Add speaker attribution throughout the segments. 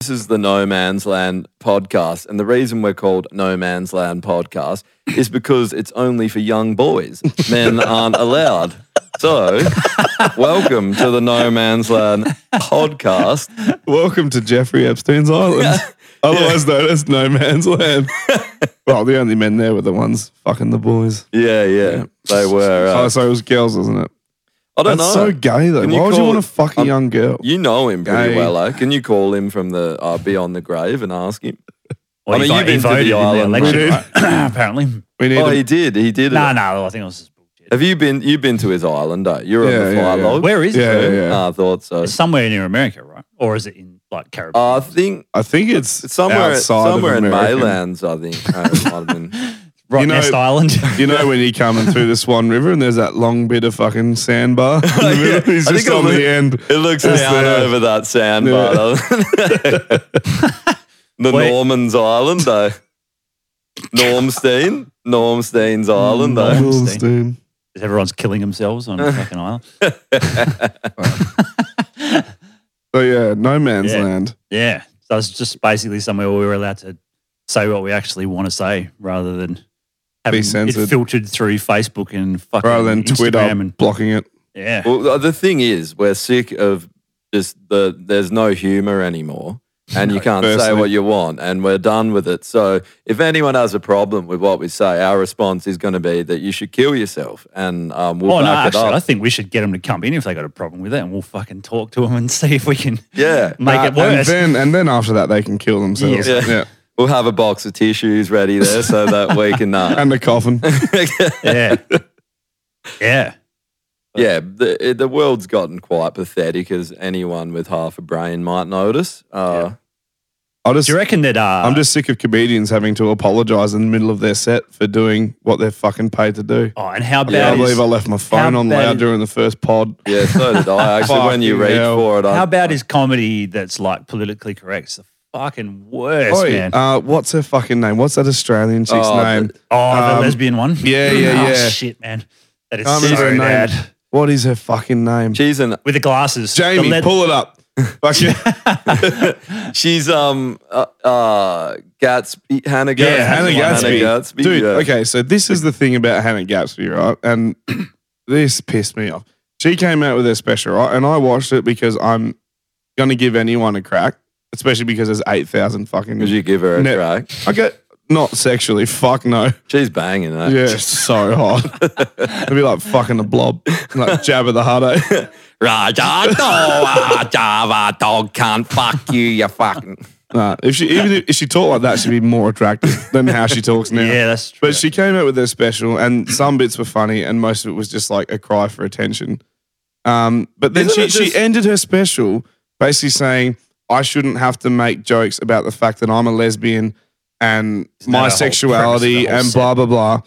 Speaker 1: This is the No Man's Land podcast. And the reason we're called No Man's Land podcast is because it's only for young boys. Men aren't allowed. So, welcome to the No Man's Land podcast.
Speaker 2: Welcome to Jeffrey Epstein's Island, otherwise known as No Man's Land. well, the only men there were the ones fucking the boys.
Speaker 1: Yeah, yeah. They were.
Speaker 2: Oh,
Speaker 1: Uh,
Speaker 2: sorry, it was girls, wasn't it?
Speaker 1: I don't
Speaker 2: That's
Speaker 1: know.
Speaker 2: so gay, though.
Speaker 1: Can
Speaker 2: Why would you
Speaker 1: call-
Speaker 2: want to fuck a
Speaker 1: I'm-
Speaker 2: young girl?
Speaker 1: You know him pretty
Speaker 2: Gay.
Speaker 1: well, eh? Can you call him from the uh, Beyond the Grave and ask him?
Speaker 3: Well,
Speaker 1: I mean,
Speaker 3: he vo-
Speaker 1: you've
Speaker 3: he
Speaker 1: been to the
Speaker 3: voted in
Speaker 1: island,
Speaker 3: the
Speaker 1: right?
Speaker 3: election, apparently.
Speaker 2: We need
Speaker 1: Oh,
Speaker 2: a-
Speaker 1: he did. He did.
Speaker 3: No, no, I think it was just bullshit.
Speaker 1: Have you been? You've been to his island, eh? You're
Speaker 2: Yeah,
Speaker 1: on the
Speaker 2: yeah,
Speaker 1: fly
Speaker 2: yeah.
Speaker 1: log.
Speaker 3: Where is
Speaker 2: Yeah,
Speaker 3: it?
Speaker 2: yeah, yeah.
Speaker 1: Ah, I thought so.
Speaker 3: It's somewhere near America, right? Or is it in like Caribbean?
Speaker 1: I think
Speaker 2: I think it's,
Speaker 1: it's somewhere
Speaker 2: outside of
Speaker 1: somewhere in
Speaker 2: America.
Speaker 1: Maylands. I think. Uh, it might have been.
Speaker 3: Rottnest
Speaker 2: you know-
Speaker 3: Island.
Speaker 2: You know when you're coming through the Swan River and there's that long bit of fucking sandbar. In the middle?
Speaker 1: Yeah,
Speaker 2: He's
Speaker 1: I
Speaker 2: just
Speaker 1: think
Speaker 2: on
Speaker 1: I
Speaker 2: the end.
Speaker 1: It looks
Speaker 2: It's
Speaker 1: down
Speaker 2: there.
Speaker 1: over that sandbar. though. the
Speaker 3: Wait.
Speaker 1: Norman's Island, though. Normstein, Normstein's Island, though.
Speaker 3: Mm.
Speaker 2: Wilston.
Speaker 3: Everyone's killing themselves on a fucking island.
Speaker 2: So yeah, no man's
Speaker 3: Yeah.
Speaker 2: land.
Speaker 3: Yeah. So it's just basically somewhere where we were allowed to say what we actually want to say rather than having
Speaker 2: censored.
Speaker 3: it filtered through Facebook and fucking
Speaker 2: rather than
Speaker 3: Instagram
Speaker 2: Twitter
Speaker 3: and
Speaker 2: blocking it.
Speaker 3: yeah.
Speaker 1: Well, uh, the- the thing is, we're sick of just the there's no humor anymore, and you can't say
Speaker 2: personally.
Speaker 1: what you want, and we're done with it. So, if anyone has a problem with what we say, our response is going to be that you should kill yourself, and um, we'll
Speaker 3: oh no,
Speaker 1: back it
Speaker 3: actually,
Speaker 1: up.
Speaker 3: I think we should get them to come in if they got a problem with it, and we'll fucking talk to them and see if we can
Speaker 1: yeah,
Speaker 3: make it
Speaker 2: Uh,
Speaker 3: worse.
Speaker 2: And then, and then after that, they can kill themselves.
Speaker 1: Yeah.
Speaker 2: Yeah.
Speaker 1: we'll have a box of tissues ready there so that we can. Uh,
Speaker 2: And the coffin.
Speaker 3: yeah. Yeah.
Speaker 1: yeah, the the world's gotten quite pathetic, as anyone with half a brain might notice. Uh,
Speaker 2: I just,
Speaker 3: Do you reckon that? Uh,
Speaker 2: I'm just sick of comedians having to apologize in the middle of their set for doing what they're fucking paid to do.
Speaker 3: Oh, and how
Speaker 2: I
Speaker 3: bad?
Speaker 2: can't
Speaker 3: is,
Speaker 2: believe I left my phone
Speaker 3: how
Speaker 2: on
Speaker 3: bad
Speaker 2: loud
Speaker 3: is-
Speaker 2: during the first pod.
Speaker 1: yeah. so did I. Actually, when you
Speaker 2: Fucking
Speaker 1: reach
Speaker 2: hell.
Speaker 1: for it, I,
Speaker 3: How bad is comedy that's like politically correct? It's the fucking worst,
Speaker 2: Oi,
Speaker 3: man.
Speaker 2: uh, what's her fucking name? What's that Australian chick's
Speaker 1: Oh,
Speaker 2: name?
Speaker 3: oh,
Speaker 2: um,
Speaker 3: the lesbian one.
Speaker 2: yeah, yeah,
Speaker 3: Oh,
Speaker 2: yeah.
Speaker 3: Shit, man. That is
Speaker 2: Can't
Speaker 3: so
Speaker 2: remember her name.
Speaker 3: bad.
Speaker 2: What is her fucking name?
Speaker 1: she's an
Speaker 3: With the glasses, the
Speaker 2: Jamie,
Speaker 3: lead-
Speaker 2: pull it up. Fucking
Speaker 1: She's um uh, uh Gatsby Hannah Gatsby.
Speaker 3: Yeah,
Speaker 2: Hannah
Speaker 3: Hannah
Speaker 2: Gatsby.
Speaker 1: Gatsby,
Speaker 2: Dude,
Speaker 1: yeah.
Speaker 2: okay, so this is the thing about Hannah Gatsby, right? And this pissed me off. She came out with her special, right? And I watched it because I'm going to give anyone a crack, especially because there's 8,000 fucking.
Speaker 1: Would you give her a
Speaker 2: No.
Speaker 1: crack?
Speaker 2: I get not sexually, fuck no.
Speaker 1: She's banging that.
Speaker 2: Yeah, it's so hot. It'd be like fucking a blob, like Jabba the Hutt. eh?
Speaker 1: Raja dog, Java dog can't fuck you, you fucking.
Speaker 2: Nah, if she even if she talked like that, she'd be more attractive than how she talks now.
Speaker 3: Yeah, that's true.
Speaker 2: But she came out with her special, and some bits were funny, and most of it was just like a cry for attention. Um, but then
Speaker 1: Isn't
Speaker 2: she,
Speaker 1: it
Speaker 2: she
Speaker 1: just-
Speaker 2: ended her special basically saying, I shouldn't have to make jokes about the fact that I'm a lesbian and
Speaker 3: Isn't that
Speaker 2: my
Speaker 3: the whole premise of
Speaker 2: sexuality
Speaker 3: the whole
Speaker 2: and
Speaker 3: set?
Speaker 2: blah, blah, blah,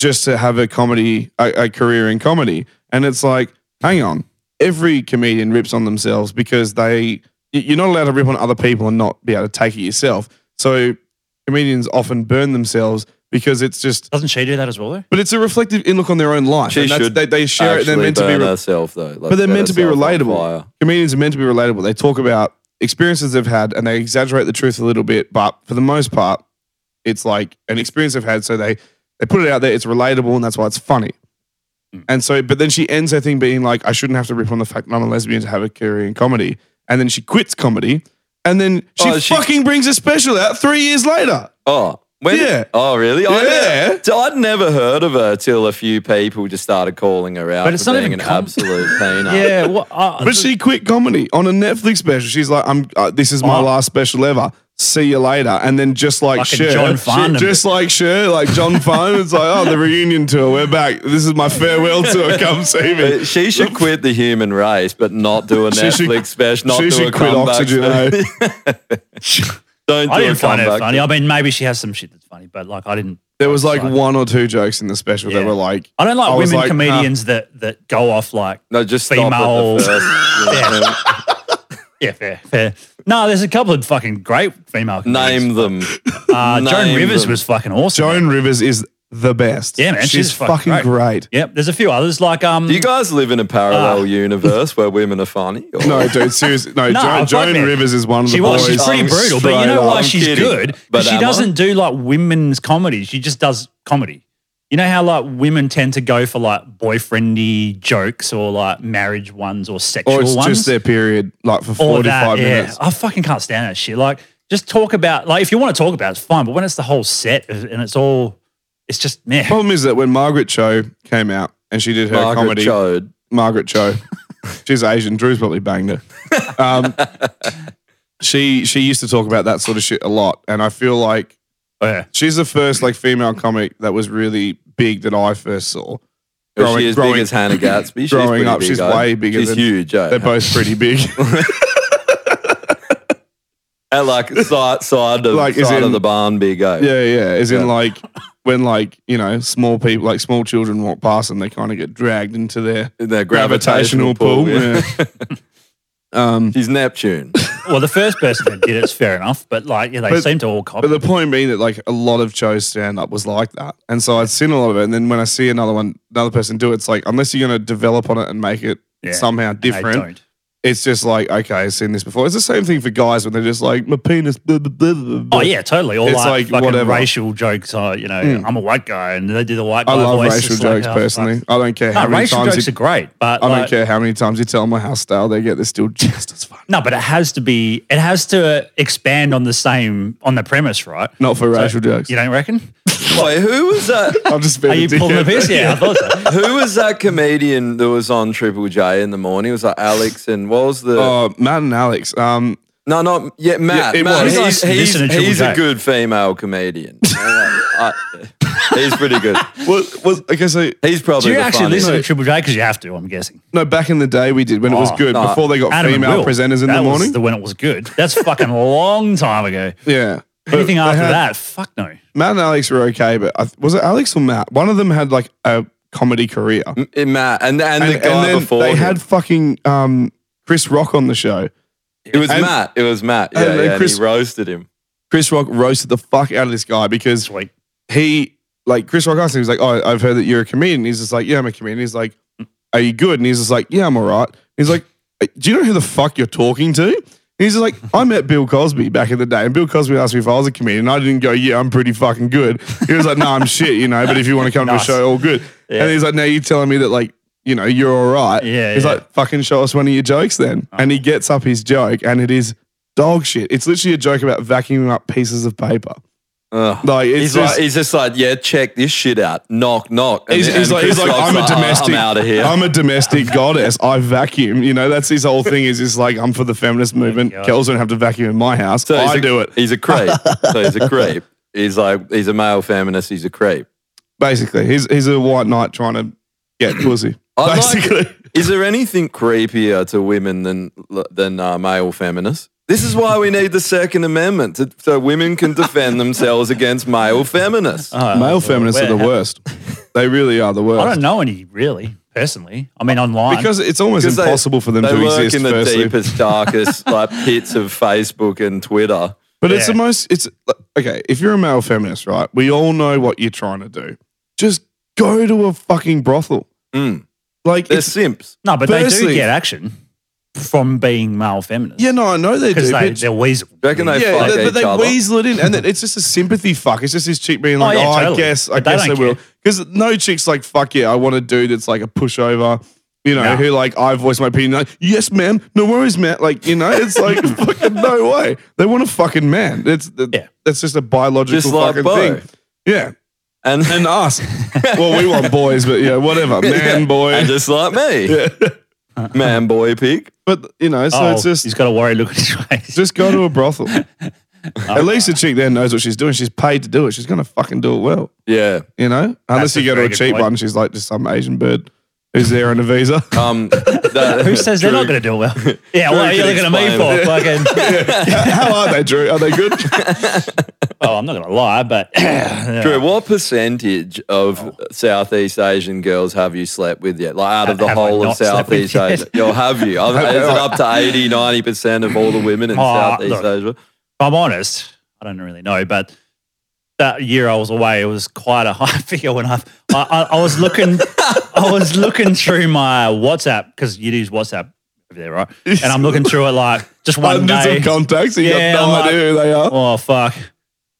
Speaker 2: just to have a comedy, a, a career in comedy. And it's like, hang on, every comedian rips on themselves because they, y- you're not allowed to rip on other people and not be able to take it yourself. So comedians often burn themselves because it's just,
Speaker 3: doesn't she do that as well? Though?
Speaker 2: but it's a reflective inlook on their own life.
Speaker 1: She
Speaker 2: and that's,
Speaker 1: should
Speaker 2: they, they share it. They're
Speaker 1: Actually
Speaker 2: meant to be.
Speaker 1: burn
Speaker 2: re-
Speaker 1: herself though. Like,
Speaker 2: but they're
Speaker 1: set
Speaker 2: meant to be
Speaker 1: herself on
Speaker 2: relatable.
Speaker 1: fire.
Speaker 2: Comedians are meant to be relatable. They talk about experiences they've had and they exaggerate the truth a little bit, but for the most part, it's like an experience they've had. So they they put it out there. It's relatable, and that's why it's funny.
Speaker 1: Mm.
Speaker 2: And so, but then she ends her thing being like, "I shouldn't have to rip on the fact that I'm a lesbian to have a career in comedy." And then she quits comedy, and then she
Speaker 1: Oh, she-
Speaker 2: fucking brings a special out three years later.
Speaker 1: Oh. When,
Speaker 2: Yeah.
Speaker 1: Oh, really? I
Speaker 2: Yeah.
Speaker 1: never- so I'd never heard of her till a few people just started calling her out
Speaker 3: But it's
Speaker 1: for
Speaker 3: not
Speaker 1: being
Speaker 3: even
Speaker 1: an
Speaker 3: com-
Speaker 1: absolute peanut.
Speaker 3: Yeah, well, uh,
Speaker 2: But she quit comedy on a Netflix special. She's like, "I'm uh, this is my
Speaker 3: Oh.
Speaker 2: last special ever. See you later." And then just like
Speaker 3: Fucking
Speaker 2: Cher,
Speaker 3: John Farnham.
Speaker 2: just like Cher, like John Farnham. It's like, "Oh, the reunion tour. We're back. This is my farewell tour. Come see me."
Speaker 1: She should quit the human race, but not do a
Speaker 2: She
Speaker 1: Netflix
Speaker 2: should-
Speaker 1: special. Not
Speaker 2: she
Speaker 1: do
Speaker 2: should
Speaker 1: a
Speaker 2: quit
Speaker 1: comeback
Speaker 2: Oxygen, eh?
Speaker 1: special. Don't do
Speaker 3: I didn't
Speaker 1: a
Speaker 3: find it
Speaker 1: comeback.
Speaker 3: funny. I mean, maybe she has some shit that's funny, but like I didn't.
Speaker 2: There was like
Speaker 3: Sorry.
Speaker 2: one or two jokes in the special that
Speaker 3: Yeah.
Speaker 2: were like,
Speaker 3: I don't like
Speaker 2: was
Speaker 3: women
Speaker 2: like,
Speaker 3: comedians that that go off like
Speaker 1: No, just
Speaker 3: Female-
Speaker 1: Stop at the first.
Speaker 3: yeah, fair, fair. No, there's a couple of fucking great female
Speaker 1: Name
Speaker 3: comedians.
Speaker 1: them.
Speaker 3: uh, Joan
Speaker 1: name
Speaker 3: Rivers
Speaker 1: them.
Speaker 3: was fucking awesome.
Speaker 2: Joan Rivers is the best.
Speaker 3: Yeah, man,
Speaker 2: She's,
Speaker 3: she's
Speaker 2: fucking
Speaker 3: fucking
Speaker 2: great.
Speaker 3: Yep. There's a few others like um.
Speaker 1: Do you guys live in a parallel
Speaker 3: Ah.
Speaker 1: universe where women are funny? Or?
Speaker 2: No, dude, seriously. No,
Speaker 3: No,
Speaker 2: Joan,
Speaker 3: fuck
Speaker 2: Joan
Speaker 3: that.
Speaker 2: Rivers is one of
Speaker 3: She
Speaker 2: the
Speaker 3: was.
Speaker 2: boys.
Speaker 3: She's pretty brutal, but you
Speaker 2: Straight
Speaker 3: know
Speaker 2: up.
Speaker 3: why
Speaker 1: I'm
Speaker 3: she's
Speaker 1: kidding.
Speaker 3: good?
Speaker 1: But
Speaker 3: But she
Speaker 1: am I?
Speaker 3: doesn't do like women's comedy. She just does comedy. You know how like women tend to go for like boyfriendy jokes or like marriage ones or sexual
Speaker 2: Or it's
Speaker 3: ones.
Speaker 2: just their period, like for
Speaker 3: All
Speaker 2: 45
Speaker 3: that,
Speaker 2: minutes.
Speaker 3: I fucking can't stand that shit. Like, just talk about like if you want to talk about it, it's fine, but when it's the whole set and it's all, it's just meh.
Speaker 2: Problem is that when Margaret Cho came out and she did her
Speaker 1: Margaret
Speaker 2: comedy,
Speaker 1: Chode.
Speaker 2: Margaret Cho, she's Asian. Drew's probably banged her. Um, she she used to talk about that sort of shit a lot, and I feel like
Speaker 3: Oh, yeah.
Speaker 2: she's the first like female comic that was really big that I first saw.
Speaker 1: Well,
Speaker 2: Growing-
Speaker 1: she as
Speaker 2: growing-
Speaker 1: big as Hannah Gatsby. She's
Speaker 2: growing
Speaker 1: pretty
Speaker 2: up,
Speaker 1: big,
Speaker 2: she's
Speaker 1: eh?
Speaker 2: way bigger
Speaker 1: She's
Speaker 2: than-
Speaker 1: huge. eh?
Speaker 2: They're both pretty big.
Speaker 1: And like side side of
Speaker 2: Like, is
Speaker 1: side
Speaker 2: in-
Speaker 1: of the barn, big go.
Speaker 2: Yeah, yeah. As
Speaker 1: Yeah.
Speaker 2: in, like, when, like, you know, small people, like small children walk past them, they kind of get dragged into their
Speaker 1: The
Speaker 2: gravitational, pull.
Speaker 1: yeah.
Speaker 2: yeah. um,
Speaker 1: She's Neptune.
Speaker 3: Well, the first person that did it's fair enough, but like yeah, they
Speaker 2: But-
Speaker 3: seem to all copy.
Speaker 2: but the point being that, like, a lot of Joe's stand up was like that. And so I'd seen a lot of it. And then when I see another one, another person do it, it's like, unless you're going to develop on it and make it
Speaker 3: Yeah.
Speaker 2: somehow
Speaker 3: They
Speaker 2: different,
Speaker 3: don't.
Speaker 2: it's just like, okay, I've seen this before. It's the same thing for guys when they're just like, my penis. Blah, blah, blah, blah, blah.
Speaker 3: Oh yeah, totally. All
Speaker 2: It's
Speaker 3: like,
Speaker 2: like,
Speaker 3: fucking
Speaker 2: whatever. Hmm.
Speaker 3: racial jokes are, you know, I'm a white guy, and they do the white guy
Speaker 2: I love
Speaker 3: voice.
Speaker 2: racial
Speaker 3: It's like,
Speaker 2: jokes
Speaker 3: oh, fuck.
Speaker 2: personally. I don't care how
Speaker 3: No,
Speaker 2: many
Speaker 3: racial
Speaker 2: times you-
Speaker 3: jokes are great, but
Speaker 2: I
Speaker 3: like,
Speaker 2: don't care how many times you tell them how stale they get, they're still just as funny.
Speaker 3: No, but it has to be. It has to expand on the same on the premise, right?
Speaker 2: Not for racial jokes.
Speaker 3: You don't reckon?
Speaker 1: Wait, who was that?
Speaker 2: I'm just being
Speaker 3: Are
Speaker 2: a
Speaker 3: you pulling the
Speaker 2: dickhead.
Speaker 3: piss? Yeah, I thought so.
Speaker 1: Who was that comedian that was on Triple J in the morning? It was like Alex and what was the?
Speaker 2: Oh, Matt and Alex. Um,
Speaker 1: no, not yeah, Matt.
Speaker 2: it
Speaker 1: Matt
Speaker 2: was.
Speaker 1: he's
Speaker 3: I
Speaker 1: he's,
Speaker 3: used to listen to
Speaker 1: he's
Speaker 3: Triple
Speaker 1: a
Speaker 3: J.
Speaker 1: good female comedian. I- he's pretty good.
Speaker 2: was, was, okay, so
Speaker 1: He's
Speaker 3: Do
Speaker 1: probably
Speaker 3: you
Speaker 1: the
Speaker 3: actually
Speaker 1: funniest.
Speaker 3: listen to Triple J because you have to? I'm guessing.
Speaker 2: no, back in the day we did when it was
Speaker 3: Oh,
Speaker 2: good
Speaker 1: no.
Speaker 2: before they got
Speaker 3: Adam and
Speaker 2: female
Speaker 3: Will.
Speaker 2: presenters in
Speaker 3: That
Speaker 2: the
Speaker 3: was
Speaker 2: morning.
Speaker 3: the when it was good. That's fucking a long time ago.
Speaker 2: yeah. But
Speaker 3: Anything
Speaker 2: they
Speaker 3: after
Speaker 2: had-
Speaker 3: that, fuck no.
Speaker 2: Matt and Alex were okay, but I, was it Alex or Matt? One of them had like a comedy career, and,
Speaker 1: In Matt and and, the
Speaker 2: and
Speaker 1: guy
Speaker 2: then
Speaker 1: before
Speaker 2: they
Speaker 1: him.
Speaker 2: had fucking um, Chris Rock on the show.
Speaker 1: it was
Speaker 2: and-
Speaker 1: Matt. It was Matt. Yeah,
Speaker 2: and then
Speaker 1: yeah, and
Speaker 2: Chris-
Speaker 1: he roasted him.
Speaker 2: Chris Rock roasted the fuck out of this guy because
Speaker 3: Sweet.
Speaker 2: he like Chris Rock asked him, he was like, Oh, I've heard that you're a comedian. He's just like, Yeah, I'm a comedian. He's like, Are you good? And he's just like, Yeah, I'm all right. He's like, Do you know who the fuck you're talking to? And he's just like, I met Bill Cosby back in the day, and Bill Cosby asked me if I was a comedian. and I didn't go, Yeah, I'm pretty fucking good. He was like, No, I'm shit, you know, but if you want to come
Speaker 3: Nice.
Speaker 2: to a show, all good. And he's like, Now you're telling me that like you know, you're all right.
Speaker 3: Yeah,
Speaker 2: He's
Speaker 3: yeah. Uh-huh.
Speaker 2: like, fucking show us one of your jokes then. And he gets up his joke and it is dog shit. It's literally a joke about vacuuming up pieces of paper.
Speaker 1: Ugh.
Speaker 2: Like, it's
Speaker 1: He's
Speaker 2: just,
Speaker 1: like, he's just like, yeah, check this shit out. Knock, knock. And
Speaker 2: He's,
Speaker 1: then-
Speaker 2: he's
Speaker 1: and
Speaker 2: like, he's
Speaker 1: Chris
Speaker 2: like,
Speaker 1: Rock's
Speaker 2: I'm a
Speaker 1: like, "Oh,
Speaker 2: domestic.
Speaker 1: I'm out of here.
Speaker 2: I'm a domestic goddess. I vacuum. You know, that's his whole thing. Is it's like I'm for the feminist movement.
Speaker 3: Oh God.
Speaker 2: Girls don't have to vacuum in my house.
Speaker 1: he's
Speaker 2: I
Speaker 1: a-
Speaker 2: do it.
Speaker 1: He's a creep. so he's a creep. He's like, he's a male feminist. He's a creep.
Speaker 2: Basically, he's he's a white knight trying to get pussy.
Speaker 1: I like
Speaker 2: Basically,
Speaker 1: Is there anything creepier to women than than uh, male feminists? This is why we need the Second Amendment to, so women can defend themselves against male feminists.
Speaker 3: Oh,
Speaker 2: male
Speaker 3: well,
Speaker 2: feminists are
Speaker 3: where-
Speaker 2: the worst. They really are the
Speaker 3: I don't
Speaker 2: worst
Speaker 3: know any really personally. I mean, online.
Speaker 2: because it's almost
Speaker 1: Because they-
Speaker 2: impossible for them
Speaker 1: They
Speaker 2: to
Speaker 1: work
Speaker 2: exist.
Speaker 1: in the
Speaker 2: firstly.
Speaker 1: deepest, darkest like pits of Facebook and Twitter.
Speaker 2: But it's the
Speaker 3: Yeah.
Speaker 2: most. It's okay. If you're a male feminist, right? We all know what you're trying to do. Just go to a fucking brothel.
Speaker 1: Mm.
Speaker 2: Like
Speaker 1: They're
Speaker 2: it's
Speaker 1: simps.
Speaker 3: no, but they
Speaker 2: firstly-
Speaker 3: do get action from being male feminists.
Speaker 2: yeah, no, I know they do.
Speaker 3: because they
Speaker 2: bitch.
Speaker 3: they're weasel.
Speaker 1: Do you reckon they
Speaker 2: yeah,
Speaker 1: fight
Speaker 2: they- but
Speaker 1: each
Speaker 2: they
Speaker 1: other?
Speaker 2: weasel it in, and then it's just a sympathy fuck. It's just this chick being like, "Oh,
Speaker 3: yeah,
Speaker 2: I
Speaker 3: totally.
Speaker 2: guess, I
Speaker 3: But they
Speaker 2: guess they
Speaker 3: don't
Speaker 2: will,"
Speaker 3: care.
Speaker 2: because no chick's like, "Fuck yeah, I want a dude that's like a pushover." You know,
Speaker 3: No.
Speaker 2: who like I voice my opinion, like, yes, ma'am, no worries, man. Like, you know, it's like fucking no way. They want a fucking man. It's
Speaker 3: Yeah.
Speaker 2: that's just a biological
Speaker 1: Just like
Speaker 2: fucking
Speaker 1: Bo.
Speaker 2: thing. Yeah.
Speaker 1: and,
Speaker 2: And us. well, we want boys, but yeah, whatever. Man boy.
Speaker 1: and just like me, man, boy, pig.
Speaker 2: but you know, so
Speaker 3: oh,
Speaker 2: it's just
Speaker 3: he's got a worry look at his face.
Speaker 2: just go to a brothel. At least the chick there knows what she's doing. She's paid to do it. She's gonna fucking do it well.
Speaker 1: Yeah.
Speaker 2: You know? Unless
Speaker 3: a
Speaker 2: you go to
Speaker 3: very
Speaker 2: a
Speaker 3: good
Speaker 2: cheap
Speaker 3: point.
Speaker 2: one, she's like just some Asian bird who's there on a visa.
Speaker 1: Um, that-
Speaker 3: Who says they're not going to do well? Yeah, what are you
Speaker 1: can
Speaker 3: looking at me
Speaker 1: explain
Speaker 3: for? Fucking,
Speaker 2: How are they, Drew? Are they good?
Speaker 3: well, Oh, I'm not going to lie, but
Speaker 1: Drew, what percentage of Southeast Asian girls have you slept with yet? Like out of the
Speaker 3: Have I
Speaker 1: whole of
Speaker 3: not slept with
Speaker 1: Southeast Asia? Or have you? I've- Is it up to 80, 90% of all the women in
Speaker 3: Oh,
Speaker 1: Southeast
Speaker 3: look.
Speaker 1: Asia?
Speaker 3: if I'm honest, I don't really know, but that year I was away, it was quite a high figure when I I, I, I was looking I was looking through my WhatsApp because you use WhatsApp over there, right? And I'm looking through it like just one
Speaker 2: Hundreds
Speaker 3: day.
Speaker 2: of contacts. And
Speaker 3: Yeah,
Speaker 2: you got no
Speaker 3: I'm like-
Speaker 2: idea who they are.
Speaker 3: oh fuck,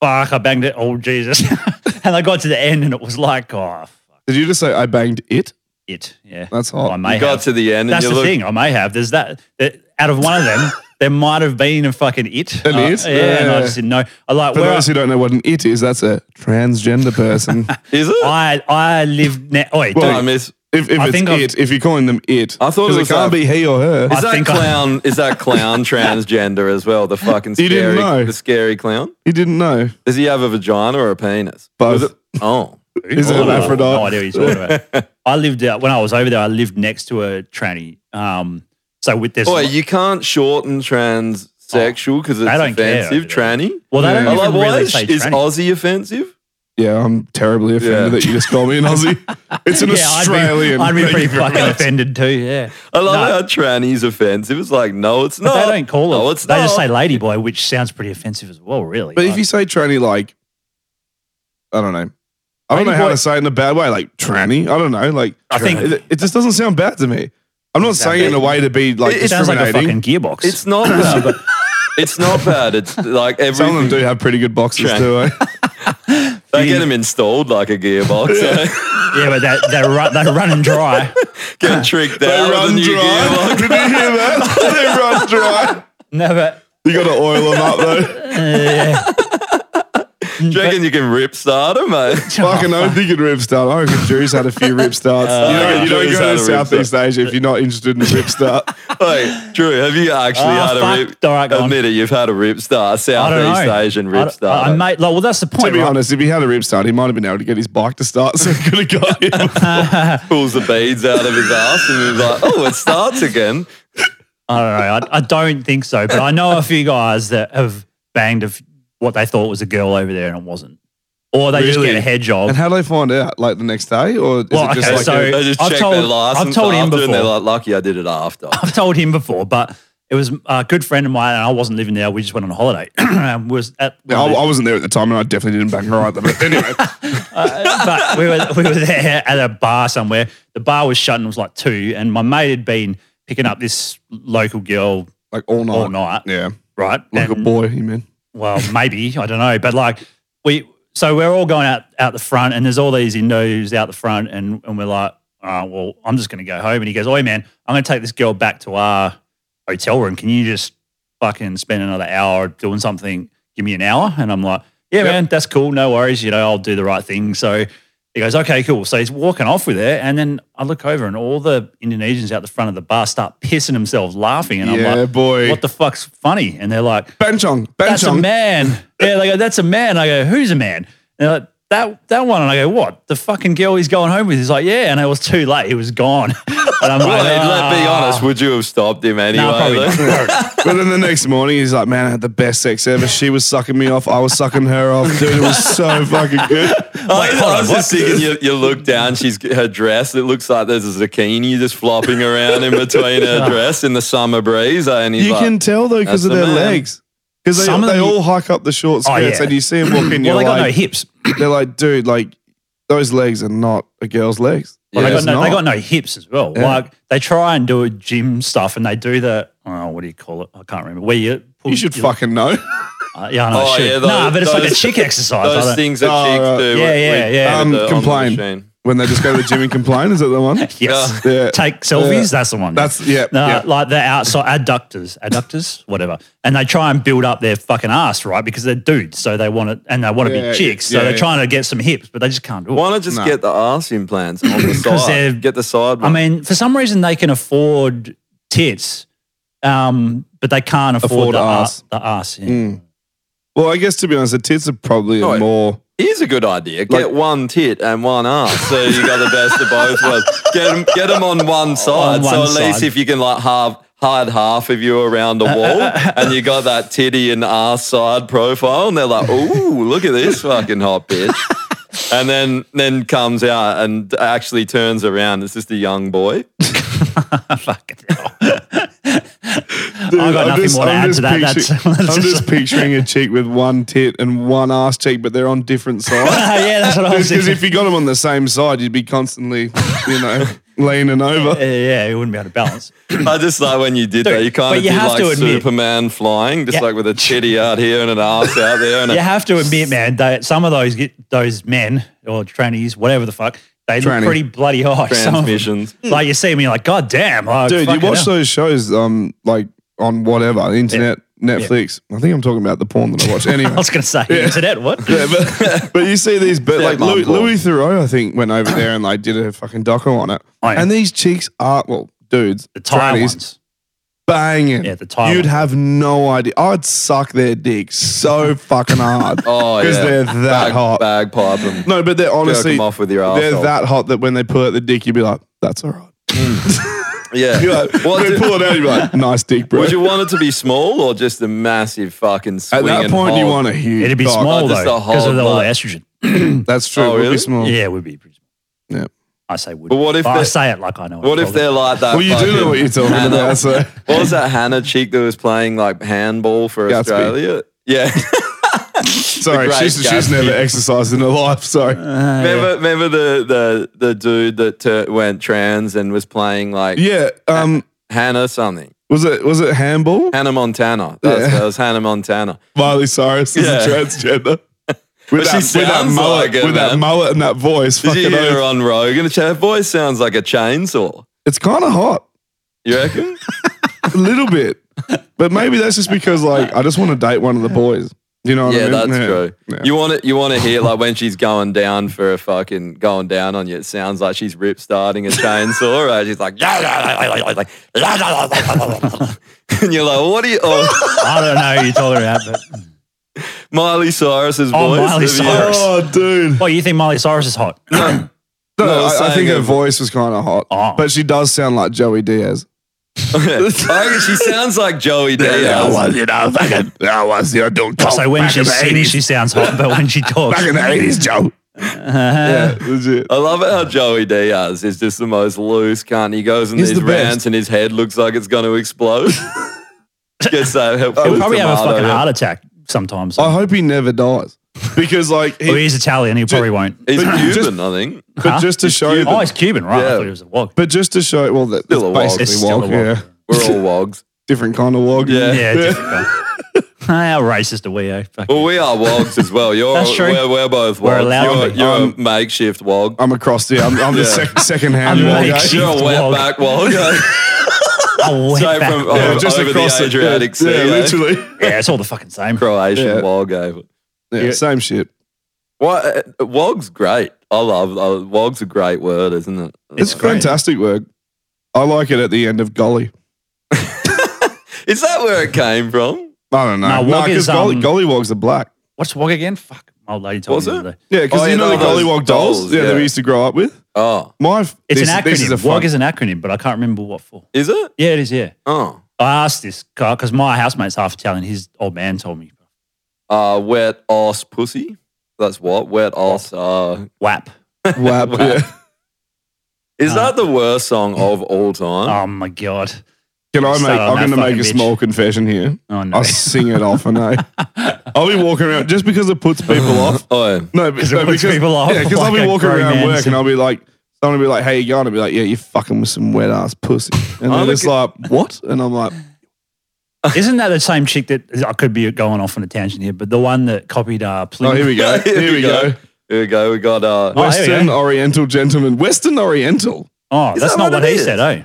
Speaker 3: fuck! I banged it. Oh Jesus! and I got to the end, and it was like, oh fuck
Speaker 2: Did you just say I banged it?
Speaker 3: it. Yeah,
Speaker 2: That's
Speaker 3: Oh, I
Speaker 2: hot.
Speaker 3: may
Speaker 1: You got
Speaker 3: have.
Speaker 1: to the end and
Speaker 3: That's
Speaker 1: you
Speaker 3: the
Speaker 1: look.
Speaker 3: thing. I may have. There's that. that- out of one of them, there might have been a fucking it.
Speaker 2: An
Speaker 3: Uh,
Speaker 2: it?
Speaker 3: Yeah, and I
Speaker 2: Yeah.
Speaker 3: just didn't know. I like
Speaker 2: For
Speaker 3: where
Speaker 2: those
Speaker 3: I,
Speaker 2: who don't know what an it is, that's a transgender person.
Speaker 1: Is it?
Speaker 3: I I live. Ne- oh, wait,
Speaker 1: Oh,
Speaker 2: Well,
Speaker 1: I miss.
Speaker 2: if if
Speaker 3: I
Speaker 2: it's
Speaker 3: think I've-
Speaker 2: it, if you're calling them it,
Speaker 1: I thought it
Speaker 2: 'Cause
Speaker 1: was
Speaker 2: can't
Speaker 1: like-
Speaker 2: be he or her.
Speaker 1: Is that
Speaker 3: think I-
Speaker 1: clown? is that clown transgender as well? The fucking scary,
Speaker 2: You didn't know.
Speaker 1: the scary clown.
Speaker 2: He didn't know.
Speaker 1: Does he have a vagina or a penis?
Speaker 2: Both.
Speaker 1: Was it- Oh,
Speaker 2: He's
Speaker 3: Oh,
Speaker 2: an Aphrodite.
Speaker 3: No idea what you're talking about. I lived out when I was over there. I lived next to a tranny. Um, so with this,
Speaker 1: boy, Oh, you can't shorten transsexual because it's
Speaker 3: I Oh, don't care.
Speaker 1: offensive. Tranny.
Speaker 3: well, they
Speaker 1: I
Speaker 3: don't
Speaker 1: like,
Speaker 3: even
Speaker 1: why
Speaker 3: really
Speaker 1: is,
Speaker 3: say
Speaker 1: is
Speaker 3: tranny.
Speaker 1: Aussie offensive?
Speaker 2: Yeah, I'm terribly offended
Speaker 1: Yeah.
Speaker 2: that you just called me an Aussie. It's an
Speaker 3: yeah,
Speaker 2: Australian.
Speaker 3: I'd be, I'd
Speaker 2: Thank
Speaker 3: be pretty
Speaker 2: you very
Speaker 3: fucking
Speaker 2: much.
Speaker 3: offended too. Yeah,
Speaker 1: I love
Speaker 3: No.
Speaker 1: how tranny's offensive. It's like, no, it's
Speaker 3: But
Speaker 1: not.
Speaker 3: they don't call it.
Speaker 1: No, it's
Speaker 3: they
Speaker 1: not.
Speaker 3: just say ladyboy, which sounds pretty offensive as well. Really,
Speaker 2: But if
Speaker 3: Like,
Speaker 2: you say tranny, like, I don't know. I don't know how
Speaker 3: Ladyboy-
Speaker 2: to say it in a bad way. Like tranny, I don't know. Like,
Speaker 3: I think-
Speaker 2: it, it just doesn't sound bad to me. I'm not saying it in a way to be like
Speaker 1: It-
Speaker 3: it sounds like a
Speaker 2: discriminating.
Speaker 3: fucking gearbox.
Speaker 1: it's not. it's not bad. It's like
Speaker 2: Some of them
Speaker 1: everything.
Speaker 2: do have pretty good boxes
Speaker 1: Tran-
Speaker 2: too. eh?
Speaker 1: They get them installed like a gearbox. eh?
Speaker 3: yeah, but they they run they run and dry.
Speaker 1: get tricked
Speaker 2: They
Speaker 1: out of
Speaker 2: run
Speaker 1: the new gearbox.
Speaker 2: dry. Did you hear that? they run dry.
Speaker 3: No, but
Speaker 2: You got to oil them up though.
Speaker 1: Do you reckon you can rip start 'em, mate?
Speaker 2: Fucking, I don't think you'd rip start. I reckon Jews had a few
Speaker 3: Uh,
Speaker 2: rip starts. you don't, you don't
Speaker 1: Jews
Speaker 2: go
Speaker 1: had
Speaker 2: to
Speaker 1: a rip
Speaker 2: Southeast Asia if you're not interested in a rip start.
Speaker 1: Wait, Drew, have you actually
Speaker 3: Oh,
Speaker 1: had
Speaker 3: fuck.
Speaker 1: a rip?
Speaker 3: All right, go on.
Speaker 1: admit it, you've had a rip star,
Speaker 3: I don't
Speaker 1: Southeast
Speaker 3: know.
Speaker 1: Asian
Speaker 3: I
Speaker 1: rip
Speaker 3: don't-
Speaker 1: star.
Speaker 3: I, I mate, like, well, that's the point.
Speaker 2: to be
Speaker 3: right?
Speaker 2: honest, if he had a rip start, he might have been able to get his bike to start, so he could have got him.
Speaker 1: pulls the beads out of his ass and he's like, "Oh, it starts again."
Speaker 3: I don't know. I, I don't think so, but I know a few guys that have banged of what they thought was a girl over there and it wasn't, or they just get
Speaker 2: Really?
Speaker 3: a head job.
Speaker 2: And how do they find out? Like the next day, or is
Speaker 3: Well,
Speaker 2: it just
Speaker 3: okay,
Speaker 2: like
Speaker 3: so-
Speaker 2: a,
Speaker 1: They just
Speaker 3: I've
Speaker 1: check
Speaker 3: told-
Speaker 1: their
Speaker 3: I've
Speaker 1: license
Speaker 3: told him
Speaker 1: after, and they're
Speaker 3: before.
Speaker 1: like, "Lucky I did it after."
Speaker 3: I've told him before, but it was a good friend of mine, and I wasn't living there. We just went on a holiday. and was at
Speaker 2: Yeah, I, I wasn't there at the time, and I definitely didn't bang her either. But anyway,
Speaker 3: Uh, but we were we were there at a bar somewhere. The bar was shut and it was like two, and my mate had been picking up this local girl
Speaker 2: like all night,
Speaker 3: all night,
Speaker 2: yeah,
Speaker 3: right?
Speaker 2: like a
Speaker 3: And-
Speaker 2: boy, you mean?
Speaker 3: well, maybe I don't know, but like we, so we're all going out out the front, and there's all these Hindus out the front, and and we're like, oh, well, I'm just going to go home. And he goes, oh man, I'm going to take this girl back to our hotel room. Can you just fucking spend another hour doing something? Give me an hour, and I'm like, yeah,
Speaker 2: Yep.
Speaker 3: man, that's cool. No worries. You know, I'll do the right thing. So he goes, okay, cool. So he's walking off with her, and then I look over, and all the Indonesians out the front of the bar start pissing themselves laughing, and
Speaker 2: yeah,
Speaker 3: I'm like,
Speaker 2: boy.
Speaker 3: what the fuck's funny? And they're like
Speaker 2: Benchong,
Speaker 3: that's a
Speaker 2: Benchong.
Speaker 3: man. Yeah, they go, that's a man. I go, who's a man? And they're like, that that one. And I go, what? The fucking girl he's going home with. He's like, yeah. And it was too late. He was gone. And I'm like,
Speaker 1: Well, let's be
Speaker 3: "Ah."
Speaker 1: honest. Would you eh? have stopped him anyway?
Speaker 3: No, probably
Speaker 1: though?
Speaker 3: not.
Speaker 2: But then the next morning, he's like, "Man, I had the best sex ever. She was sucking me off. I was sucking her off. Dude, it was so fucking good."
Speaker 1: I,
Speaker 3: Wait, hold
Speaker 1: I
Speaker 3: on,
Speaker 1: was
Speaker 3: what?
Speaker 1: just thinking. You, you look down. She's her dress. It looks like there's a zucchini just flopping around in between her dress in the summer breeze. eh? And he's
Speaker 2: You
Speaker 1: like,
Speaker 2: can tell though because of
Speaker 1: that's
Speaker 2: their
Speaker 1: the man.
Speaker 2: legs. Because they,
Speaker 3: Some of
Speaker 2: they
Speaker 3: them-
Speaker 2: all hike up the short
Speaker 3: Oh,
Speaker 2: skirts,
Speaker 3: yeah.
Speaker 2: and you see them walking.
Speaker 3: Well,
Speaker 2: you're
Speaker 3: they got no
Speaker 2: like,
Speaker 3: hips.
Speaker 2: they're like, dude, like those legs are not a girl's legs.
Speaker 1: Yeah.
Speaker 3: they,
Speaker 2: Like,
Speaker 3: got
Speaker 2: it's
Speaker 3: no, they
Speaker 2: not.
Speaker 3: got no hips as well.
Speaker 2: Yeah.
Speaker 3: Like they try and do gym stuff, and they do the oh, what do you call it? I can't remember. Where you pull,
Speaker 2: You should
Speaker 3: your-
Speaker 2: fucking know.
Speaker 3: uh, yeah, I know.
Speaker 1: Oh,
Speaker 3: I should.
Speaker 1: yeah, those-
Speaker 3: nah, but it's like a
Speaker 1: those-
Speaker 3: chick exercise. I
Speaker 1: those
Speaker 3: don't-
Speaker 1: things that
Speaker 2: Oh, right.
Speaker 1: chicks do.
Speaker 3: Yeah, yeah, yeah.
Speaker 1: with
Speaker 2: Um,
Speaker 1: the- on the
Speaker 2: complain.
Speaker 1: machine.
Speaker 2: when they just go to the gym and complain. Is that the one?
Speaker 3: yes.
Speaker 1: uh,
Speaker 2: Yeah.
Speaker 3: Take selfies. that's the one.
Speaker 2: That's yeah.
Speaker 3: No,
Speaker 2: yeah.
Speaker 3: Uh, like they're outside adductors, adductors, whatever, and they try and build up their fucking ass, right? Because they're dudes, so they want to, and they want to
Speaker 2: Yeah,
Speaker 3: be chicks, so
Speaker 2: yeah,
Speaker 3: they're
Speaker 2: yeah.
Speaker 3: trying to get some hips, but they just can't do it.
Speaker 1: Why not just
Speaker 2: No.
Speaker 1: get the ass implants on the
Speaker 3: 'Cause they're-
Speaker 1: side? Get the side
Speaker 3: I
Speaker 1: one.
Speaker 3: mean, for some reason they can afford tits, um, but they can't
Speaker 2: Afford
Speaker 3: afford,
Speaker 2: Mm.
Speaker 3: the
Speaker 2: ass.
Speaker 3: ass. the ass. Yeah.
Speaker 2: Well, I guess to be honest, the tits are probably
Speaker 1: No,
Speaker 2: a
Speaker 1: it-
Speaker 2: more.
Speaker 1: Here's a good idea. Get
Speaker 2: Like-
Speaker 1: one tit and one ass, so you got the best of both worlds. Get them, on one side. so
Speaker 3: one
Speaker 1: at least
Speaker 3: side.
Speaker 1: if you can like half, hide half of you around a wall, and you got that titty and ass side profile, and they're like, "Ooh, look at this fucking hot bitch," and then then comes out and actually turns around. It's just a young boy.
Speaker 3: Fucking hell. I've got nothing more to add to that. That's,
Speaker 2: picturing-
Speaker 3: that's
Speaker 2: I'm
Speaker 3: just-
Speaker 2: just picturing a cheek with one tit and one ass cheek, but they're on different sides.
Speaker 3: yeah, that's what I was
Speaker 2: Because
Speaker 3: thinking.
Speaker 2: if you got them on the same side, you'd be constantly, you know, leaning over.
Speaker 3: yeah, yeah, you wouldn't be able to balance.
Speaker 1: I just like when you did that. You kind
Speaker 3: but
Speaker 1: of
Speaker 3: you
Speaker 1: did
Speaker 3: have
Speaker 1: like
Speaker 3: to admit-
Speaker 1: Superman flying, just
Speaker 3: Yeah.
Speaker 1: like with a chitty out here and an ass out there. And
Speaker 3: you
Speaker 1: a,
Speaker 3: have to admit, man, they, some of those get, those men or trannies, whatever the fuck, they look
Speaker 2: Tranny.
Speaker 3: pretty bloody hot. Some of them.
Speaker 1: Transmissions.
Speaker 3: Like you see me, you're like, God damn, like,
Speaker 2: Dude, you
Speaker 3: fucking
Speaker 2: watch
Speaker 3: hell."
Speaker 2: those shows, um, like on whatever internet, Netflix. I think I'm talking about the porn that I watch. Anyway,
Speaker 3: I was gonna say internet. What?
Speaker 2: Yeah, but, but you see these, but like
Speaker 1: mum
Speaker 2: Louis,
Speaker 1: porn.
Speaker 2: Louis Theroux, I think went over there and like did a fucking doco on it.
Speaker 3: Oh, yeah.
Speaker 2: And these cheeks are well, dudes,
Speaker 3: The Thai
Speaker 2: trannies,
Speaker 3: ones.
Speaker 2: banging.
Speaker 3: Yeah, the Thai
Speaker 2: You'd
Speaker 3: ones.
Speaker 2: have no idea. I'd suck their dick so fucking hard.
Speaker 1: Oh, yeah.
Speaker 2: because they're that
Speaker 1: Bag-
Speaker 2: hot.
Speaker 1: Bagpipe and
Speaker 2: No, but they're
Speaker 1: jerk
Speaker 2: honestly
Speaker 1: them off with your ass.
Speaker 2: they're that hot that when they pull out the dick, you'd be like, "That's all right."
Speaker 1: Yeah.
Speaker 2: You're like,
Speaker 1: What
Speaker 2: when they
Speaker 1: did-
Speaker 2: pull it out, you'd be like, "Nice dick, bro."
Speaker 1: Would you want it to be small or just a massive fucking swing
Speaker 2: At that
Speaker 1: and
Speaker 2: point, you
Speaker 1: hold?
Speaker 2: want a huge.
Speaker 3: It'd be
Speaker 2: cock.
Speaker 3: small
Speaker 1: oh, just
Speaker 3: though,
Speaker 1: the
Speaker 3: because of
Speaker 1: whole
Speaker 3: all the
Speaker 1: lot.
Speaker 3: estrogen.
Speaker 2: That's true.
Speaker 1: Oh,
Speaker 2: It would
Speaker 1: really?
Speaker 2: be small.
Speaker 3: Yeah, it would be pretty small.
Speaker 2: Mm. Yeah.
Speaker 3: I say would.
Speaker 1: But what if
Speaker 3: I
Speaker 1: they're-
Speaker 3: say it like I know.
Speaker 1: What if they're like that?
Speaker 2: Well, you do know
Speaker 1: fucking
Speaker 2: what you're talking
Speaker 1: Hannah-
Speaker 2: about. So.
Speaker 1: What was that Hannah chick that was playing like handball for
Speaker 2: Gatsby. Oh,
Speaker 1: Australia? Yeah.
Speaker 2: Sorry,
Speaker 1: great
Speaker 2: she's, she's
Speaker 1: Gatsby.
Speaker 2: never exercised in her life. Sorry.
Speaker 3: Uh.
Speaker 1: remember, remember the, the the dude that uh, went trans and was playing like
Speaker 2: yeah. Um.
Speaker 1: Hannah something.
Speaker 2: Was it was it handball?
Speaker 1: Hannah Montana. That, was,
Speaker 2: Yeah.
Speaker 1: that was Hannah Montana.
Speaker 2: Miley Cyrus is
Speaker 1: Yeah.
Speaker 2: a transgender. With
Speaker 1: she sounds
Speaker 2: mullet,
Speaker 1: like it,
Speaker 2: with that
Speaker 1: man.
Speaker 2: mullet and that voice,
Speaker 1: Did you
Speaker 2: fucking
Speaker 1: hear her
Speaker 2: oath.
Speaker 1: on Rogan? Her voice sounds like a chainsaw.
Speaker 2: it's kind of hot,
Speaker 1: You reckon?
Speaker 2: a little bit, but maybe that's just because like I just want to date one of the boys. You know what
Speaker 1: yeah,
Speaker 2: I mean?
Speaker 1: that's true.
Speaker 2: Yeah.
Speaker 1: You want to you want to hear like when she's going down for a fucking going down on you. It sounds like she's rip starting a chainsaw. Right? She's like, "Yeah, yeah, yeah, yeah, yeah, yeah." and you're like, what are you? Oh,
Speaker 3: I don't know. who You're talking about, but
Speaker 1: Miley Cyrus's
Speaker 3: Oh,
Speaker 1: voice.
Speaker 3: Miley
Speaker 1: Have you-
Speaker 3: Cyrus.
Speaker 2: Oh, dude.
Speaker 3: well, you think Miley Cyrus is hot?
Speaker 2: No,
Speaker 1: No,
Speaker 2: I, I
Speaker 1: saying
Speaker 2: think her
Speaker 1: it-
Speaker 2: voice was kind of hot,
Speaker 3: Oh.
Speaker 2: but she does sound like Joey Diaz.
Speaker 1: I reckon she sounds like Joey Diaz.
Speaker 2: you know, fucking, that was, you know, doing
Speaker 3: so when she's singing, she sounds hot, but when she talks,
Speaker 2: the 80s, Joe. yeah, legit.
Speaker 1: I love it how Joey Diaz is just the most loose cunt. He goes in
Speaker 2: He's
Speaker 1: these
Speaker 2: the best.
Speaker 1: rants and his head looks like it's going to explode. Gets so helpful.
Speaker 3: he'll
Speaker 1: with
Speaker 3: probably have a
Speaker 1: tomato.
Speaker 3: fucking heart attack sometimes.
Speaker 1: Oh,
Speaker 2: I hope he never dies because, like, he,
Speaker 3: well, he's Italian. He probably won't.
Speaker 1: He's
Speaker 2: But
Speaker 1: Cuban,
Speaker 2: you just-
Speaker 1: I think.
Speaker 2: but just to show,
Speaker 3: Oh,
Speaker 2: that,
Speaker 3: he's Cuban, right? I
Speaker 1: Yeah.
Speaker 3: thought he was a wog.
Speaker 2: but just to show, well, that
Speaker 1: Still a wog.
Speaker 2: basically
Speaker 1: It's
Speaker 3: still a
Speaker 2: wog,
Speaker 3: wog.
Speaker 2: yeah,
Speaker 1: We're all wogs.
Speaker 2: different kind of wog.
Speaker 1: Yeah.
Speaker 3: Yeah, different guy. How racist are we? eh? Fuck.
Speaker 1: Well, we are wogs as well. You're
Speaker 3: That's true.
Speaker 1: We're, we're both wogs.
Speaker 3: We're allowed
Speaker 1: you're
Speaker 3: to be.
Speaker 1: you're
Speaker 2: Um,
Speaker 1: a makeshift wog.
Speaker 2: I'm across the, I'm, I'm the
Speaker 1: Yeah.
Speaker 2: sec- second hand
Speaker 3: I'm
Speaker 2: wog.
Speaker 3: like-
Speaker 2: eh?
Speaker 3: makeshift
Speaker 1: You're a
Speaker 3: wog.
Speaker 1: wetback wog.
Speaker 3: Oh, wet
Speaker 1: Straight
Speaker 3: back.
Speaker 1: from
Speaker 3: yeah.
Speaker 1: over- over the Adriatic
Speaker 2: yeah,
Speaker 1: Sea. eh?
Speaker 2: literally.
Speaker 3: Yeah, it's all the fucking same.
Speaker 1: Croatian
Speaker 2: Yeah.
Speaker 1: wog. eh?
Speaker 2: Yeah,
Speaker 3: Yeah.
Speaker 2: same shit.
Speaker 1: What? uh, Wog's great. I love uh, wog's a great word, isn't it?
Speaker 2: It's
Speaker 3: great.
Speaker 2: fantastic work. I like it at the end of golly.
Speaker 1: Is that where it came from?
Speaker 2: I don't know.
Speaker 3: No,
Speaker 2: No,
Speaker 3: wog
Speaker 2: because
Speaker 3: is,
Speaker 2: golly,
Speaker 3: um,
Speaker 2: golly wogs are black.
Speaker 3: What's wog again? Fuck, my old lady told
Speaker 1: Was
Speaker 3: me. the
Speaker 1: it?
Speaker 3: other day.
Speaker 2: Yeah, because
Speaker 1: Oh,
Speaker 2: you
Speaker 1: yeah,
Speaker 2: know the
Speaker 1: no, those
Speaker 2: Gollywog dolls,
Speaker 1: dolls,
Speaker 2: yeah, that
Speaker 1: yeah.
Speaker 2: we used to grow up with.
Speaker 1: Oh,
Speaker 2: My, f-
Speaker 3: It's
Speaker 2: this,
Speaker 3: an acronym.
Speaker 2: This is a fun,
Speaker 3: wog is an acronym, but I can't remember what for.
Speaker 1: is it?
Speaker 3: Yeah, it is. Yeah,
Speaker 1: Oh,
Speaker 3: I asked this guy because my housemate's half Italian. His old man told me.
Speaker 1: uh, wet ass pussy. That's what wet ass. Uh,
Speaker 3: WAP.
Speaker 2: WAP. yeah.
Speaker 1: is that the worst song of all time?
Speaker 3: Uh. Oh my god.
Speaker 2: Can I make?
Speaker 3: Start on
Speaker 2: I'm
Speaker 3: that
Speaker 2: going to make a
Speaker 3: fucking bitch.
Speaker 2: small confession here.
Speaker 3: Oh no.
Speaker 2: I'll sing it off, and I, I'll be walking around just because it puts people off.
Speaker 1: Oh, yeah.
Speaker 2: No, because
Speaker 3: Uh-huh. it puts people off,
Speaker 2: Yeah, because I'll
Speaker 3: like
Speaker 2: be
Speaker 3: a
Speaker 2: walking
Speaker 3: grown
Speaker 2: around
Speaker 3: man
Speaker 2: work,
Speaker 3: sing-
Speaker 2: and I'll be like, someone will be like, "Hey, you going?" I'll be like, "Yeah, you fucking with some wet ass pussy,"
Speaker 1: I'm
Speaker 2: and they're
Speaker 1: a
Speaker 2: just
Speaker 1: g-
Speaker 2: like, "What?" And I'm like,
Speaker 3: Isn't that the same chick that I could be going off on a tangent here? But the one that copied uh,
Speaker 2: "Oh,
Speaker 3: Plymouth.
Speaker 2: here we go. Here, we go.
Speaker 1: Here we go. We got uh,
Speaker 3: Oh, here Oh, we
Speaker 2: Western
Speaker 3: go.
Speaker 2: Oriental gentleman. Western Oriental.
Speaker 3: Oh,
Speaker 1: Is
Speaker 3: that's
Speaker 1: that
Speaker 3: not
Speaker 1: what
Speaker 3: what
Speaker 1: it
Speaker 3: he
Speaker 1: is?
Speaker 3: said. Oh,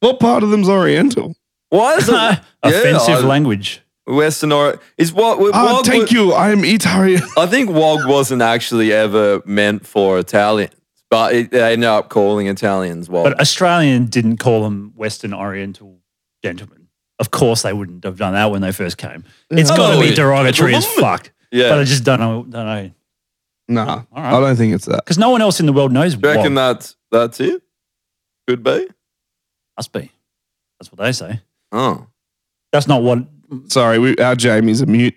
Speaker 2: What part of them's Oriental?
Speaker 1: why is it
Speaker 3: offensive
Speaker 1: I-
Speaker 3: language.
Speaker 1: Western or is what?
Speaker 2: Ah,
Speaker 1: wog
Speaker 2: thank
Speaker 1: was-
Speaker 2: you. I am Italian.
Speaker 1: I think wog wasn't actually ever meant for Italians, but it, they ended up calling Italians wog.
Speaker 3: But uh, Australian didn't call them Western Oriental gentlemen. Of course, they wouldn't have done that when they first came. It's
Speaker 1: Oh,
Speaker 3: got to be
Speaker 1: yeah.
Speaker 3: derogatory as fuck.
Speaker 1: yeah,
Speaker 3: But uh, I just don't know. Don't know
Speaker 2: Nah,
Speaker 3: All right.
Speaker 2: I don't think it's that.
Speaker 3: because no one else in the world knows.
Speaker 1: Do you reckon
Speaker 3: what
Speaker 1: that's that's it? Could be.
Speaker 3: must be. That's what they say.
Speaker 1: Oh,
Speaker 3: That's not what.
Speaker 2: Sorry, we, our Jamie's a mute.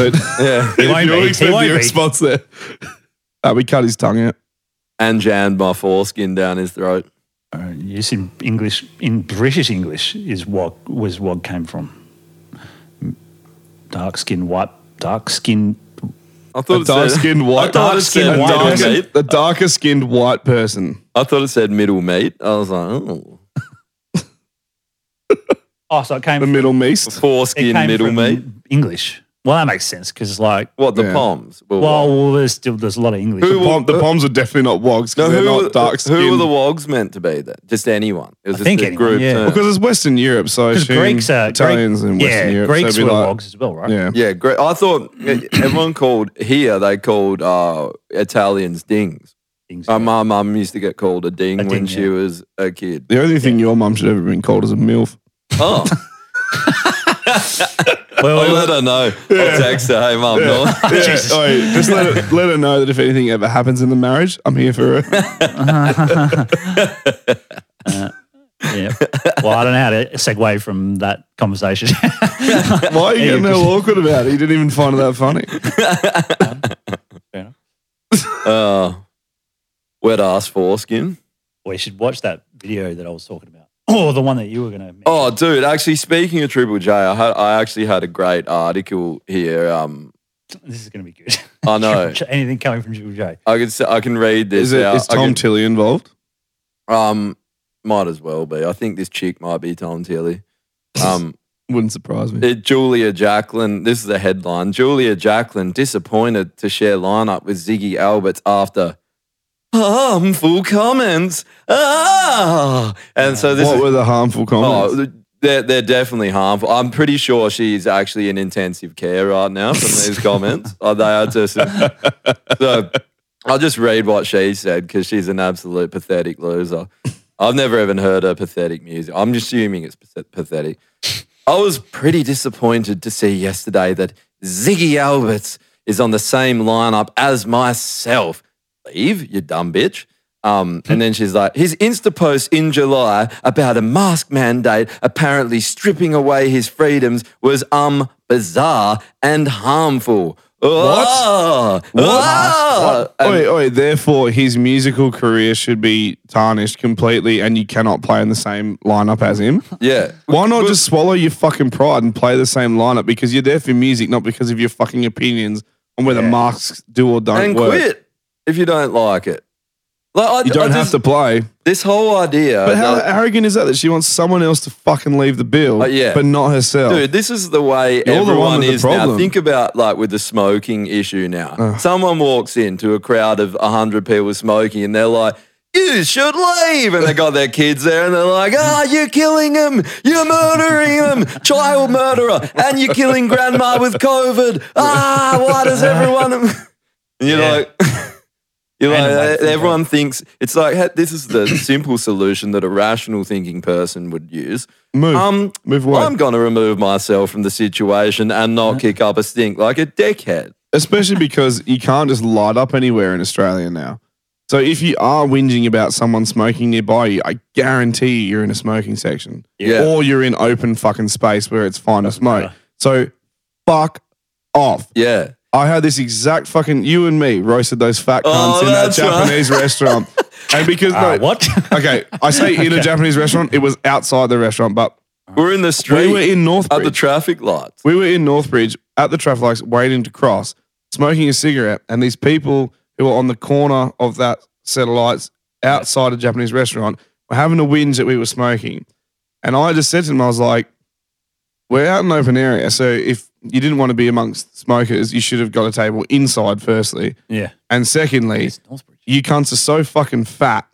Speaker 2: But
Speaker 1: yeah.
Speaker 3: He won't
Speaker 2: you all
Speaker 3: be. He
Speaker 2: expect
Speaker 3: won't
Speaker 2: the
Speaker 3: be.
Speaker 2: response there. Ah, we cut his tongue out.
Speaker 1: and jammed my foreskin down his throat.
Speaker 3: uh, use in English, in British English, is what was what came from. Dark skin, white, dark skin.
Speaker 1: I thought
Speaker 2: a
Speaker 1: it said-
Speaker 2: dark skinned
Speaker 1: I
Speaker 2: white.
Speaker 1: thought it said
Speaker 3: dark-skinned white
Speaker 1: middle
Speaker 3: man.
Speaker 2: darker-
Speaker 1: mate.
Speaker 2: the darker skinned white person.
Speaker 1: I thought it said middle mate. I was like, oh,
Speaker 3: Oh, so it came
Speaker 2: The
Speaker 3: from,
Speaker 2: middle meast.
Speaker 3: it
Speaker 1: foreskin
Speaker 3: came
Speaker 1: middle
Speaker 3: from
Speaker 1: mate.
Speaker 3: English. Well, that makes sense because like,
Speaker 1: What the
Speaker 2: Yeah.
Speaker 1: palms? Were
Speaker 3: well, there's still there's a lot of English.
Speaker 2: The, pom- the poms are definitely not wogs
Speaker 1: No,
Speaker 2: because
Speaker 1: who,
Speaker 2: they're
Speaker 1: were-
Speaker 2: not dark
Speaker 1: who were
Speaker 2: skinned.
Speaker 1: the wogs meant to be then? Just anyone. It was
Speaker 3: I
Speaker 1: just
Speaker 3: think
Speaker 1: a
Speaker 3: anyone,
Speaker 1: group.
Speaker 3: yeah.
Speaker 1: term.
Speaker 2: because it's Western Europe, so I
Speaker 3: because
Speaker 2: assume
Speaker 3: Greeks are
Speaker 2: Italians
Speaker 3: Greek-
Speaker 2: and Western
Speaker 3: yeah,
Speaker 2: Europe. so
Speaker 3: Greeks
Speaker 2: it'd be
Speaker 3: were
Speaker 2: like-
Speaker 3: wogs as well, right?
Speaker 2: Yeah.
Speaker 1: Yeah, great. I thought everyone called here, they called uh, Italians dings.
Speaker 3: Things
Speaker 1: Uh,
Speaker 2: Um,
Speaker 3: like
Speaker 1: my mum used to get called a ding
Speaker 3: A
Speaker 1: when
Speaker 3: ding,
Speaker 1: she
Speaker 3: yeah.
Speaker 1: was a kid.
Speaker 2: The only thing your mum should ever have been called is a MILF.
Speaker 1: Oh,
Speaker 3: that. Well,
Speaker 1: I'll let her know. I'll text her, hey, mum. no."
Speaker 3: Oh,
Speaker 2: Yeah, oi, just let her, let her know that if anything ever happens in the marriage, I'm here for her.
Speaker 3: yeah. Well, I don't know how to segue from that conversation.
Speaker 2: Why are you getting all awkward about it? You didn't even find it that funny.
Speaker 1: Uh, wet ass foreskin.
Speaker 3: we should watch that video that I was talking about. Oh, the one that you were going to.
Speaker 1: Oh, dude! Actually, speaking of Triple J, I, had, I actually had a great article here. Um,
Speaker 3: this is going to be good.
Speaker 1: I know.
Speaker 3: Anything coming from Triple J.
Speaker 1: I can s- I can read this.
Speaker 2: Is, it,
Speaker 1: out.
Speaker 2: is
Speaker 1: I
Speaker 2: Tom
Speaker 1: can-
Speaker 2: Tilly involved?
Speaker 1: um, might as well be. I think this chick might be Tom Tilly. Um,
Speaker 2: Wouldn't surprise me.
Speaker 1: Uh, Julia Jacklin. This is a headline. Julia Jacklin disappointed to share lineup with Ziggy Alberts after harmful comments. Ah, and so this
Speaker 2: what
Speaker 1: is
Speaker 2: were the harmful comments?
Speaker 1: oh, they're they're definitely harmful. I'm pretty sure she's actually in intensive care right now from these comments. Oh, they are just so. I'll just read what she said because she's an absolute pathetic loser. I've never even heard her pathetic music. I'm assuming it's pathet- pathetic. I was pretty disappointed to see yesterday that Ziggy Alberts is on the same lineup as myself. Leave, you dumb bitch. Um, and then she's like, his Insta post in July about a mask mandate apparently stripping away his freedoms was um bizarre and harmful. What? What?
Speaker 2: oi, oi, therefore, his musical career should be tarnished completely and you cannot play in the same lineup as him.
Speaker 1: yeah.
Speaker 2: Why not just swallow your fucking pride and play the same lineup because you're there for music, not because of your fucking opinions on whether masks do or don't
Speaker 1: and
Speaker 2: work.
Speaker 1: quit if you don't like it. Like, I,
Speaker 2: You don't have to play.
Speaker 1: This whole idea.
Speaker 2: But how
Speaker 1: that-
Speaker 2: arrogant is that that she wants someone else to fucking leave the bill,
Speaker 1: Uh, yeah.
Speaker 2: but not herself?
Speaker 1: Dude, this is the way
Speaker 2: Oh. the one
Speaker 1: everyone
Speaker 2: with the
Speaker 1: is now.
Speaker 2: problem.
Speaker 1: Think about like with the smoking issue now. Someone walks into a crowd of 100 people smoking and they're like, you should leave. And they got their kids there and they're like, ah, you're killing them. You're murdering them. Child murderer. And you're killing grandma with COVID. Ah, why does everyone. And you're
Speaker 3: Yeah.
Speaker 1: like, you're
Speaker 3: Random way
Speaker 1: like,
Speaker 3: to think of
Speaker 1: everyone thinks it's like, hey, this is the simple solution that a rational thinking person would use.
Speaker 2: move,
Speaker 1: Um,
Speaker 2: move away.
Speaker 1: I'm going to remove myself from the situation and not kick up a stink like a dickhead.
Speaker 2: Especially because you can't just light up anywhere in Australia now. So if you are whinging about someone smoking nearby you, I guarantee you're in a smoking section,
Speaker 1: Yeah.
Speaker 2: or you're in open fucking space where it's fine to smoke.
Speaker 3: matter.
Speaker 2: So fuck off.
Speaker 1: Yeah.
Speaker 2: I had this exact fucking you and me roasted those fat
Speaker 1: Oh,
Speaker 2: cunts in that
Speaker 1: that's right. Ah,
Speaker 2: Japanese restaurant, and because
Speaker 3: Uh,
Speaker 2: no,
Speaker 3: what?
Speaker 2: okay, I say in a Japanese restaurant, it was outside the restaurant, but
Speaker 1: We're in the
Speaker 2: Oh. we
Speaker 1: street
Speaker 2: were in
Speaker 1: at the
Speaker 2: Northbridge.
Speaker 1: traffic lights.
Speaker 2: we were in Northbridge at the traffic lights, waiting to cross, smoking a cigarette, and these people who were on the corner of that set of lights outside a Japanese restaurant were having a whinge that we were smoking, and I just said to them, I was like, "We're out in an open area, so if you didn't want to be amongst smokers, you should have got a table inside, firstly,
Speaker 3: yeah.
Speaker 2: and secondly."
Speaker 3: It's Northbridge.
Speaker 2: you cunts are so fucking fat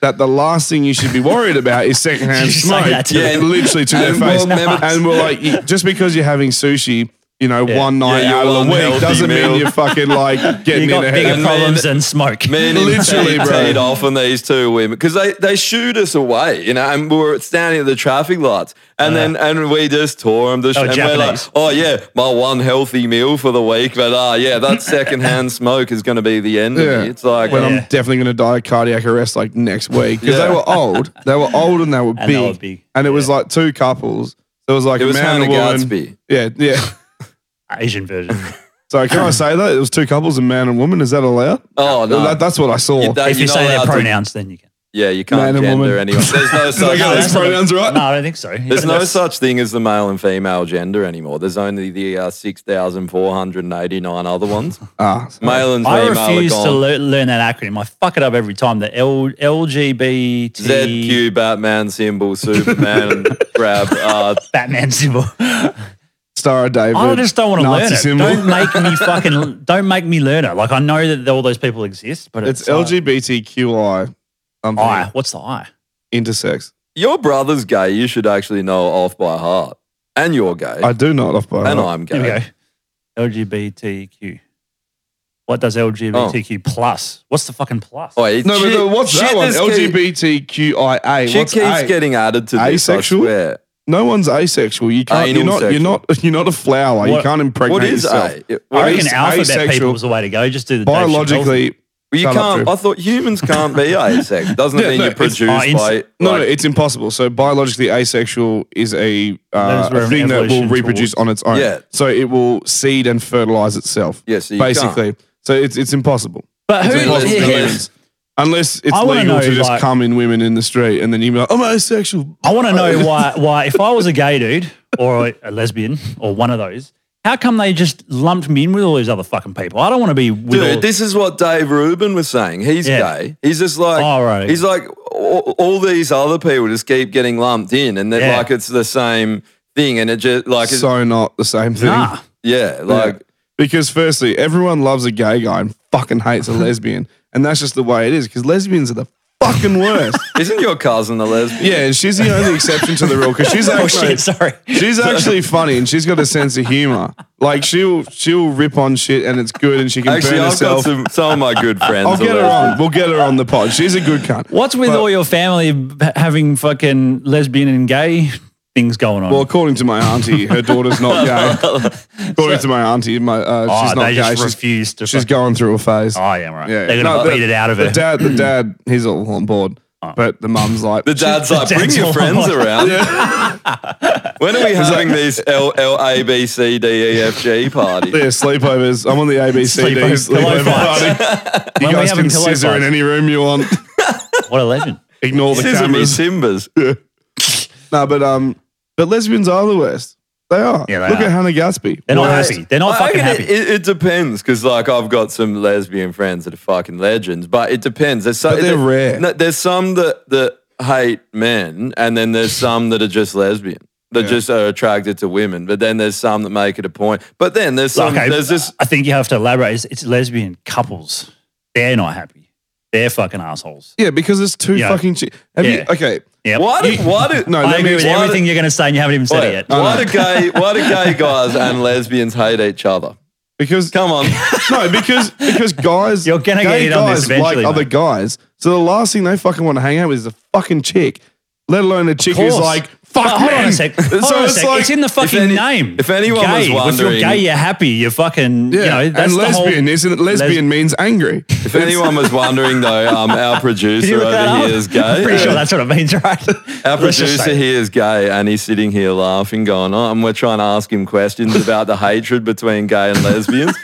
Speaker 2: that the last thing you should be worried about is secondhand
Speaker 3: You say
Speaker 2: smoke.
Speaker 3: that to
Speaker 1: them.
Speaker 2: literally to their
Speaker 1: And
Speaker 2: face.
Speaker 1: we'll never-
Speaker 2: and we're like, you- just because you're having sushi, you know, one night
Speaker 1: Yeah, you're
Speaker 2: out of
Speaker 1: one
Speaker 2: the week
Speaker 1: healthy
Speaker 2: doesn't
Speaker 1: meal.
Speaker 2: mean you're fucking like
Speaker 3: You
Speaker 2: getting in
Speaker 3: got
Speaker 2: a
Speaker 3: bigger
Speaker 2: head.
Speaker 1: And
Speaker 3: problems
Speaker 1: then-
Speaker 3: than smoke.
Speaker 1: Man,
Speaker 2: Literally,
Speaker 1: literally
Speaker 2: bro.
Speaker 1: teed off on these two women because they, they shooed us away, you know, and we were standing at the traffic lights, and
Speaker 2: Uh-huh.
Speaker 1: then and we just tore them. To sh-
Speaker 3: Oh,
Speaker 1: and we're like,
Speaker 3: Japanese.
Speaker 1: oh yeah, my one healthy meal for the week, but ah yeah, that secondhand smoke is going to be the end
Speaker 2: Yeah.
Speaker 1: of me. It's like
Speaker 2: When I'm
Speaker 3: Yeah.
Speaker 2: definitely going to die of cardiac arrest like next week because
Speaker 1: Yeah.
Speaker 2: they were old. They were old and they were
Speaker 3: And
Speaker 2: big.
Speaker 3: they were big,
Speaker 2: And it was like two couples. So it was like
Speaker 1: it
Speaker 2: a
Speaker 1: was
Speaker 2: man
Speaker 1: Hannah
Speaker 2: and a woman.
Speaker 1: Gadsby.
Speaker 2: Yeah, yeah.
Speaker 3: Asian version.
Speaker 2: So can I say that it was two couples, a man and woman? Is that allowed?
Speaker 1: Oh no,
Speaker 2: That, that's what I saw.
Speaker 1: You- that-
Speaker 3: if you
Speaker 1: you're not
Speaker 3: say their
Speaker 1: allowed to-
Speaker 3: pronouns, then you can.
Speaker 1: Yeah, you can't
Speaker 2: Man and
Speaker 1: gender
Speaker 2: woman.
Speaker 1: anyone. There's no
Speaker 2: I
Speaker 1: such
Speaker 2: got
Speaker 1: thing.
Speaker 2: those pronouns right?
Speaker 3: No, I don't think so. You
Speaker 1: There's
Speaker 3: gotta
Speaker 1: no
Speaker 3: go-
Speaker 1: such thing as the male and female gender anymore. There's only the uh, 6,489 other ones.
Speaker 2: Ah, so-
Speaker 1: Male and
Speaker 3: I
Speaker 1: female
Speaker 3: refuse
Speaker 1: are
Speaker 3: to
Speaker 1: gone.
Speaker 3: le- learn that acronym. I fuck it up every time. The L- LGBT
Speaker 1: ZQ, Batman symbol, Superman, grab. Uh,
Speaker 3: Batman symbol.
Speaker 2: Star of David.
Speaker 3: I just don't want to
Speaker 2: Nazi
Speaker 3: learn it.
Speaker 2: symbol.
Speaker 3: Don't make me fucking. Don't make me learn it. Like I know that all those people exist, but it's, uh,
Speaker 2: It's LGBTQI. Um,
Speaker 3: I. What's the I?
Speaker 2: Intersex.
Speaker 1: your brother's gay. You should actually know off by heart. And you're gay.
Speaker 2: I do not off by
Speaker 1: and
Speaker 2: heart.
Speaker 1: I'm
Speaker 3: Here
Speaker 1: gay.
Speaker 3: we go. LGBTQ. What does LGBTQ
Speaker 2: Oh.
Speaker 3: plus? What's the fucking plus?
Speaker 1: Oh, wait,
Speaker 2: No,
Speaker 1: shit-
Speaker 2: but what's
Speaker 1: shit,
Speaker 2: that one?
Speaker 1: this keep-
Speaker 2: LGBTQIA.
Speaker 1: Shit
Speaker 2: What's
Speaker 1: keeps
Speaker 2: A?
Speaker 1: getting added to this,
Speaker 2: Asexual?
Speaker 1: I swear.
Speaker 2: No one's asexual. You can't. You're
Speaker 1: Anal
Speaker 2: not. You're not. You're not a flower. You
Speaker 3: What-
Speaker 2: can't impregnate
Speaker 1: What is
Speaker 2: yourself.
Speaker 1: A? It-
Speaker 3: I
Speaker 1: well,
Speaker 2: Are you-
Speaker 3: reckon
Speaker 2: Ace-
Speaker 3: alphabet
Speaker 2: asexual.
Speaker 3: people is the way to go. Just do the Dave Chappelle thing.
Speaker 2: Biologically,
Speaker 1: you
Speaker 2: Shut up,
Speaker 1: can't.
Speaker 2: Drew.
Speaker 1: I thought humans can't be asexual. Doesn't
Speaker 2: Yeah,
Speaker 1: mean
Speaker 2: no,
Speaker 1: you're
Speaker 2: it's-
Speaker 1: produced
Speaker 3: oh, it's-
Speaker 1: by.
Speaker 2: no, no,
Speaker 1: like-
Speaker 2: it's impossible. So biologically, asexual is a, uh,
Speaker 3: Those were
Speaker 2: a
Speaker 3: an
Speaker 2: thing that will
Speaker 3: evolution
Speaker 2: reproduce
Speaker 3: towards-
Speaker 2: on its own.
Speaker 1: Yeah.
Speaker 2: So it will seed and fertilize itself.
Speaker 1: Yeah, so you can't.
Speaker 2: basically. So it's it's impossible.
Speaker 3: But
Speaker 2: It's
Speaker 3: who?
Speaker 1: Unless-
Speaker 2: impossible
Speaker 3: yeah.
Speaker 2: for
Speaker 1: unless-
Speaker 2: humans. Unless it's
Speaker 3: I wanna
Speaker 2: legal
Speaker 3: know,
Speaker 2: to just
Speaker 3: like-
Speaker 2: come in women in the street and then you be like, I'm asexual.
Speaker 3: I want to know why. Why, if I was a gay dude or a, a lesbian or one of those, how come they just lumped me in with all these other fucking people? I don't want to be with. all,
Speaker 1: Dude, this is what Dave Rubin was saying. He's
Speaker 3: Yeah.
Speaker 1: gay. He's just like,
Speaker 3: Oh, right.
Speaker 1: he's like, all, all these other people just keep getting lumped in, and they're
Speaker 3: Yeah.
Speaker 1: like, it's the same thing, and it just like, it's,
Speaker 2: So not the same thing.
Speaker 3: nah. Oh,
Speaker 1: yeah, like,
Speaker 2: Because firstly, everyone loves a gay guy and fucking hates a lesbian. And that's just the way it is, because lesbians are the fucking worst.
Speaker 1: isn't your cousin a lesbian?
Speaker 2: yeah, and she's the only exception to the rule because she's
Speaker 3: Oh
Speaker 2: actually
Speaker 3: shit! Sorry.
Speaker 2: She's actually funny and she's got a sense of humor. Like she'll she'll rip on shit and it's good and she can
Speaker 1: Actually,
Speaker 2: burn
Speaker 1: I've
Speaker 2: herself.
Speaker 1: got some, some of my good friends.
Speaker 2: I'll
Speaker 1: are
Speaker 2: get her
Speaker 1: lesbian.
Speaker 2: on. We'll get her on the pod. She's a good cunt.
Speaker 3: What's with
Speaker 2: But-
Speaker 3: all your family b- having fucking lesbian and gay things going on?
Speaker 2: Well, according to my auntie, her daughter's not gay. according to my auntie, my uh,
Speaker 3: oh,
Speaker 2: she's not gay.
Speaker 3: they just
Speaker 2: She's,
Speaker 3: refuse to.
Speaker 2: she's
Speaker 3: fucking-
Speaker 2: going through a phase.
Speaker 3: oh yeah, right.
Speaker 2: Yeah,
Speaker 3: They're gonna
Speaker 2: No,
Speaker 3: beat
Speaker 2: the-
Speaker 3: it out of
Speaker 2: The
Speaker 3: it.
Speaker 2: dad, the dad, he's all on board, but Oh. the mum's like
Speaker 1: The dad's like,
Speaker 3: The
Speaker 1: bring
Speaker 3: dad's
Speaker 1: your
Speaker 3: all
Speaker 1: friends
Speaker 3: like-
Speaker 1: around. When are we having these L L A B C D E F G parties?
Speaker 2: Yeah, sleepovers. I'm on the ABCD
Speaker 3: Sleepover-
Speaker 2: sleepover
Speaker 3: pillow fights.
Speaker 2: party.
Speaker 3: When
Speaker 2: You
Speaker 3: we
Speaker 2: guys
Speaker 3: having
Speaker 2: can
Speaker 3: pillow
Speaker 2: scissor in
Speaker 3: fights?
Speaker 2: any room you want.
Speaker 3: What a legend.
Speaker 2: Ignore the
Speaker 1: Scissor me
Speaker 2: cameras.
Speaker 1: timbers.
Speaker 2: No, but um, but lesbians are the worst. They are.
Speaker 3: Yeah, they
Speaker 2: Look
Speaker 3: are.
Speaker 2: at Hannah Gatsby.
Speaker 3: They're not
Speaker 1: Well,
Speaker 3: happy. They're not
Speaker 1: I
Speaker 3: fucking
Speaker 1: reckon
Speaker 3: happy.
Speaker 1: It, it, it depends because, like, I've got some lesbian friends that are fucking legends, but it depends. There's so,
Speaker 2: But they're
Speaker 1: there-
Speaker 2: rare.
Speaker 1: no, there's some that that hate men, and then there's some that are just lesbian. That
Speaker 2: Yeah.
Speaker 1: just are attracted to women, but then there's some that make it a point. But then there's some.
Speaker 3: okay,
Speaker 1: There's this.
Speaker 3: I think you have to elaborate. It's, it's lesbian couples. They're not happy. They're fucking assholes.
Speaker 2: Yeah, because it's too
Speaker 3: Yeah.
Speaker 2: fucking cheap. Have
Speaker 3: Yeah.
Speaker 2: you okay?
Speaker 3: Yeah.
Speaker 1: Why do? Why do?
Speaker 2: No,
Speaker 3: I
Speaker 2: let
Speaker 3: agree
Speaker 2: me
Speaker 3: with
Speaker 1: why
Speaker 3: everything
Speaker 1: do-
Speaker 3: you're going to say, and you haven't even said it
Speaker 1: Wait,
Speaker 3: yet.
Speaker 1: why do gay? Why do gay guys and lesbians hate each other?
Speaker 2: because
Speaker 1: Come on.
Speaker 2: no, because because guys
Speaker 3: You're gonna get
Speaker 2: gay
Speaker 3: hit on this
Speaker 2: guys
Speaker 3: eventually,
Speaker 2: like other
Speaker 3: mate.
Speaker 2: guys. So the last thing they fucking want to hang out with is a fucking chick, let alone a chick who's
Speaker 3: course.
Speaker 2: like
Speaker 3: But
Speaker 2: fuck
Speaker 3: hold on
Speaker 2: men."
Speaker 3: a sec. Hold
Speaker 2: so
Speaker 3: on a
Speaker 2: it's
Speaker 3: sec.
Speaker 2: like
Speaker 3: it's in the fucking
Speaker 1: any-
Speaker 3: name.
Speaker 1: if anyone was
Speaker 3: gay, if
Speaker 1: wondering-
Speaker 3: you're gay, you're happy. You're fucking.
Speaker 2: yeah,
Speaker 3: You know, that's
Speaker 2: and
Speaker 3: the whole-
Speaker 2: lesbian isn't it? Lesbian means angry.
Speaker 1: If anyone was wondering though, um, our
Speaker 3: Did
Speaker 1: producer
Speaker 3: you look that
Speaker 1: over
Speaker 3: up?
Speaker 1: here is gay.
Speaker 3: I'm pretty sure
Speaker 1: and-
Speaker 3: that's what it means, right?
Speaker 1: Our
Speaker 3: Let's just
Speaker 1: producer
Speaker 3: say it.
Speaker 1: here is gay and he's sitting here laughing, going, Oh, and we're trying to ask him questions about the hatred between gay and lesbians.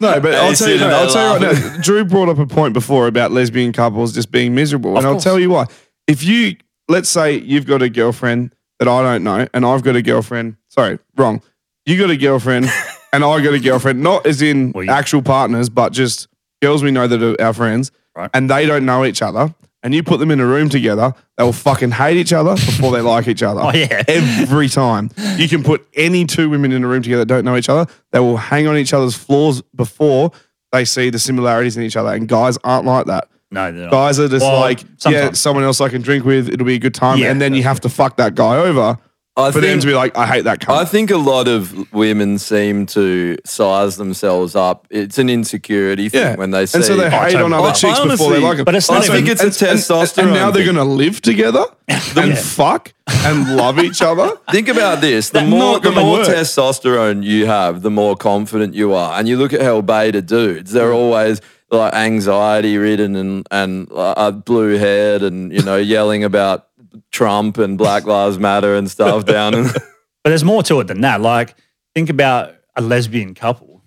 Speaker 2: No, but I'll
Speaker 1: he's
Speaker 2: tell you,
Speaker 1: sitting there
Speaker 2: no, I'll tell you right now. Drew brought up a point before about lesbian couples just being miserable, and I'll tell you why. If you let's say you've got a girlfriend that I don't know, and I've got a girlfriend. Sorry, wrong. You got a girlfriend, and I got a girlfriend. Not as in
Speaker 3: Well, you-
Speaker 2: actual partners, but just girls we know that are our friends,
Speaker 3: Right.
Speaker 2: and they don't know each other. And you put them in a room together, they will fucking hate each other before they like each other.
Speaker 3: Oh, yeah.
Speaker 2: Every time. You can put any two women in a room together that don't know each other, they will hang on each other's flaws before they see the similarities in each other. And guys aren't like that.
Speaker 3: No, they're not.
Speaker 2: Guys are just
Speaker 3: Well,
Speaker 2: like, yeah,
Speaker 3: sometimes.
Speaker 2: someone else I can drink with, it'll be a good time.
Speaker 3: Yeah,
Speaker 2: and then you have to fuck that guy over
Speaker 1: I
Speaker 2: for them
Speaker 1: think,
Speaker 2: to be like, I hate that
Speaker 1: I
Speaker 2: cunt.
Speaker 1: think a lot of women seem to size themselves up. It's an insecurity thing
Speaker 2: yeah.
Speaker 1: when they see.
Speaker 2: and so they "Oh, hate on
Speaker 3: totally.
Speaker 2: other
Speaker 1: I-
Speaker 2: chicks before they
Speaker 1: honestly-
Speaker 2: like them.
Speaker 3: But it's
Speaker 1: I
Speaker 3: not
Speaker 1: think
Speaker 3: even-
Speaker 1: it's a testosterone.
Speaker 2: And now they're
Speaker 1: thing.
Speaker 2: going to live together and fuck and love each other.
Speaker 1: Think about this: the more
Speaker 2: not
Speaker 1: the
Speaker 2: gonna
Speaker 1: more
Speaker 2: work.
Speaker 1: testosterone you have, the more confident you are. And you look at how beta dudes;
Speaker 2: Mm.
Speaker 1: they're always like anxiety ridden and and uh, blue haired, and you know yelling about Trump and Black Lives Matter and stuff down. In,
Speaker 3: But there's more to it than that. Like, think about a lesbian couple.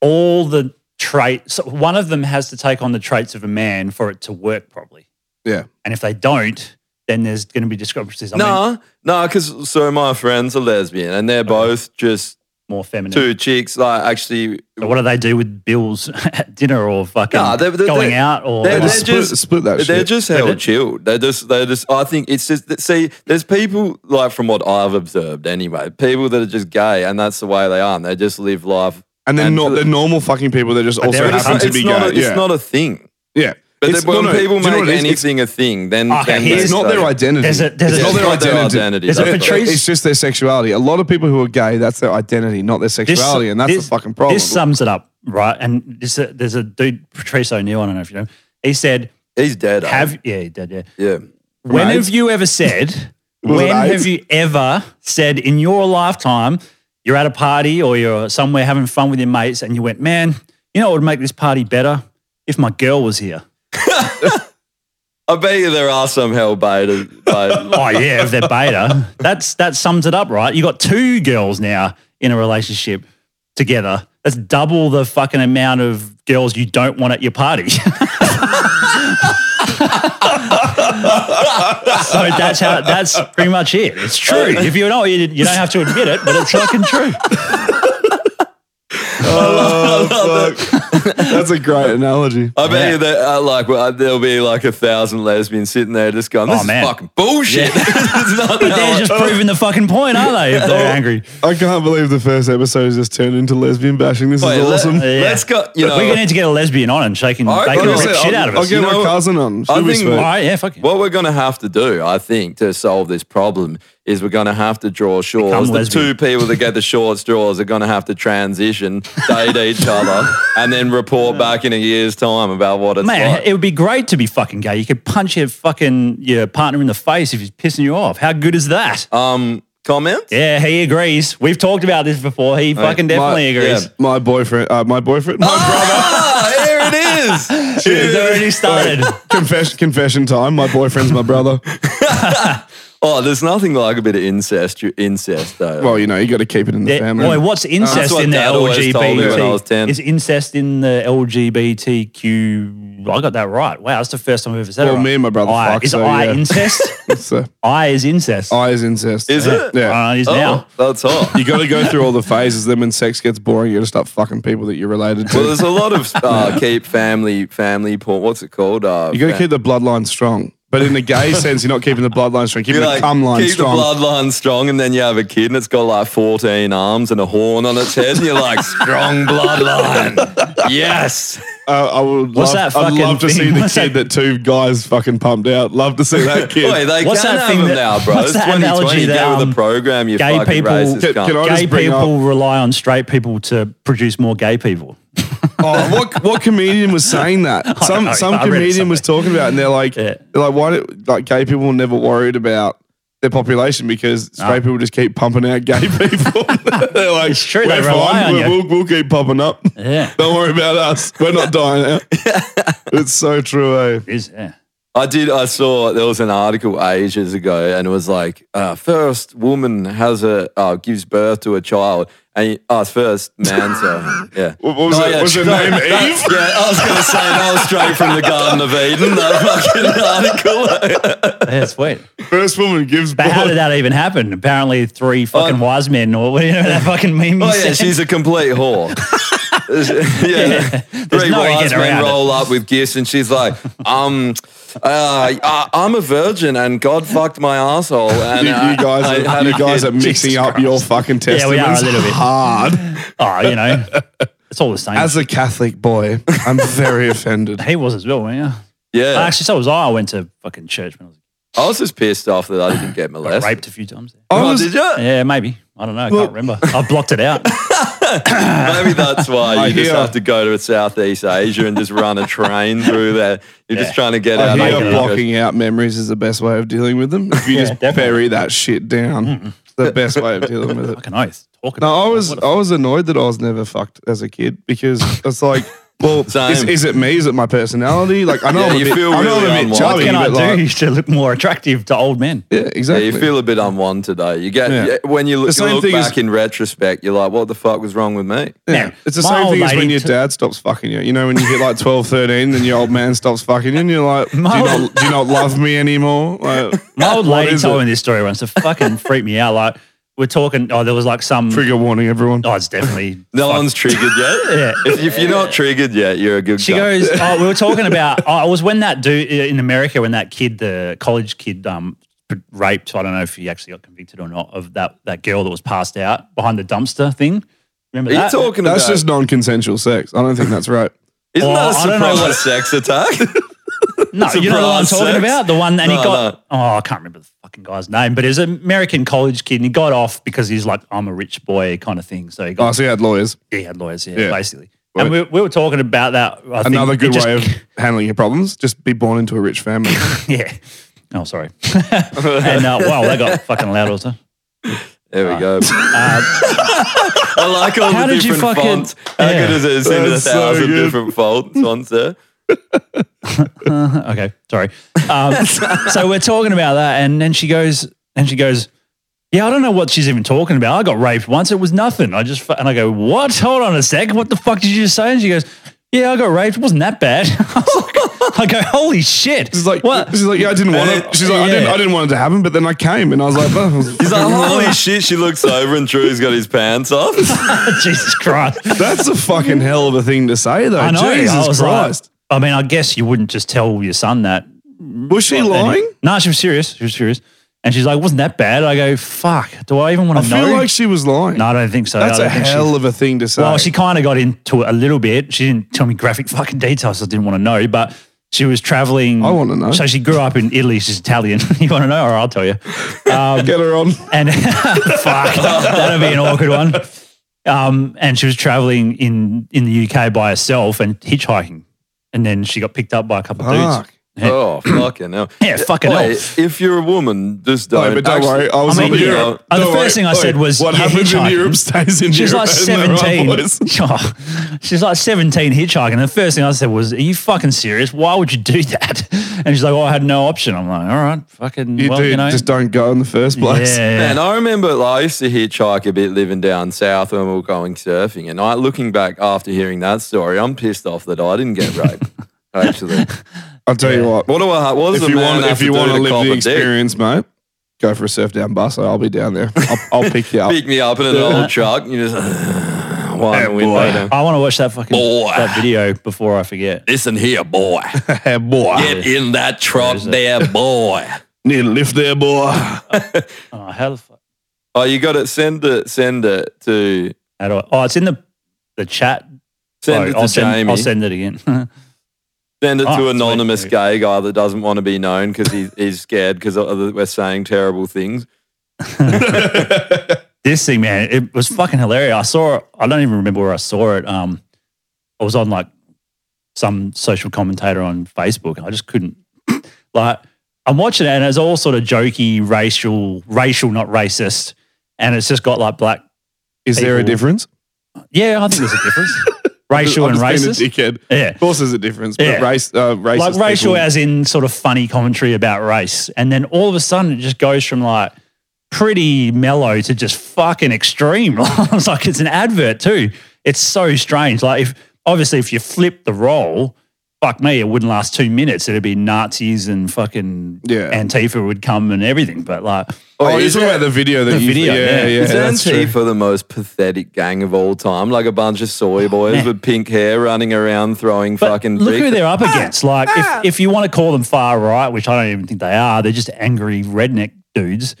Speaker 3: All the traits, so one of them has to take on the traits of a man for it to work properly.
Speaker 2: Yeah.
Speaker 3: And if they don't, then there's going to be discrepancies. I mean,
Speaker 1: No, no, because so my friends are lesbian and
Speaker 2: Oh,
Speaker 1: they're both just
Speaker 3: more feminine.
Speaker 1: two chicks. Like actually,
Speaker 3: So what do they do with bills at dinner or fucking
Speaker 1: Nah, they're- they're-
Speaker 3: going
Speaker 1: they're-
Speaker 3: out or
Speaker 1: they're
Speaker 2: They
Speaker 3: like,
Speaker 1: they're
Speaker 2: just split,
Speaker 1: just-
Speaker 2: split that
Speaker 1: they're
Speaker 2: shit.
Speaker 1: just hell
Speaker 3: They do.
Speaker 1: chilled. They just, they just. I think it's just that. See, there's people like from what I've observed anyway. People that are just gay and that's the way they are. And they just live life.
Speaker 2: and they're
Speaker 1: and-
Speaker 2: not they're normal fucking people. They just also
Speaker 3: they're not-
Speaker 2: happen to
Speaker 1: it's
Speaker 2: be
Speaker 1: not
Speaker 2: gay.
Speaker 1: A, it's
Speaker 2: yeah.
Speaker 1: not a thing.
Speaker 2: yeah.
Speaker 1: But
Speaker 2: It's-
Speaker 1: then when
Speaker 2: no, no.
Speaker 1: people
Speaker 2: Do you know
Speaker 1: make
Speaker 2: what it is? It's-
Speaker 1: anything a thing, then,
Speaker 3: Okay,
Speaker 1: then
Speaker 3: here's-
Speaker 1: they
Speaker 2: It's not their
Speaker 1: start-
Speaker 2: identity.
Speaker 3: There's a- there's a-
Speaker 2: it's not
Speaker 1: It's
Speaker 2: their
Speaker 1: not their
Speaker 2: identity.
Speaker 1: identity,
Speaker 2: It's,
Speaker 3: There's a that's what it is.
Speaker 2: it's just their sexuality. A lot of people who are gay, that's their identity, not their sexuality, and that's the fucking problem.
Speaker 3: This sums it up, right? And this, there's a dude, Patrice O'Neill, I don't know if you know. him. He said,
Speaker 1: He's dead. eh?
Speaker 3: "Have yeah, he did yeah."
Speaker 1: yeah.
Speaker 3: When
Speaker 2: Right.
Speaker 3: have you ever said?
Speaker 2: Was it
Speaker 3: when
Speaker 2: AIDS?
Speaker 3: have you ever said in your lifetime you're at a party or you're somewhere having fun with your mates and you went, man, you know what would make this party better if my girl was here?
Speaker 1: I bet you there are some hell beta. beta.
Speaker 3: oh yeah, if they're beta, that's that sums it up, right? You got two girls now in a relationship together. That's double the fucking amount of girls you don't want at your party. so that's how that's pretty much it. It's true.
Speaker 1: Uh,
Speaker 3: If you're not, you, you don't have to admit it, but it's fucking true.
Speaker 2: oh, fuck. that's a great analogy.
Speaker 1: I bet
Speaker 3: Yeah.
Speaker 1: you that uh, like well, there'll be like a thousand lesbians sitting there just going,
Speaker 3: Oh,
Speaker 1: "This is
Speaker 3: man.
Speaker 1: fucking bullshit." It's not how
Speaker 3: They're
Speaker 1: it-
Speaker 3: just proving the fucking point, aren't they? If they're angry,
Speaker 2: I can't believe the first episode has just turned into lesbian bashing. This
Speaker 1: Wait,
Speaker 2: is
Speaker 1: let- uh,
Speaker 2: awesome.
Speaker 3: Yeah.
Speaker 1: Let's go. You know,
Speaker 3: we're gonna need to get a lesbian on and shaking,
Speaker 1: I
Speaker 3: they
Speaker 1: reckon
Speaker 3: can
Speaker 1: I'll
Speaker 3: rip
Speaker 1: say-
Speaker 3: shit out of
Speaker 2: I'll
Speaker 3: us.
Speaker 2: get
Speaker 1: You
Speaker 2: my
Speaker 1: know-
Speaker 2: cousin on. She'll
Speaker 1: I
Speaker 2: be
Speaker 1: think-
Speaker 2: sweet.
Speaker 3: All right, yeah, fuck it.
Speaker 1: What we're going to have to do, I think, to solve this problem is we're going to have to draw
Speaker 3: Become
Speaker 1: shores. The two
Speaker 3: lesbian.
Speaker 1: people that get the short straws are going to have to transition, date each other, and then report back in a year's time about what it's
Speaker 3: Man,
Speaker 1: like.
Speaker 3: it would be great to be fucking gay. You could punch your fucking your partner in the face if he's pissing you off. How good is that?
Speaker 2: Uh,
Speaker 1: um, comments?
Speaker 3: yeah, he agrees. We've talked about this before. He fucking definitely
Speaker 1: my-
Speaker 3: agrees.
Speaker 1: yeah.
Speaker 2: My boyfriend, uh, my boyfriend, my
Speaker 1: Ah, here it is.
Speaker 3: He's already started.
Speaker 2: brother. confession, confession time. My boyfriend's my brother.
Speaker 1: Oh, there's nothing like a bit of incest, incest though.
Speaker 2: Well, you know, you got to keep it in the
Speaker 3: Yeah,
Speaker 2: family.
Speaker 3: Boy, what's incest
Speaker 1: what
Speaker 3: in the
Speaker 1: Dad always told me when I was 10.
Speaker 3: LGBT? Is incest in the LGBTQ? I got that right. Wow, that's the first time I've ever said it.
Speaker 2: Well,
Speaker 3: right.
Speaker 2: me and my brother
Speaker 3: I,
Speaker 2: fuck,
Speaker 3: is
Speaker 2: so,
Speaker 3: I
Speaker 2: yeah.
Speaker 3: incest?
Speaker 2: so,
Speaker 3: I is incest.
Speaker 2: uh, I is incest.
Speaker 1: Is it?
Speaker 2: Yeah.
Speaker 3: Uh, it is
Speaker 1: oh,
Speaker 3: now.
Speaker 1: that's hot.
Speaker 2: you got to go through all the phases. Then when sex gets boring, you got to start fucking people that you're related
Speaker 1: Well,
Speaker 2: to.
Speaker 1: there's a lot of uh, keep family family porn. What's it called? Uh,
Speaker 2: You got to
Speaker 1: fam-
Speaker 2: keep the bloodline strong. But in the gay sense, you're not keeping the bloodline strong. Keeping
Speaker 1: You
Speaker 2: the cum line
Speaker 1: keep
Speaker 2: strong.
Speaker 1: the bloodline strong, and then you have a kid, and it's got like 14 arms and a horn on its head, and you're like, strong bloodline. yes.
Speaker 2: Uh, I would
Speaker 3: What's
Speaker 2: love,
Speaker 3: that
Speaker 2: I'd
Speaker 3: fucking
Speaker 2: love to
Speaker 3: thing?
Speaker 2: see the
Speaker 3: What's
Speaker 2: kid that? two guys fucking pumped out. Love to see that kid.
Speaker 1: Wait, they
Speaker 3: What's
Speaker 1: can
Speaker 3: that
Speaker 1: have
Speaker 3: thing
Speaker 1: them
Speaker 3: that-
Speaker 1: now, bro.
Speaker 3: what's
Speaker 1: It's
Speaker 3: that
Speaker 1: 2020.
Speaker 3: analogy
Speaker 1: Get
Speaker 3: that,
Speaker 1: with the
Speaker 3: um,
Speaker 1: program, you
Speaker 3: gay
Speaker 1: fucking
Speaker 3: people-
Speaker 1: racist
Speaker 2: Can- can
Speaker 1: cunt.
Speaker 2: I
Speaker 3: Gay
Speaker 2: just bring
Speaker 3: people rely on straight people to produce more gay people.
Speaker 2: Oh, what what comedian was saying that? Some
Speaker 3: know,
Speaker 2: some
Speaker 3: I read it
Speaker 2: comedian was talking about, it and they're like,
Speaker 3: Yeah.
Speaker 2: they're like, why do like gay people were never worried about their population because straight people just keep pumping out gay people. they're like,
Speaker 3: Ah. It's true,
Speaker 2: we're
Speaker 3: they rely
Speaker 2: fine.
Speaker 3: on
Speaker 2: We're-
Speaker 3: you."
Speaker 2: we'll, we'll keep popping up.
Speaker 3: Yeah.
Speaker 2: Don't worry about us. We're not dying out. it's so true, eh?
Speaker 3: It is, yeah.
Speaker 1: I did. I saw there was an article ages ago, and it was like uh, first woman has a uh, gives birth to a child, and uh, first man. So yeah,
Speaker 2: What what was,
Speaker 1: Oh,
Speaker 2: it,
Speaker 1: yeah,
Speaker 2: was her
Speaker 1: sure.
Speaker 2: name Eve?
Speaker 1: Yeah, I was going to say that was straight from the Garden of Eden. That fucking article.
Speaker 3: Yeah, it's weird.
Speaker 2: First woman gives
Speaker 3: But how
Speaker 2: birth.
Speaker 3: did that even happen? Apparently, three fucking wise men, or what do you know that fucking meme?
Speaker 1: Oh
Speaker 3: you
Speaker 1: yeah,
Speaker 3: said?
Speaker 1: she's a complete whore. yeah, three
Speaker 3: no way
Speaker 1: wise
Speaker 3: getting
Speaker 1: men
Speaker 3: around it.
Speaker 1: roll up with gifts, and she's like, "Um, uh, I, I'm a virgin, and God fucked my asshole." And
Speaker 2: You, you
Speaker 1: I- I
Speaker 2: guys, are,
Speaker 1: had a
Speaker 2: you guys
Speaker 1: kid."
Speaker 2: are mixing
Speaker 3: Jesus
Speaker 2: up your fucking
Speaker 3: Yeah, we
Speaker 2: testaments
Speaker 3: are a little bit.
Speaker 2: hard.
Speaker 3: oh, you know, it's all the same.
Speaker 2: As a Catholic boy, I'm very offended.
Speaker 3: he was as well, weren't you?
Speaker 1: Yeah,
Speaker 3: Actually, so was I. I went to fucking church when I was
Speaker 1: I was just pissed off that I didn't get molested.
Speaker 3: raped a few times.
Speaker 1: Oh,
Speaker 2: I was-
Speaker 1: did you?
Speaker 3: Yeah, maybe. I don't know. I
Speaker 2: Well-
Speaker 3: can't remember. I blocked it out.
Speaker 1: Maybe that's why
Speaker 2: I
Speaker 1: you just
Speaker 2: hear-
Speaker 1: have to go to Southeast Asia and just run a train through there. You're just
Speaker 3: Yeah.
Speaker 1: trying to get
Speaker 2: I
Speaker 1: out.
Speaker 2: hear
Speaker 1: of
Speaker 3: it
Speaker 1: the-
Speaker 3: up.
Speaker 2: blocking out memories is the best way of dealing with them. If you just bury that shit down, it's the best way of dealing with it.
Speaker 3: Fucking oath. Talking.
Speaker 2: No, I was
Speaker 3: What
Speaker 2: I was annoyed that I was never fucked as a kid because it's like Well,
Speaker 1: Same.
Speaker 2: is, is it me? Is it my personality? Like I know
Speaker 1: Yeah,
Speaker 2: I'm a
Speaker 1: you
Speaker 2: bit,
Speaker 1: feel
Speaker 2: I
Speaker 1: really
Speaker 2: know I'm a bit
Speaker 1: unwanted.
Speaker 2: chubby,
Speaker 3: Can I
Speaker 2: but
Speaker 3: do
Speaker 2: like,
Speaker 3: to look more attractive to old men?
Speaker 2: yeah,
Speaker 1: Yeah,
Speaker 2: exactly.
Speaker 1: you feel a bit unwanted, though. You get
Speaker 2: Yeah.
Speaker 1: yeah, when you look, you
Speaker 2: same
Speaker 1: look
Speaker 2: thing is-
Speaker 1: back in retrospect, you're like, "What the fuck was wrong with me?"
Speaker 2: Yeah.
Speaker 3: Now,
Speaker 2: It's the
Speaker 3: my
Speaker 2: same
Speaker 3: old
Speaker 2: thing as when
Speaker 3: lady
Speaker 2: your
Speaker 3: t-
Speaker 2: dad stops fucking you. You know, when you hit like 12, 13, and your old man stops fucking you, and you're like, do you,
Speaker 3: My
Speaker 2: not,
Speaker 3: old-
Speaker 2: do you not love me anymore? Like,
Speaker 3: My old
Speaker 2: what
Speaker 3: lady
Speaker 2: is
Speaker 3: told
Speaker 2: it?
Speaker 3: me this story once. It fucking freaked me out. Like we're talking. Oh, there was like some.
Speaker 2: Trigger warning, everyone.
Speaker 3: Oh, it's definitely.
Speaker 1: No one's triggered yet.
Speaker 3: Yeah.
Speaker 1: If, if you're not triggered yet, you're a good.
Speaker 3: She
Speaker 1: guy.
Speaker 3: goes. Oh, we were talking about. Oh, it was when that dude in America, when that kid, the college kid, um, raped. I don't know if he actually got convicted or not of that that girl that was passed out behind the dumpster thing. Remember
Speaker 1: "Are you
Speaker 3: that?
Speaker 1: talking
Speaker 2: That's
Speaker 1: about?
Speaker 2: just non consensual sex. I don't think that's right.
Speaker 1: isn't
Speaker 3: Well,
Speaker 1: that a
Speaker 3: I don't know
Speaker 1: surprise
Speaker 3: what-
Speaker 1: sex attack?"
Speaker 3: No, you know the one I'm
Speaker 1: Surprise
Speaker 3: talking
Speaker 1: sex.
Speaker 3: about? The one, and
Speaker 1: No,
Speaker 3: he got, oh, I can't remember the fucking guy's name, but he was an American college kid and he got off because he's like, I'm a rich boy kind of thing. So he
Speaker 2: Oh,
Speaker 3: got,
Speaker 2: so you had lawyers.
Speaker 3: he had lawyers, yeah,
Speaker 2: Yeah.
Speaker 3: basically. And we, we were talking about that. I think
Speaker 2: Another
Speaker 3: he
Speaker 2: good
Speaker 3: just-
Speaker 2: way of handling your problems just be born into a rich family.
Speaker 3: yeah. Oh, sorry. and uh, wow, that got fucking loud also.
Speaker 1: There we go. I like all
Speaker 3: How
Speaker 1: the
Speaker 3: did you
Speaker 1: different
Speaker 3: fucking-
Speaker 1: fonts. How
Speaker 3: Yeah.
Speaker 1: good is it? It's in a
Speaker 2: That's so
Speaker 1: thousand
Speaker 2: good.
Speaker 1: different fonts fonts there.
Speaker 3: Okay, sorry. Um, so we're talking about that, and then she goes, and she goes, yeah, I don't know what she's even talking about. I got raped once. It was nothing. I just fu- and I go, what? Hold on a sec. What the fuck did you just say? And she goes, yeah, I got raped. It wasn't that bad. I go, holy shit.
Speaker 2: She's like,
Speaker 3: what? Uh,
Speaker 2: She's like, yeah, I didn't want it. She's like, I, didn't,
Speaker 3: Yeah.
Speaker 2: I didn't want it to happen, but then I came and I was like, oh,
Speaker 1: He's like, holy shit, she looks over and Drew's got his pants off.
Speaker 3: Jesus Christ.
Speaker 2: that's a fucking hell of a thing to say, though.
Speaker 3: I know.
Speaker 2: Oh, Jesus
Speaker 3: I was
Speaker 2: Christ.
Speaker 3: Like, I mean, I guess you wouldn't just tell your son that.
Speaker 2: was she lying?
Speaker 3: No, she was serious. She was serious. And she's like, wasn't that bad? I go, fuck. Do I even want
Speaker 2: I
Speaker 3: to
Speaker 2: feel
Speaker 3: know?
Speaker 2: like she was lying.
Speaker 3: no, I don't think so.
Speaker 2: that's
Speaker 3: I
Speaker 2: a
Speaker 3: don't think she-
Speaker 2: hell of a thing to say.
Speaker 3: Well, she kind of got into it a little bit. She didn't tell me graphic fucking details. I didn't want to know, but she was traveling.
Speaker 2: I wanna know.
Speaker 3: So she grew up in Italy. She's Italian. you want to know? All right, I'll tell you. Um,
Speaker 2: Get her on.
Speaker 3: and fuck, that'll be an awkward one. Um, and she was traveling in in the UK by herself and hitchhiking, and then she got picked up by a couple of dudes.
Speaker 2: Fuck.
Speaker 1: oh, fucking hell.
Speaker 3: Yeah, fucking
Speaker 1: Oi,
Speaker 3: hell.
Speaker 1: If you're a woman, just don't.
Speaker 2: Oi, but don't worry, I was
Speaker 3: I mean,
Speaker 2: in
Speaker 3: you know,
Speaker 2: Europe.
Speaker 3: uh, the
Speaker 2: Don't
Speaker 3: first
Speaker 2: worry.
Speaker 3: thing I said was,
Speaker 2: what
Speaker 3: yeah,
Speaker 2: happens in
Speaker 3: hitchhiking.
Speaker 2: Europe stays in
Speaker 3: She's
Speaker 2: Europe.
Speaker 3: like
Speaker 2: Isn't that right,
Speaker 3: 17.
Speaker 2: boys?
Speaker 3: Oh, she's like 17 hitchhiking. And the first thing I said was, Are you fucking serious? Why would you do that? And she's like, Well, I had no option. I'm like, All right, fucking,
Speaker 2: You
Speaker 3: well,
Speaker 2: do
Speaker 3: you know.
Speaker 2: just don't go in the first place.
Speaker 3: yeah.
Speaker 1: Man, I remember like, I used to hitchhike a bit living down south when we were going surfing. And I, looking back after hearing that story, I'm pissed off that I didn't get raped. Actually,
Speaker 2: I'll tell you what.
Speaker 1: what do I? What does
Speaker 2: If
Speaker 1: a
Speaker 2: you
Speaker 1: man
Speaker 2: want,
Speaker 1: have
Speaker 2: if you
Speaker 1: to
Speaker 2: want
Speaker 1: do
Speaker 2: to
Speaker 1: to
Speaker 2: live
Speaker 1: cop
Speaker 2: the
Speaker 1: a dick?
Speaker 2: experience, mate, go for a surf down bus. I'll be down there. I'll, I'll pick you up.
Speaker 1: Pick me up in an old truck. You just one window down.
Speaker 3: I want to watch that fucking
Speaker 1: Boy.
Speaker 3: that video before I forget.
Speaker 1: Listen here, boy.
Speaker 2: Hey, boy,
Speaker 1: Get in that truck
Speaker 3: is it?
Speaker 1: there, boy.
Speaker 2: need a lift there, boy.
Speaker 3: Oh, how the fuck?
Speaker 1: Oh, you got it. Send it. Send it to.
Speaker 3: How do I? Oh, it's in the the chat.
Speaker 1: Send
Speaker 3: Oh,
Speaker 1: it to
Speaker 3: I'll,
Speaker 1: Jamie.
Speaker 3: send, I'll send it again.
Speaker 1: Send it
Speaker 2: Ah,
Speaker 3: Oh,
Speaker 1: to
Speaker 3: sweet,
Speaker 1: anonymous
Speaker 3: sweet.
Speaker 1: gay guy that doesn't want to be known because he, he's scared because we're saying terrible things.
Speaker 3: this thing, man, it was fucking hilarious. I saw it. I don't even remember where I saw it. Um, I was on like some social commentator on Facebook, and I just couldn't like. I'm watching it, and it's all sort of jokey, racial, racial, not racist, and it's just got like black.
Speaker 2: Is there a
Speaker 3: People-
Speaker 2: difference?
Speaker 3: Yeah, I think there's a difference. racial
Speaker 2: I'm
Speaker 3: and
Speaker 2: just
Speaker 3: racist.
Speaker 2: being a dickhead.
Speaker 3: Yeah.
Speaker 2: Of course, there's a difference. But
Speaker 3: Yeah.
Speaker 2: race, uh, racist
Speaker 3: like racial
Speaker 2: people-
Speaker 3: as in sort of funny commentary about race. And then all of a sudden it just goes from like pretty mellow to just fucking extreme. I was like, it's an advert too. It's so strange. Like if obviously if you flip the role, fuck me, it wouldn't last two minutes. It'd be Nazis and fucking
Speaker 2: Yeah.
Speaker 3: Antifa would come and everything. But like
Speaker 2: Oh, you're
Speaker 1: is
Speaker 2: talking
Speaker 1: that-
Speaker 2: about the video that
Speaker 3: The
Speaker 2: you
Speaker 3: video,
Speaker 2: Yeah,
Speaker 3: yeah.
Speaker 2: yeah.
Speaker 1: Is
Speaker 2: that's true.
Speaker 1: Antifa the most pathetic gang of all time? Like a bunch of soy boys
Speaker 3: man.
Speaker 1: with pink hair running around throwing
Speaker 3: but
Speaker 1: fucking
Speaker 3: look
Speaker 1: bricks.
Speaker 3: who they're up against. Like if, if you want to call them far right, which I don't even think they are, they're just angry redneck dudes.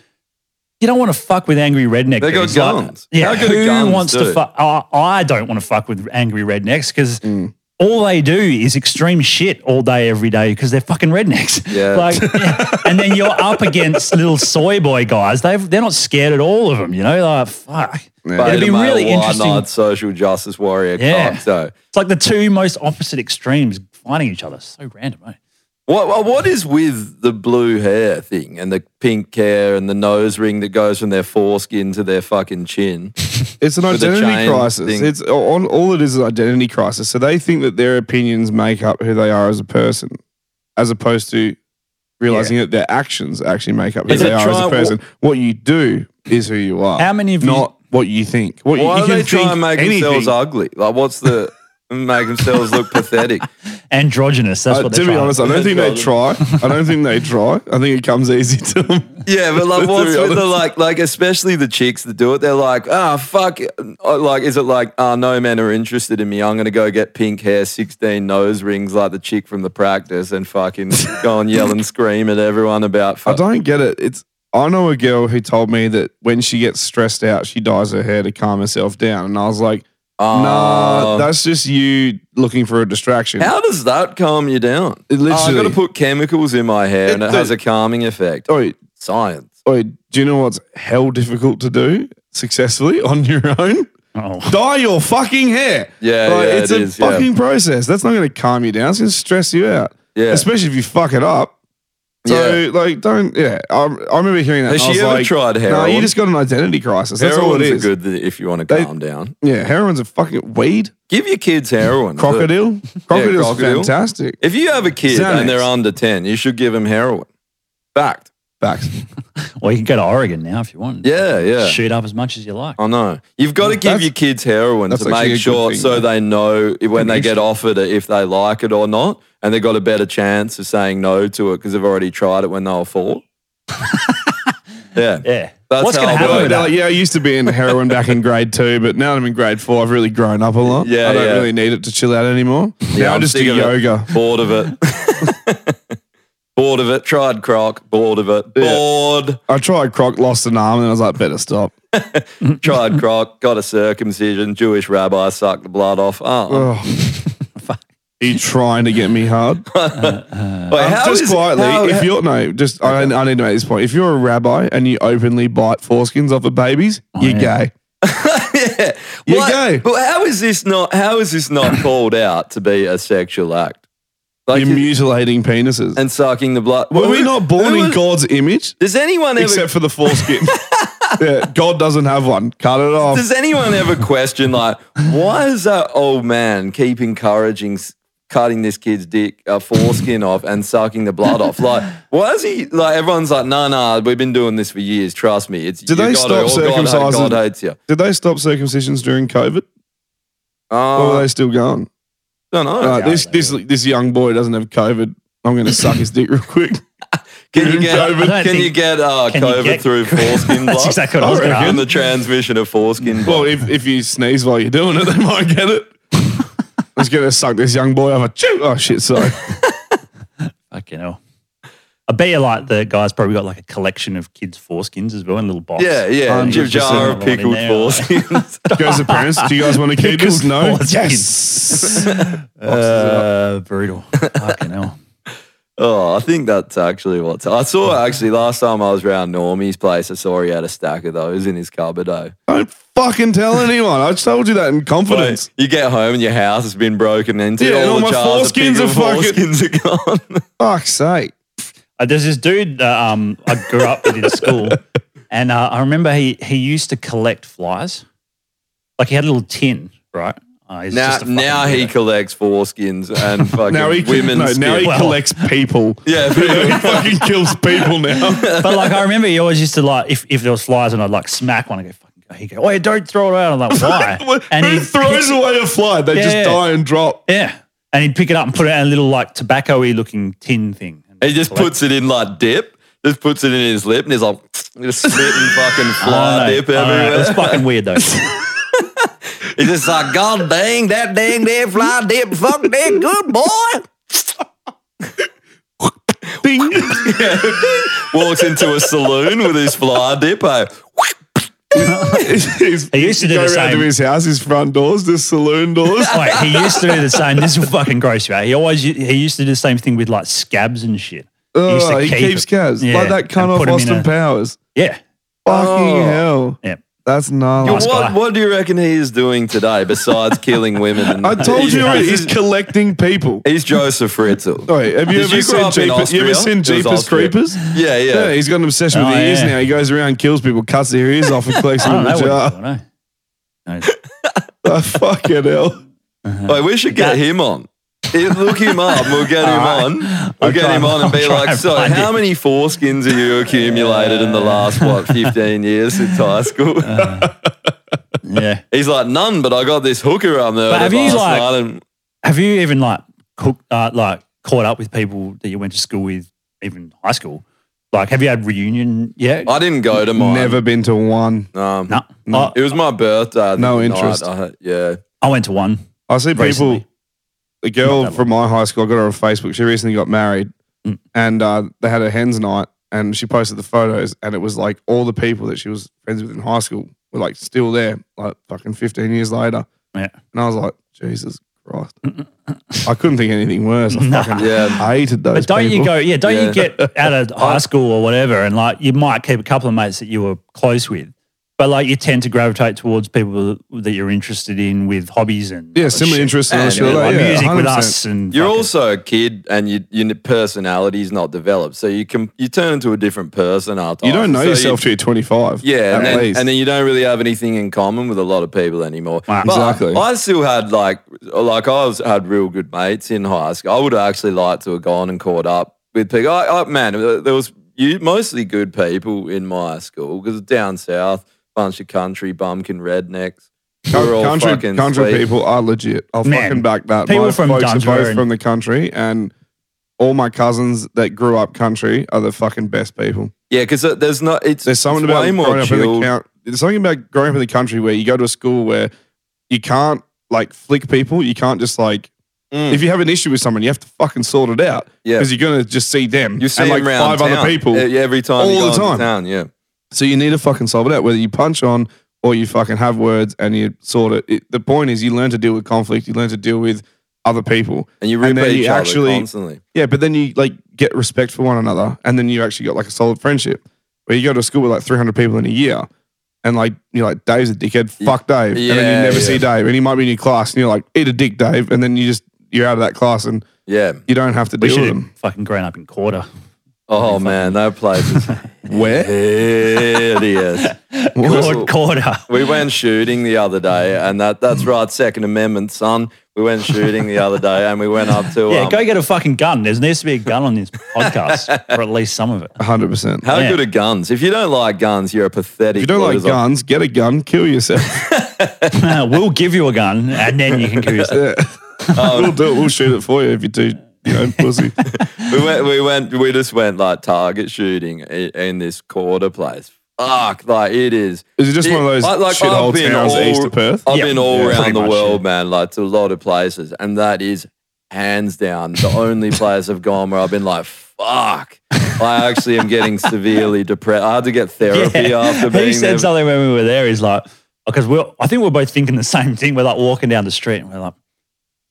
Speaker 3: You don't want to fuck with angry redneck.
Speaker 1: They got
Speaker 3: dudes. Like,
Speaker 1: guns.
Speaker 3: yeah,
Speaker 1: How good are
Speaker 3: who
Speaker 1: guns,
Speaker 3: wants to
Speaker 1: dude?
Speaker 3: fuck? I I don't want to fuck with angry rednecks because
Speaker 1: Mm.
Speaker 3: all they do is extreme shit all day, every day because they're fucking rednecks.
Speaker 1: Yeah.
Speaker 3: like, yeah. and then you're up against little soy boy guys. They they're not scared at all of them. You know, like fuck.
Speaker 1: Beta
Speaker 3: It'd be
Speaker 1: male,
Speaker 3: really
Speaker 1: wide
Speaker 3: interesting.
Speaker 1: eyed social justice warrior
Speaker 3: Yeah.
Speaker 1: yeah. So
Speaker 3: It's like the two most opposite extremes fighting each other. So random, eh?
Speaker 1: What what- what is with the blue hair thing and the pink hair and the nose ring that goes from their foreskin to their fucking chin?
Speaker 2: It's an
Speaker 1: With a
Speaker 2: identity
Speaker 1: chain
Speaker 2: crisis.
Speaker 1: thing.
Speaker 2: It's all, all it is is an identity crisis. So they think that their opinions make up who they are as a person, as opposed to realizing that their actions actually make up who
Speaker 1: Is
Speaker 2: they
Speaker 1: it
Speaker 2: are as
Speaker 1: try-
Speaker 2: a person. what you do is who you are.
Speaker 3: How many of you-
Speaker 2: not what you think? What you,
Speaker 1: Why
Speaker 2: you
Speaker 1: do
Speaker 2: can
Speaker 1: they try
Speaker 2: think
Speaker 1: and make
Speaker 2: anything. Uh,
Speaker 1: themselves ugly? Like, what's the make themselves look pathetic?
Speaker 3: Androgynous. That's
Speaker 2: Uh,
Speaker 3: what
Speaker 2: to
Speaker 3: they're
Speaker 2: be
Speaker 3: trying
Speaker 2: honest, I don't think they try. I don't think they try. I think it comes easy to them.
Speaker 1: Yeah, but like,
Speaker 2: To
Speaker 1: what's
Speaker 2: be
Speaker 1: with the
Speaker 2: honest.
Speaker 1: like, like especially the chicks that do it? They're like, ah, fuck. it." Uh, Like, is it like, ah, no men are interested in me. I'm gonna go get pink hair, sixteen nose rings, like the chick from the practice, and fucking go and yell and scream at everyone about.
Speaker 2: I
Speaker 1: Fuck.
Speaker 2: don't get it. It's I know a girl who told me that when she gets stressed out, she dyes her hair to calm herself down, and I was like. Nah,
Speaker 1: Oh.
Speaker 2: that's just you looking for a distraction.
Speaker 1: How does that calm you down?
Speaker 2: It
Speaker 1: Oh, I've got
Speaker 2: literally- Oh.
Speaker 1: to put chemicals in my hair and
Speaker 2: It-
Speaker 1: it has a calming effect.
Speaker 2: Oi,
Speaker 1: Science.
Speaker 2: oi, do you know what's hell difficult to do successfully on your own?
Speaker 3: Oh.
Speaker 2: Dye your fucking hair.
Speaker 1: Yeah, Uh, yeah,
Speaker 2: it's
Speaker 1: it
Speaker 2: a
Speaker 1: is, yeah.
Speaker 2: fucking process. That's not going to calm you down. It's going to stress you out.
Speaker 1: Yeah.
Speaker 2: especially if you fuck it up. So
Speaker 1: Yeah.
Speaker 2: like, don't. Yeah, I, I remember hearing that.
Speaker 1: Has
Speaker 2: and
Speaker 1: she
Speaker 2: I was
Speaker 1: ever
Speaker 2: like,
Speaker 1: tried
Speaker 2: No,
Speaker 1: heroin?
Speaker 2: you just got an identity crisis. That's all it
Speaker 1: Heroin's a
Speaker 2: is.
Speaker 1: good th- if you want to
Speaker 2: They-
Speaker 1: calm down.
Speaker 2: Yeah, heroin's a fucking weed.
Speaker 1: Give your kids heroin. Look,
Speaker 2: Crocodile. Crocodile's
Speaker 1: crocodile.
Speaker 2: fantastic.
Speaker 1: If you have a kid
Speaker 2: Xanax.
Speaker 1: and they're under 10, you should give them heroin. Fact.
Speaker 2: Facts.
Speaker 3: Well, you can go to Oregon now if you want.
Speaker 1: Yeah, yeah. Uh,
Speaker 3: Shoot up as much as you like.
Speaker 1: I know. You've got to give
Speaker 2: That's-
Speaker 1: your kids heroin
Speaker 2: that's
Speaker 1: to
Speaker 2: actually a
Speaker 1: make
Speaker 2: good
Speaker 1: sure
Speaker 2: thing,
Speaker 1: so
Speaker 2: yeah.
Speaker 1: they know i- when they get offered it if they like it or not. And they've got a better chance of saying no to it because they've already tried it when they were four. yeah.
Speaker 3: Yeah.
Speaker 1: That's
Speaker 3: What's going
Speaker 1: how
Speaker 3: to
Speaker 1: I
Speaker 3: happen
Speaker 1: work.
Speaker 2: They're
Speaker 3: with that?
Speaker 2: like, yeah, I used to be in heroin back in grade two, but now that I'm in grade four. I've really grown up a lot.
Speaker 1: Yeah,
Speaker 2: I don't
Speaker 1: yeah.
Speaker 2: really need it to chill out anymore.
Speaker 1: Yeah,
Speaker 2: now I
Speaker 1: I'm
Speaker 2: just do
Speaker 1: sick of it.
Speaker 2: yoga.
Speaker 1: Bored of it. bored of it. Tried croc. Bored of it.
Speaker 2: Yeah.
Speaker 1: Bored.
Speaker 2: I tried croc, lost an arm, and I was like, better stop.
Speaker 1: Tried croc. Got a circumcision. Jewish rabbi sucked the blood off. Oh,
Speaker 2: Oh. Are you trying to get me hard?
Speaker 1: Wait,
Speaker 2: Um,
Speaker 1: how
Speaker 2: just
Speaker 1: is-
Speaker 2: quietly,
Speaker 1: how-
Speaker 2: if you're no, just I, I need to make this point. If you're a rabbi and you openly bite foreskins off of babies,
Speaker 1: Oh,
Speaker 2: you're
Speaker 3: yeah.
Speaker 2: gay.
Speaker 1: yeah.
Speaker 2: You
Speaker 1: Why-
Speaker 2: go.
Speaker 1: But how is this not? How is this not called out to be a sexual act? Like
Speaker 2: you're
Speaker 1: it-
Speaker 2: mutilating penises.
Speaker 1: and sucking the blood.
Speaker 2: Were we
Speaker 1: Who-
Speaker 2: not born
Speaker 1: who
Speaker 2: in
Speaker 1: was-
Speaker 2: God's image?
Speaker 1: Does anyone ever?
Speaker 2: Except for the foreskin. yeah, God doesn't have one. Cut it off.
Speaker 1: does anyone ever question like why is that old man keep encouraging s- cutting this kid's dick uh, foreskin off and sucking the blood off? Like why is he like everyone's like no no we've been doing this for years. Trust me. It's
Speaker 2: Did
Speaker 1: you
Speaker 2: they
Speaker 1: gotta-
Speaker 2: stop
Speaker 1: oh, God, oh,
Speaker 2: circumcising-
Speaker 1: God, hates you.
Speaker 2: Did they stop circumcisions during COVID? or
Speaker 1: Oh,
Speaker 2: are they still going?
Speaker 1: don't know.
Speaker 2: Uh,
Speaker 3: doubt
Speaker 2: this
Speaker 3: they
Speaker 2: this this young boy doesn't have COVID. I'm going to suck his dick real quick.
Speaker 1: Can
Speaker 2: During
Speaker 1: you get
Speaker 2: COVID.
Speaker 3: I don't
Speaker 1: can you
Speaker 3: think-
Speaker 1: get uh,
Speaker 3: can you
Speaker 1: COVID
Speaker 3: get-
Speaker 1: through foreskin blood?
Speaker 3: That's exactly what I was
Speaker 2: I
Speaker 3: going to
Speaker 2: reckon.
Speaker 1: And
Speaker 3: ask.
Speaker 1: the transmission of foreskin blood.
Speaker 2: Well, if, if you sneeze while you're doing it, they might get it. Let's get to suck this young boy off a chew. Oh shit! Sorry.
Speaker 3: Fucking hell. I bet you like the guy's probably got like a collection of kids' foreskins as well in a little box.
Speaker 1: yeah, yeah. Jib
Speaker 2: 100%
Speaker 1: jar of
Speaker 3: of them in
Speaker 1: pickled
Speaker 3: there,
Speaker 1: foreskins.
Speaker 2: Goes to parents. Do you guys want to keep this?
Speaker 3: Pickled
Speaker 2: No.
Speaker 3: foreskins.
Speaker 2: Yes.
Speaker 3: Uh, brutal. Fucking hell.
Speaker 1: oh, I think that's actually what's. I saw actually last time I was around Normie's place. I saw he had a stack of those in his cupboard. Oh,
Speaker 2: Don't fucking tell anyone. I told you that in confidence.
Speaker 1: Wait, you get home and your house has been broken into.
Speaker 2: Yeah, and
Speaker 1: all
Speaker 2: all
Speaker 1: the
Speaker 2: my
Speaker 1: jars of
Speaker 2: foreskins are
Speaker 1: pickled
Speaker 2: fucking-
Speaker 1: foreskins are gone.
Speaker 2: Fuck's sake.
Speaker 3: Uh, there's this dude that um, I grew up with in school, and uh, I remember he he used to collect flies. Like he had a little tin, right? Uh, he's
Speaker 1: now,
Speaker 3: just a fucking
Speaker 1: now he
Speaker 3: weirdo.
Speaker 1: collects foreskins and fucking
Speaker 2: Now he
Speaker 1: women's.
Speaker 2: no, now he
Speaker 1: skin.
Speaker 3: Well-
Speaker 2: collects people.
Speaker 1: yeah,
Speaker 2: he
Speaker 1: people-
Speaker 2: fucking kills people now.
Speaker 3: But like I remember, he always used to like if, if there was flies and I'd like smack one, I go fucking. He go, oh, don't throw it out. I'm like, why? and
Speaker 2: Who
Speaker 3: he'd
Speaker 2: throws
Speaker 3: pick-
Speaker 2: away a fly? They just
Speaker 3: Yeah.
Speaker 2: die and drop.
Speaker 3: Yeah, and he'd pick it up and put it in a little like tobacco-y looking tin thing.
Speaker 1: He just puts it in like dip. Just puts it in his lip and he's like, just spitting fucking
Speaker 2: Ah,
Speaker 1: fly dip everywhere.
Speaker 3: It's fucking weird though.
Speaker 1: He's just like, God dang, that dang there fly dip, fuck that good boy.
Speaker 2: Bing.
Speaker 1: Walks into a saloon with his fly dip. eh?
Speaker 2: He's-
Speaker 3: He used to do
Speaker 2: go
Speaker 3: the
Speaker 2: around
Speaker 3: same.
Speaker 2: to his house, his front doors, the saloon doors.
Speaker 3: Wait, he used to do the same. This will fucking gross you out. He always he used to do the same thing with like scabs and shit. used to
Speaker 2: Oh, he
Speaker 3: keep
Speaker 2: keeps
Speaker 3: it.
Speaker 2: calves
Speaker 3: Yeah,
Speaker 2: like that cunt
Speaker 3: and
Speaker 2: off
Speaker 3: put 'em in
Speaker 2: Austin
Speaker 3: a-
Speaker 2: Powers.
Speaker 3: Yeah,
Speaker 2: Fucking
Speaker 1: Oh.
Speaker 2: hell!
Speaker 3: yeah.
Speaker 2: That's
Speaker 3: Nice
Speaker 2: gnarly.
Speaker 1: what,
Speaker 3: guy.
Speaker 1: what do you reckon he is doing today besides killing women? And,
Speaker 2: I told you already, he's collecting people.
Speaker 1: he's Joseph Fritzl.
Speaker 2: Wait, have you
Speaker 1: Did
Speaker 2: ever,
Speaker 1: you grow
Speaker 2: seen
Speaker 1: up in
Speaker 2: Jeepers, you ever
Speaker 1: Austria?
Speaker 2: seen
Speaker 1: It was
Speaker 2: Jeepers
Speaker 1: Austria.
Speaker 2: Creepers?
Speaker 1: Yeah,
Speaker 2: Yeah,
Speaker 1: yeah.
Speaker 2: he's got an obsession with
Speaker 3: Oh,
Speaker 2: the ears
Speaker 3: yeah. Oh,
Speaker 2: now. He goes around, kills people, cuts their ears off, and collects
Speaker 3: I
Speaker 2: them
Speaker 3: don't
Speaker 2: in a
Speaker 3: know what he's
Speaker 2: jar.
Speaker 3: doing. eh? No.
Speaker 2: Oh, fucking hell.
Speaker 1: Wait, we should get him on. Eh, Look him up. We'll get him on. We'll
Speaker 3: I'll
Speaker 1: get
Speaker 3: try
Speaker 1: him
Speaker 3: and-
Speaker 1: on and be
Speaker 3: I'll try
Speaker 1: like,
Speaker 3: and
Speaker 1: so
Speaker 3: find
Speaker 1: how
Speaker 3: it."
Speaker 1: many foreskins have you accumulated in the last, what, 15 years since high school?
Speaker 3: Uh. yeah.
Speaker 1: He's like, none, but I got this hooker on there last
Speaker 3: But have you, like-
Speaker 1: night. And,
Speaker 3: Have you even like cooked, uh, like caught up with people that you went to school with, even high school? Like, have you had reunion yet?
Speaker 1: I didn't go to mine.
Speaker 2: Never been to one.
Speaker 1: Um,
Speaker 3: no. Oh. I,
Speaker 1: It was my birthday. I think,
Speaker 2: No
Speaker 1: the
Speaker 2: interest.
Speaker 1: night I- yeah.
Speaker 3: I went to one.
Speaker 2: I see people.
Speaker 3: Recently.
Speaker 2: A
Speaker 3: Not
Speaker 2: girl
Speaker 3: that
Speaker 2: from my high school, I got her on Facebook. She recently got married,
Speaker 3: Mm.
Speaker 2: and uh, they had a hens night, and she posted the photos, and it was like all the people that she was friends with in high school were like still there, like fucking fifteen years later.
Speaker 3: Yeah.
Speaker 2: And I was like, Jesus Christ, I couldn't think of anything worse. I
Speaker 3: Nah.
Speaker 2: fucking
Speaker 1: Yeah.
Speaker 2: hated those.
Speaker 3: But don't you
Speaker 2: people.
Speaker 3: go, yeah, don't
Speaker 1: Yeah.
Speaker 3: you get out of high school or whatever, and like you might keep a couple of mates that you were close with, but like you tend to gravitate towards people that you're interested in with hobbies and
Speaker 2: Yeah,
Speaker 3: other
Speaker 2: similar
Speaker 3: oh, shit.
Speaker 2: interests.
Speaker 1: And
Speaker 2: And
Speaker 1: yeah,
Speaker 3: like
Speaker 2: like, yeah,
Speaker 3: music with
Speaker 2: 100%.
Speaker 3: us and
Speaker 1: You're
Speaker 3: fucking-
Speaker 1: also a kid, and you, your personality's not developed, so you can you turn into a different person after.
Speaker 2: You don't know
Speaker 1: so
Speaker 2: yourself till you're 25.
Speaker 1: yeah, and
Speaker 2: at
Speaker 1: then,
Speaker 2: least.
Speaker 1: and then you don't really have anything in common with a lot of people anymore.
Speaker 3: Wow.
Speaker 1: But
Speaker 2: Exactly.
Speaker 1: I still had like like I was had real good mates in high school. I would have actually liked to have gone and caught up with people. I, I, man, uh, there was you, mostly good people in my school because down south, bunch of country bumpkin rednecks. We were all
Speaker 2: country,
Speaker 1: fucking
Speaker 2: country
Speaker 1: sweet.
Speaker 2: people are legit. I'll
Speaker 3: Man,
Speaker 2: fucking back that.
Speaker 3: people
Speaker 2: my
Speaker 3: from
Speaker 2: folks are
Speaker 3: Dunja
Speaker 2: both
Speaker 3: and-
Speaker 2: from the country, and all my cousins that grew up country are the fucking best people.
Speaker 1: Yeah, because there's not. It's
Speaker 2: There's something
Speaker 1: it's
Speaker 2: about
Speaker 1: way more
Speaker 2: growing up in the
Speaker 1: chilled.
Speaker 2: count. There's something about growing up in the country where you go to a school where you can't like flick people. You can't just like
Speaker 1: Mm.
Speaker 2: if you have an issue with someone, you have to fucking sort it out
Speaker 1: Yeah.
Speaker 2: because you're gonna just see them
Speaker 1: You see
Speaker 2: and like
Speaker 1: him round
Speaker 2: five other
Speaker 1: town
Speaker 2: people.
Speaker 1: e- every time you
Speaker 2: all
Speaker 1: go
Speaker 2: the
Speaker 1: into
Speaker 2: time.
Speaker 1: Town, yeah,
Speaker 2: So you need to fucking solve it out, whether you punch on or you fucking have words and you sort it. it the point is, you learn to deal with conflict. You learn to deal with other people.
Speaker 1: and you
Speaker 2: And
Speaker 1: repeat
Speaker 2: then you
Speaker 1: each other
Speaker 2: actually-
Speaker 1: constantly.
Speaker 2: Yeah, but then you like get respect for one another, and then you actually got like a solid friendship. Where you go to a school with like 300 people in a year, and like you're like Dave's a dickhead. Fuck Dave, and then
Speaker 1: Yeah,
Speaker 2: you never
Speaker 1: yeah.
Speaker 2: see Dave, and he might be in your class, and you're like eat a dick, Dave, and then you just you're out of that class, and
Speaker 1: Yeah.
Speaker 2: you don't have to
Speaker 3: we
Speaker 2: deal
Speaker 3: should
Speaker 2: with
Speaker 3: have
Speaker 2: them.
Speaker 3: fucking grown up in quarter.
Speaker 1: Oh man, that place is
Speaker 2: Where?
Speaker 1: hideous.
Speaker 3: Lord quarter.
Speaker 1: We went shooting the other day, and that that's right, Second Amendment, son. We went shooting the other day, and we went up to
Speaker 3: Yeah,
Speaker 1: um,
Speaker 3: go get a fucking gun. There needs to be a gun on this podcast, or at least some of it.
Speaker 2: 100. percent
Speaker 1: how
Speaker 3: yeah.
Speaker 1: good are guns? If you don't like guns, you're a pathetic.
Speaker 2: If you don't like
Speaker 1: loser.
Speaker 2: guns, get a gun, kill yourself.
Speaker 3: we'll give you a gun, and then you can kill yourself.
Speaker 2: Yeah. we'll do it. We'll shoot it for you if you do. You know, pussy.
Speaker 1: we went, we went, we just went like target shooting i- in this quarter place. Fuck, like it is.
Speaker 2: Is it just one of those shithole
Speaker 1: I've been
Speaker 2: towns east of Perth?
Speaker 1: I've
Speaker 3: Yeah,
Speaker 1: been all
Speaker 3: yeah,
Speaker 1: around
Speaker 3: pretty
Speaker 1: the
Speaker 3: much,
Speaker 1: world,
Speaker 3: yeah.
Speaker 1: man, like to a lot of places, and that is hands down the only place I've gone where I've been like, fuck. I actually am getting severely depressed. I had to get therapy after being
Speaker 3: he said
Speaker 1: there.
Speaker 3: something when we were there. He's like, because we're, I think we're both thinking the same thing. We're like walking down the street and we're like,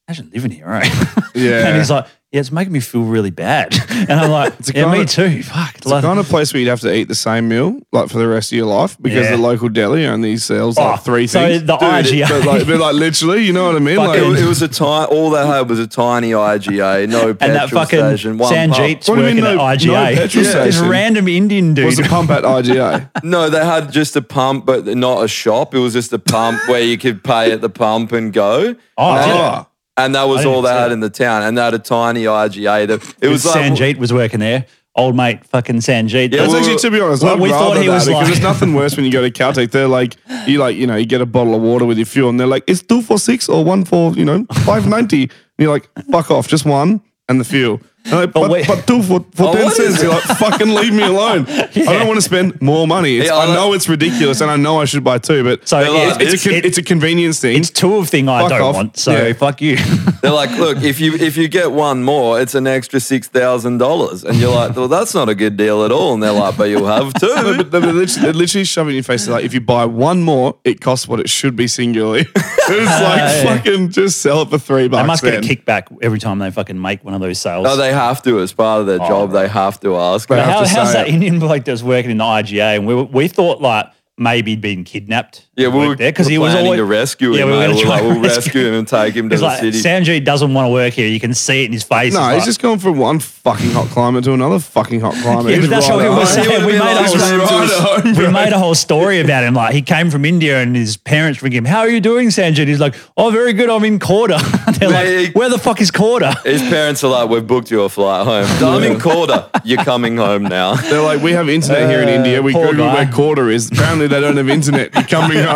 Speaker 3: imagine living here, right?
Speaker 2: Yeah.
Speaker 3: and he's like, yeah, it's making me feel really bad. And I'm like,
Speaker 2: a
Speaker 3: yeah,
Speaker 2: kind
Speaker 3: me
Speaker 2: of-
Speaker 3: too. Fuck.
Speaker 2: It's the kind of place where you'd have to eat the same meal like for the rest of your life because
Speaker 3: Yeah.
Speaker 2: the local deli only sells like
Speaker 3: Oh,
Speaker 2: three
Speaker 3: so
Speaker 2: things.
Speaker 3: the IGA.
Speaker 2: But like, but like literally, you know what I mean? Like,
Speaker 1: It, wa- it was a tiny. All they had was a tiny IGA, no petrol
Speaker 3: and that fucking
Speaker 1: station, one pump.
Speaker 3: Sanjeet's
Speaker 2: What do you
Speaker 3: working
Speaker 2: mean
Speaker 3: at
Speaker 2: no-
Speaker 3: IGA.
Speaker 2: no petrol
Speaker 3: This
Speaker 2: station?
Speaker 3: random Indian dude.
Speaker 2: was a pump at IGA.
Speaker 1: No, they had just a pump, but not a shop. It was just a pump where you could pay at the pump and go.
Speaker 3: Oh,
Speaker 1: and,
Speaker 3: did it?
Speaker 2: Oh.
Speaker 1: and that
Speaker 3: I
Speaker 1: was
Speaker 3: didn't
Speaker 1: all they
Speaker 3: see
Speaker 1: had
Speaker 3: it.
Speaker 1: in the town. And they had a tiny IGA. That it was
Speaker 3: was
Speaker 1: like
Speaker 3: Sanjeet was working there. Old mate, fucking Sanjeet.
Speaker 1: Yeah,
Speaker 2: That's
Speaker 1: well,
Speaker 2: actually, to be honest,
Speaker 3: well,
Speaker 2: I'd
Speaker 3: we thought
Speaker 2: rather
Speaker 3: he was
Speaker 2: that because
Speaker 3: like-
Speaker 2: there's nothing worse when you go to Caltech. They're like, you like, you know, you get a bottle of water with your fuel, and they're like, it's two for six or one for, you know, five ninety. And you're like, fuck off, just one and the fuel. And they're like, but,
Speaker 3: Oh, wait-
Speaker 2: but, two for, for
Speaker 1: Oh,
Speaker 2: ten
Speaker 1: what is
Speaker 2: cents. You're like, fucking leave me alone. I don't want to spend more money. It's,
Speaker 1: Yeah, I
Speaker 2: I know
Speaker 1: like-
Speaker 2: it's ridiculous, and I know I should buy two, but
Speaker 3: So
Speaker 1: They're
Speaker 3: it's,
Speaker 1: like,
Speaker 2: it's, a con-
Speaker 3: it-
Speaker 2: it's a convenience thing.
Speaker 3: it's two of thing I
Speaker 2: Fuck
Speaker 3: don't
Speaker 2: off.
Speaker 3: want. So
Speaker 2: Yeah.
Speaker 3: fuck you.
Speaker 1: They're like, look, if you if you get one more, it's an extra six thousand dollars, and you're like, well, that's not a good deal at all. And they're like, but you'll have
Speaker 2: No,
Speaker 1: two.
Speaker 2: but they're literally, they're literally shoving it in your face. They're like, if you buy one more, it costs what it should be singularly. it's like,
Speaker 3: yeah.
Speaker 2: fucking just sell it for three bucks.
Speaker 3: I must
Speaker 2: then.
Speaker 3: get a kickback every time they fucking make one of those sales.
Speaker 1: No, Oh, they have to as part of their job. They have to ask.
Speaker 2: But
Speaker 1: They have
Speaker 3: How,
Speaker 2: Oh, to
Speaker 3: how's
Speaker 2: say
Speaker 3: that
Speaker 2: it.
Speaker 3: Indian bloke that was working in the IGA? And we, were- we thought like maybe been kidnapped.
Speaker 1: Yeah, we were
Speaker 3: worked there because he was
Speaker 1: planning
Speaker 3: always
Speaker 1: to rescue him.
Speaker 3: Yeah, we were
Speaker 1: mate.
Speaker 3: gonna
Speaker 1: We're
Speaker 3: try
Speaker 1: like,
Speaker 3: and
Speaker 1: we'll rescue
Speaker 3: rescue
Speaker 1: him and take him to
Speaker 3: He's
Speaker 1: the
Speaker 3: like
Speaker 1: city.
Speaker 3: Sanjeev doesn't want to work here. You can see it in his face.
Speaker 2: No, he's
Speaker 3: like-
Speaker 2: just going from one fucking hot climate to another fucking hot climate.
Speaker 3: Yeah, but
Speaker 2: He's
Speaker 3: that's
Speaker 2: right
Speaker 3: what we
Speaker 2: on.
Speaker 3: were
Speaker 1: He would've
Speaker 3: saying. We
Speaker 1: been
Speaker 3: made, a
Speaker 1: like,
Speaker 3: whole
Speaker 1: "Just
Speaker 3: story,
Speaker 1: ride
Speaker 3: we made a whole story about him. Like he came from India and his parents bring him, "How are you doing, Sanjay?" He's like, "Oh, very good. I'm in Corda." They're
Speaker 1: Mate.
Speaker 3: like, "Where the fuck is Corda?"
Speaker 1: His parents are like, we've booked you a flight home. I'm in Corda. You're coming home now.
Speaker 2: They're like, we have internet here in
Speaker 3: Uh,
Speaker 2: India. We
Speaker 3: poor
Speaker 2: Google
Speaker 3: guy.
Speaker 2: where quarter is. Apparently, they don't have internet. You're coming home.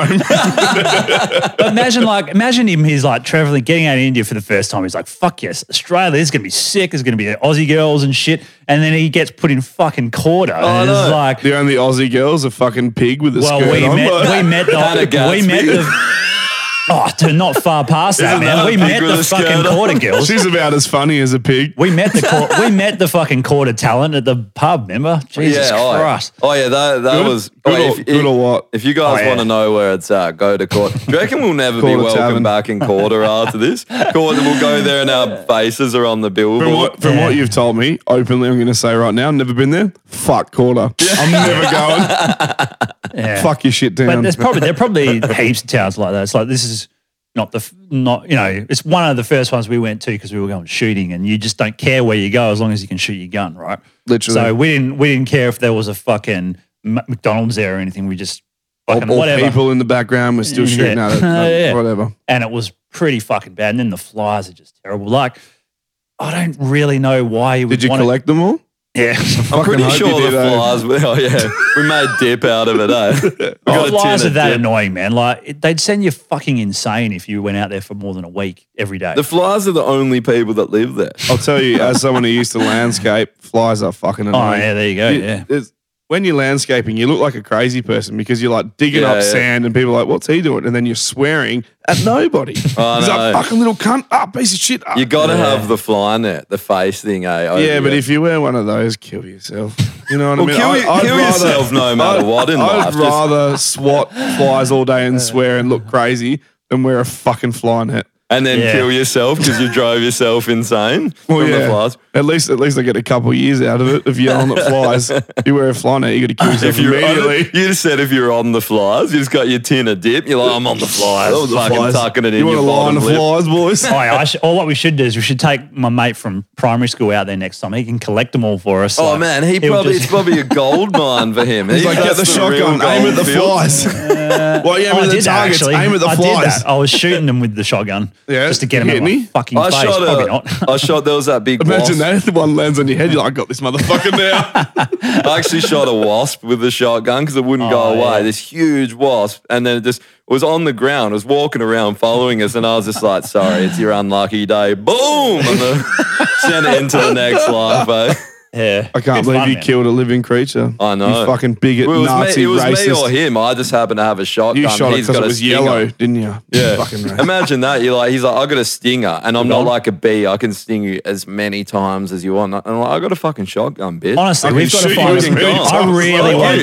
Speaker 3: But imagine like imagine him. He's like traveling, getting out of India for the first time. He's like, "Fuck yes, Australia. This is gonna be sick. There's gonna be Aussie girls and shit." And then he gets put in fucking Corda. and
Speaker 1: no.
Speaker 3: it's like,
Speaker 2: the only Aussie girl's a fucking pig with a
Speaker 3: well,
Speaker 2: skirt
Speaker 3: we
Speaker 2: on. but-
Speaker 3: met, we met the,
Speaker 1: Hannah
Speaker 3: we met
Speaker 1: Gadsby.
Speaker 3: the. Oh, dude, not far past that,
Speaker 1: Isn't
Speaker 3: man.
Speaker 1: that a
Speaker 3: we
Speaker 1: pig
Speaker 3: met
Speaker 1: with a
Speaker 3: the
Speaker 1: skirt
Speaker 3: fucking
Speaker 1: on?
Speaker 3: Corda girls.
Speaker 2: She's about as funny as a pig.
Speaker 3: We met the court, we met the fucking quarter talent at the pub. Remember? Jesus
Speaker 1: yeah, oh,
Speaker 3: Christ!
Speaker 1: Oh, yeah, that, that
Speaker 2: Good?
Speaker 1: was.
Speaker 2: Good
Speaker 1: oh,
Speaker 2: or-
Speaker 1: if,
Speaker 2: good
Speaker 1: if-
Speaker 2: or what?
Speaker 1: If you guys
Speaker 3: Oh, yeah.
Speaker 1: want to know where it's at, go to Corda. Do you reckon we'll never be
Speaker 2: Corda
Speaker 1: welcome
Speaker 2: Tavern.
Speaker 1: back in Corda after this? Corda, we'll go there and our faces are on the billboard.
Speaker 2: From what from what you've told me, openly, I'm going to say right now, never been there. Fuck quarter. I'm never going.
Speaker 3: Yeah.
Speaker 2: Fuck your shit
Speaker 3: But
Speaker 2: down.
Speaker 3: there's probably there are probably heaps of towns like that. It's like this is not the f- not you know it's one of the first ones we went to because we were going shooting and you just don't care where you go as long as you can shoot your gun, right?
Speaker 2: Literally.
Speaker 3: So we didn't we didn't care if there was a fucking M- McDonald's there or anything. We just fucking
Speaker 2: or
Speaker 3: whatever.
Speaker 2: people in the background were still
Speaker 3: Yeah.
Speaker 2: shooting at it.
Speaker 3: Oh, yeah.
Speaker 2: Whatever.
Speaker 3: and it was pretty fucking bad. And then the flies are just terrible. Like I don't really know why you would
Speaker 2: Did you
Speaker 3: want
Speaker 2: collect them all?
Speaker 3: It. Yeah.
Speaker 1: I'm pretty
Speaker 2: Fucking hope
Speaker 1: sure the
Speaker 2: you did, eh?
Speaker 1: flies. Oh, yeah. We made dip out of it, eh? We
Speaker 3: Oh, flies
Speaker 1: tin
Speaker 3: are
Speaker 1: of
Speaker 3: that
Speaker 1: dip.
Speaker 3: annoying, man. Like it- they'd send you fucking insane if you went out there for more than a week every day.
Speaker 1: The flies are the only people that live there.
Speaker 2: I'll tell you, as someone who used to landscape, flies are fucking annoying.
Speaker 3: oh yeah, there you go.
Speaker 2: You-
Speaker 3: Yeah,
Speaker 2: there's- When you're landscaping, you look like a crazy person because you're like digging
Speaker 1: Yeah,
Speaker 2: up
Speaker 1: yeah.
Speaker 2: sand and people are like, what's he doing? And then you're swearing at nobody. He's
Speaker 1: I
Speaker 2: like,
Speaker 1: know.
Speaker 2: fucking little cunt, ah, piece of shit. ah."
Speaker 1: You got to
Speaker 3: Yeah.
Speaker 1: have the fly net, the face thing, eh? over
Speaker 2: yeah, but
Speaker 1: it.
Speaker 2: if you wear one of those, kill yourself. You know
Speaker 1: Well,
Speaker 2: what I mean?
Speaker 1: kill
Speaker 2: I-
Speaker 1: you- kill yourself no matter what in
Speaker 2: I'd
Speaker 1: life, just-
Speaker 2: rather swat flies all day and swear and look crazy than wear a fucking fly net.
Speaker 1: and then
Speaker 3: Yeah.
Speaker 1: kill yourself because you drove yourself insane
Speaker 2: Well,
Speaker 1: from the
Speaker 2: Oh, yeah.
Speaker 1: flies.
Speaker 2: At least, at least I get a couple years out of it. If you're yelling at flies, you wear a fly net, you got to kill yourself
Speaker 1: If you're
Speaker 2: immediately.
Speaker 1: on, you just said if you're on the flies, you just got your tin of dip. You're like, I'm on the flies,
Speaker 2: Oh, the
Speaker 1: fucking
Speaker 2: flies.
Speaker 1: tucking it in
Speaker 2: you
Speaker 1: your
Speaker 2: want a line
Speaker 1: bottom
Speaker 2: of
Speaker 1: lip.
Speaker 2: flies, boys?
Speaker 3: Oh, yeah, I sh- or what we should do is we should take my mate from primary school out there next time. He can collect them all for us.
Speaker 1: Oh
Speaker 3: Like,
Speaker 1: man, he
Speaker 3: he'll
Speaker 1: probably
Speaker 3: just-
Speaker 1: it's probably a gold mine for him.
Speaker 2: He's like, get
Speaker 1: that's
Speaker 2: the
Speaker 1: real
Speaker 2: shotgun, aim at the
Speaker 1: goldfield.
Speaker 2: flies. well, yeah, aim
Speaker 3: Oh, I
Speaker 2: at the
Speaker 3: did that,
Speaker 2: targets,
Speaker 3: actually.
Speaker 2: aim at the
Speaker 3: I did
Speaker 2: flies.
Speaker 3: that. I was shooting them with the shotgun
Speaker 2: Yeah,
Speaker 3: just to get
Speaker 2: you
Speaker 3: them
Speaker 2: hit
Speaker 3: in my
Speaker 2: me?
Speaker 3: fucking
Speaker 1: I
Speaker 3: face.
Speaker 1: shot
Speaker 3: Probably
Speaker 1: a,
Speaker 3: not.
Speaker 1: I shot there was that big
Speaker 2: Imagine
Speaker 1: wasp.
Speaker 2: that if one lands on your head, you're like, I got this motherfucker now.
Speaker 1: I actually shot a wasp with the shotgun because it wouldn't go
Speaker 3: Oh,
Speaker 1: away.
Speaker 3: yeah.
Speaker 1: This huge wasp, and then it just was on the ground. It was walking around, following us, and I was just like, "Sorry, it's your unlucky day." Boom! And then sent it into the next life. Eh?
Speaker 3: yeah,
Speaker 2: I can't
Speaker 3: Good
Speaker 2: believe
Speaker 3: fun,
Speaker 2: you
Speaker 3: man.
Speaker 2: killed a living creature.
Speaker 1: I know.
Speaker 2: You fucking bigot,
Speaker 1: Well, it was,
Speaker 2: Nazi,
Speaker 1: me, it was me
Speaker 2: racist.
Speaker 1: or him. I just happened to have a shotgun.
Speaker 2: you shot it
Speaker 1: He's
Speaker 2: because it
Speaker 1: got a
Speaker 2: was
Speaker 1: stinger.
Speaker 2: yellow, didn't you?
Speaker 1: Yeah.
Speaker 2: Fucking racist.
Speaker 1: Imagine that. You're like, he's like, I got a stinger, and I'm not
Speaker 3: on.
Speaker 1: like a bee. I can sting you as many times as you want. And I'm like, I got a fucking shotgun, bitch.
Speaker 3: Honestly,
Speaker 2: I
Speaker 3: we've
Speaker 2: can
Speaker 3: got to
Speaker 2: shoot
Speaker 3: find.
Speaker 2: you as many
Speaker 3: I
Speaker 2: times
Speaker 3: really
Speaker 1: Fuck
Speaker 3: want.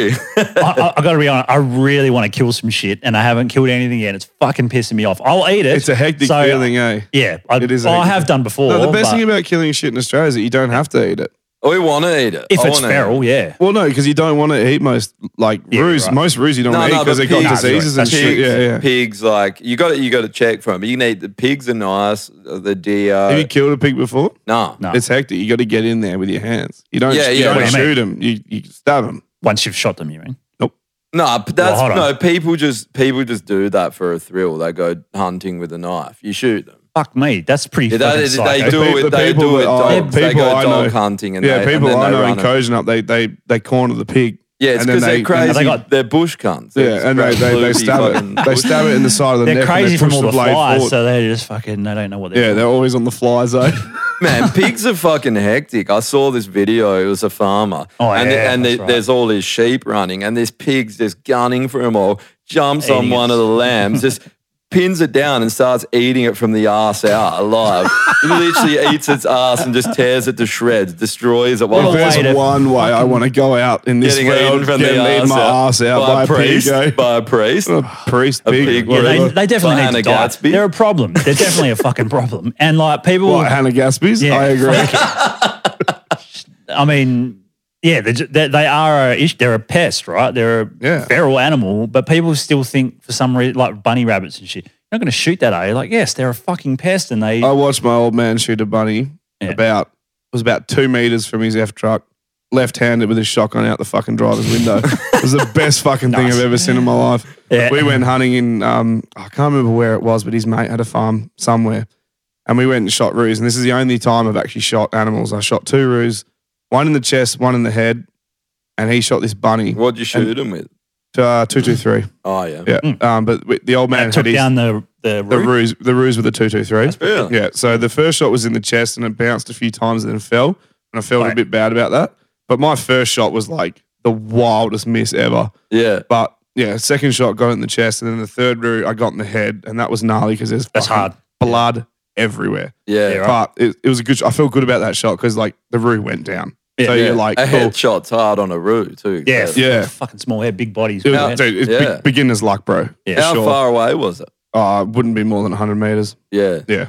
Speaker 1: you.
Speaker 3: I, I, I got to be honest. I really want to kill some shit, and I haven't killed anything yet. It's fucking pissing me off. I'll eat it.
Speaker 2: It's a hectic
Speaker 3: So,
Speaker 2: feeling, eh?
Speaker 3: Yeah, I,
Speaker 2: It is a
Speaker 3: well, I
Speaker 2: hectic-
Speaker 3: have done before.
Speaker 2: No, the best
Speaker 3: but
Speaker 2: thing about killing shit in Australia is that you don't have to eat it.
Speaker 1: We want to eat it.
Speaker 3: if
Speaker 1: I
Speaker 3: it's
Speaker 1: wanna eat it.
Speaker 3: feral, yeah.
Speaker 2: Well, no, because you don't want to eat most like
Speaker 3: Yeah,
Speaker 2: roos.
Speaker 3: right.
Speaker 2: Most roos you don't
Speaker 1: No,
Speaker 2: want to eat
Speaker 1: no,
Speaker 2: because
Speaker 1: but
Speaker 2: they got
Speaker 1: pigs-
Speaker 2: diseases and
Speaker 1: Pigs,
Speaker 2: shit. Yeah, yeah.
Speaker 1: pigs, like you got to you got to check for them. You need the pigs are nice. The deer,
Speaker 2: Have you killed a pig before?
Speaker 1: uh, no,
Speaker 3: No.
Speaker 2: It's hectic. You got to get in there with your hands. You don't.
Speaker 1: Yeah,
Speaker 2: you
Speaker 1: yeah,
Speaker 2: don't
Speaker 3: right.
Speaker 2: shoot them. You you stab them.
Speaker 3: Once you've shot them, you mean?
Speaker 1: no. But that's
Speaker 3: Well, hold on.
Speaker 1: no. People just people just do that for a thrill. They go hunting with a knife. You shoot them.
Speaker 3: Fuck me, that's pretty.
Speaker 1: Yeah,
Speaker 3: fucking
Speaker 1: that is, they
Speaker 3: psycho.
Speaker 1: do
Speaker 2: The pe-
Speaker 1: it.
Speaker 2: the
Speaker 1: They
Speaker 2: people
Speaker 1: do it.
Speaker 2: that I-
Speaker 1: Dogs. They
Speaker 2: people
Speaker 1: go
Speaker 2: I know-
Speaker 1: dog hunting and
Speaker 2: yeah,
Speaker 1: they,
Speaker 2: people
Speaker 1: and then
Speaker 2: I
Speaker 1: they
Speaker 2: know
Speaker 1: run
Speaker 2: in
Speaker 1: it.
Speaker 2: Cozen up, they they they corner the pig.
Speaker 1: Yeah, it's
Speaker 2: and then
Speaker 1: because they're crazy.
Speaker 3: they
Speaker 1: They
Speaker 3: got-
Speaker 1: are bush cunts. They're just
Speaker 2: Yeah, and they,
Speaker 1: great
Speaker 2: they, they
Speaker 1: loopy
Speaker 2: stab
Speaker 1: fucking
Speaker 2: it. They
Speaker 1: bush-
Speaker 2: stab it in the side of the
Speaker 3: They're
Speaker 2: neck.
Speaker 3: crazy
Speaker 2: and they
Speaker 3: from
Speaker 2: push
Speaker 3: all the,
Speaker 2: blade
Speaker 3: flies,
Speaker 2: forward.
Speaker 3: so they just fucking they don't know what they're
Speaker 2: yeah,
Speaker 3: doing.
Speaker 2: they're always on the fly zone.
Speaker 1: Man, pigs are fucking hectic. I saw this video. It was a farmer.
Speaker 3: Oh,
Speaker 1: and the-
Speaker 3: yeah,
Speaker 1: and the-
Speaker 3: that's right.
Speaker 1: there's all these sheep running, and this pig's just gunning for them all, jumps on
Speaker 3: Eating
Speaker 1: one
Speaker 3: it.
Speaker 1: of the lambs, just pins it down and starts eating it from the ass out alive. it literally eats its ass and just tears it to shreds, destroys it while
Speaker 3: What a
Speaker 1: it's
Speaker 2: There's
Speaker 3: way to
Speaker 2: one way I want to go out in this
Speaker 1: getting eaten
Speaker 2: world,
Speaker 1: from
Speaker 2: getting
Speaker 1: the
Speaker 2: eaten
Speaker 1: ass
Speaker 2: my
Speaker 1: out,
Speaker 2: ass out by, a
Speaker 1: priest.
Speaker 2: pig. eh?
Speaker 1: By a priest.
Speaker 2: A priest pig.
Speaker 1: pig,
Speaker 3: Yeah, they,
Speaker 2: whatever.
Speaker 3: they definitely
Speaker 1: Like
Speaker 3: need to
Speaker 1: Hannah
Speaker 3: die.
Speaker 1: Gadsby.
Speaker 3: They're a problem. They're definitely a fucking problem. And like people,
Speaker 2: What, Hannah Gaspy's?
Speaker 3: Yeah.
Speaker 2: I agree.
Speaker 3: I mean, yeah, they're, ju- they they are a ish. They're a pest, right? They're a
Speaker 2: Yeah.
Speaker 3: feral animal, but people still think for some reason, like bunny rabbits and shit, you're not going to shoot that, are you? Like, yes, they're a fucking pest, and they.
Speaker 2: I watched my old man shoot a bunny
Speaker 3: Yeah.
Speaker 2: about it was about two meters from his F truck, left handed with his shotgun out the fucking driver's window. it was the best fucking
Speaker 3: Nice.
Speaker 2: thing I've ever seen in my life.
Speaker 3: Yeah.
Speaker 2: We went hunting in um, I can't remember where it was, but his mate had a farm somewhere, and we went and shot roos. And this is the only time I've actually shot animals. I shot two roos, one in the chest, one in the head, and he shot this bunny.
Speaker 1: What'd you shoot him with?
Speaker 2: Uh, two two three.
Speaker 1: Oh, yeah.
Speaker 2: Yeah. Um, but we- the old
Speaker 3: Hmm. that
Speaker 2: man
Speaker 3: took
Speaker 2: had his
Speaker 3: down the the,
Speaker 2: the
Speaker 3: roof.
Speaker 2: ruse the ruse with the two two three.
Speaker 1: Really?
Speaker 2: Yeah. So the first shot was in the chest and it bounced a few times and then fell. And I felt
Speaker 3: Right.
Speaker 2: a bit bad about that. But my first shot was like the wildest miss ever.
Speaker 1: Yeah.
Speaker 2: But yeah, second shot got in the chest and then the third root I got in the head and that was gnarly because there's
Speaker 3: That's
Speaker 2: fucking
Speaker 3: hard.
Speaker 2: blood everywhere.
Speaker 1: Yeah.
Speaker 3: Yeah, right.
Speaker 2: But it, it was a good. sh- I feel good about that shot because like the root went down.
Speaker 3: Yeah,
Speaker 2: so
Speaker 1: Yeah.
Speaker 2: you're like,
Speaker 1: a
Speaker 2: cool.
Speaker 1: headshot's hard on a root, too.
Speaker 3: Yeah,
Speaker 1: So-
Speaker 2: Yeah.
Speaker 3: fucking small head, big bodies.
Speaker 2: Dude,
Speaker 3: man.
Speaker 2: dude, it's be-
Speaker 1: Yeah.
Speaker 2: beginner's luck, bro.
Speaker 3: Yeah.
Speaker 2: For
Speaker 1: How
Speaker 2: sure.
Speaker 1: far away was it?
Speaker 2: Uh, wouldn't be more than 100 meters.
Speaker 1: Yeah.
Speaker 2: Yeah.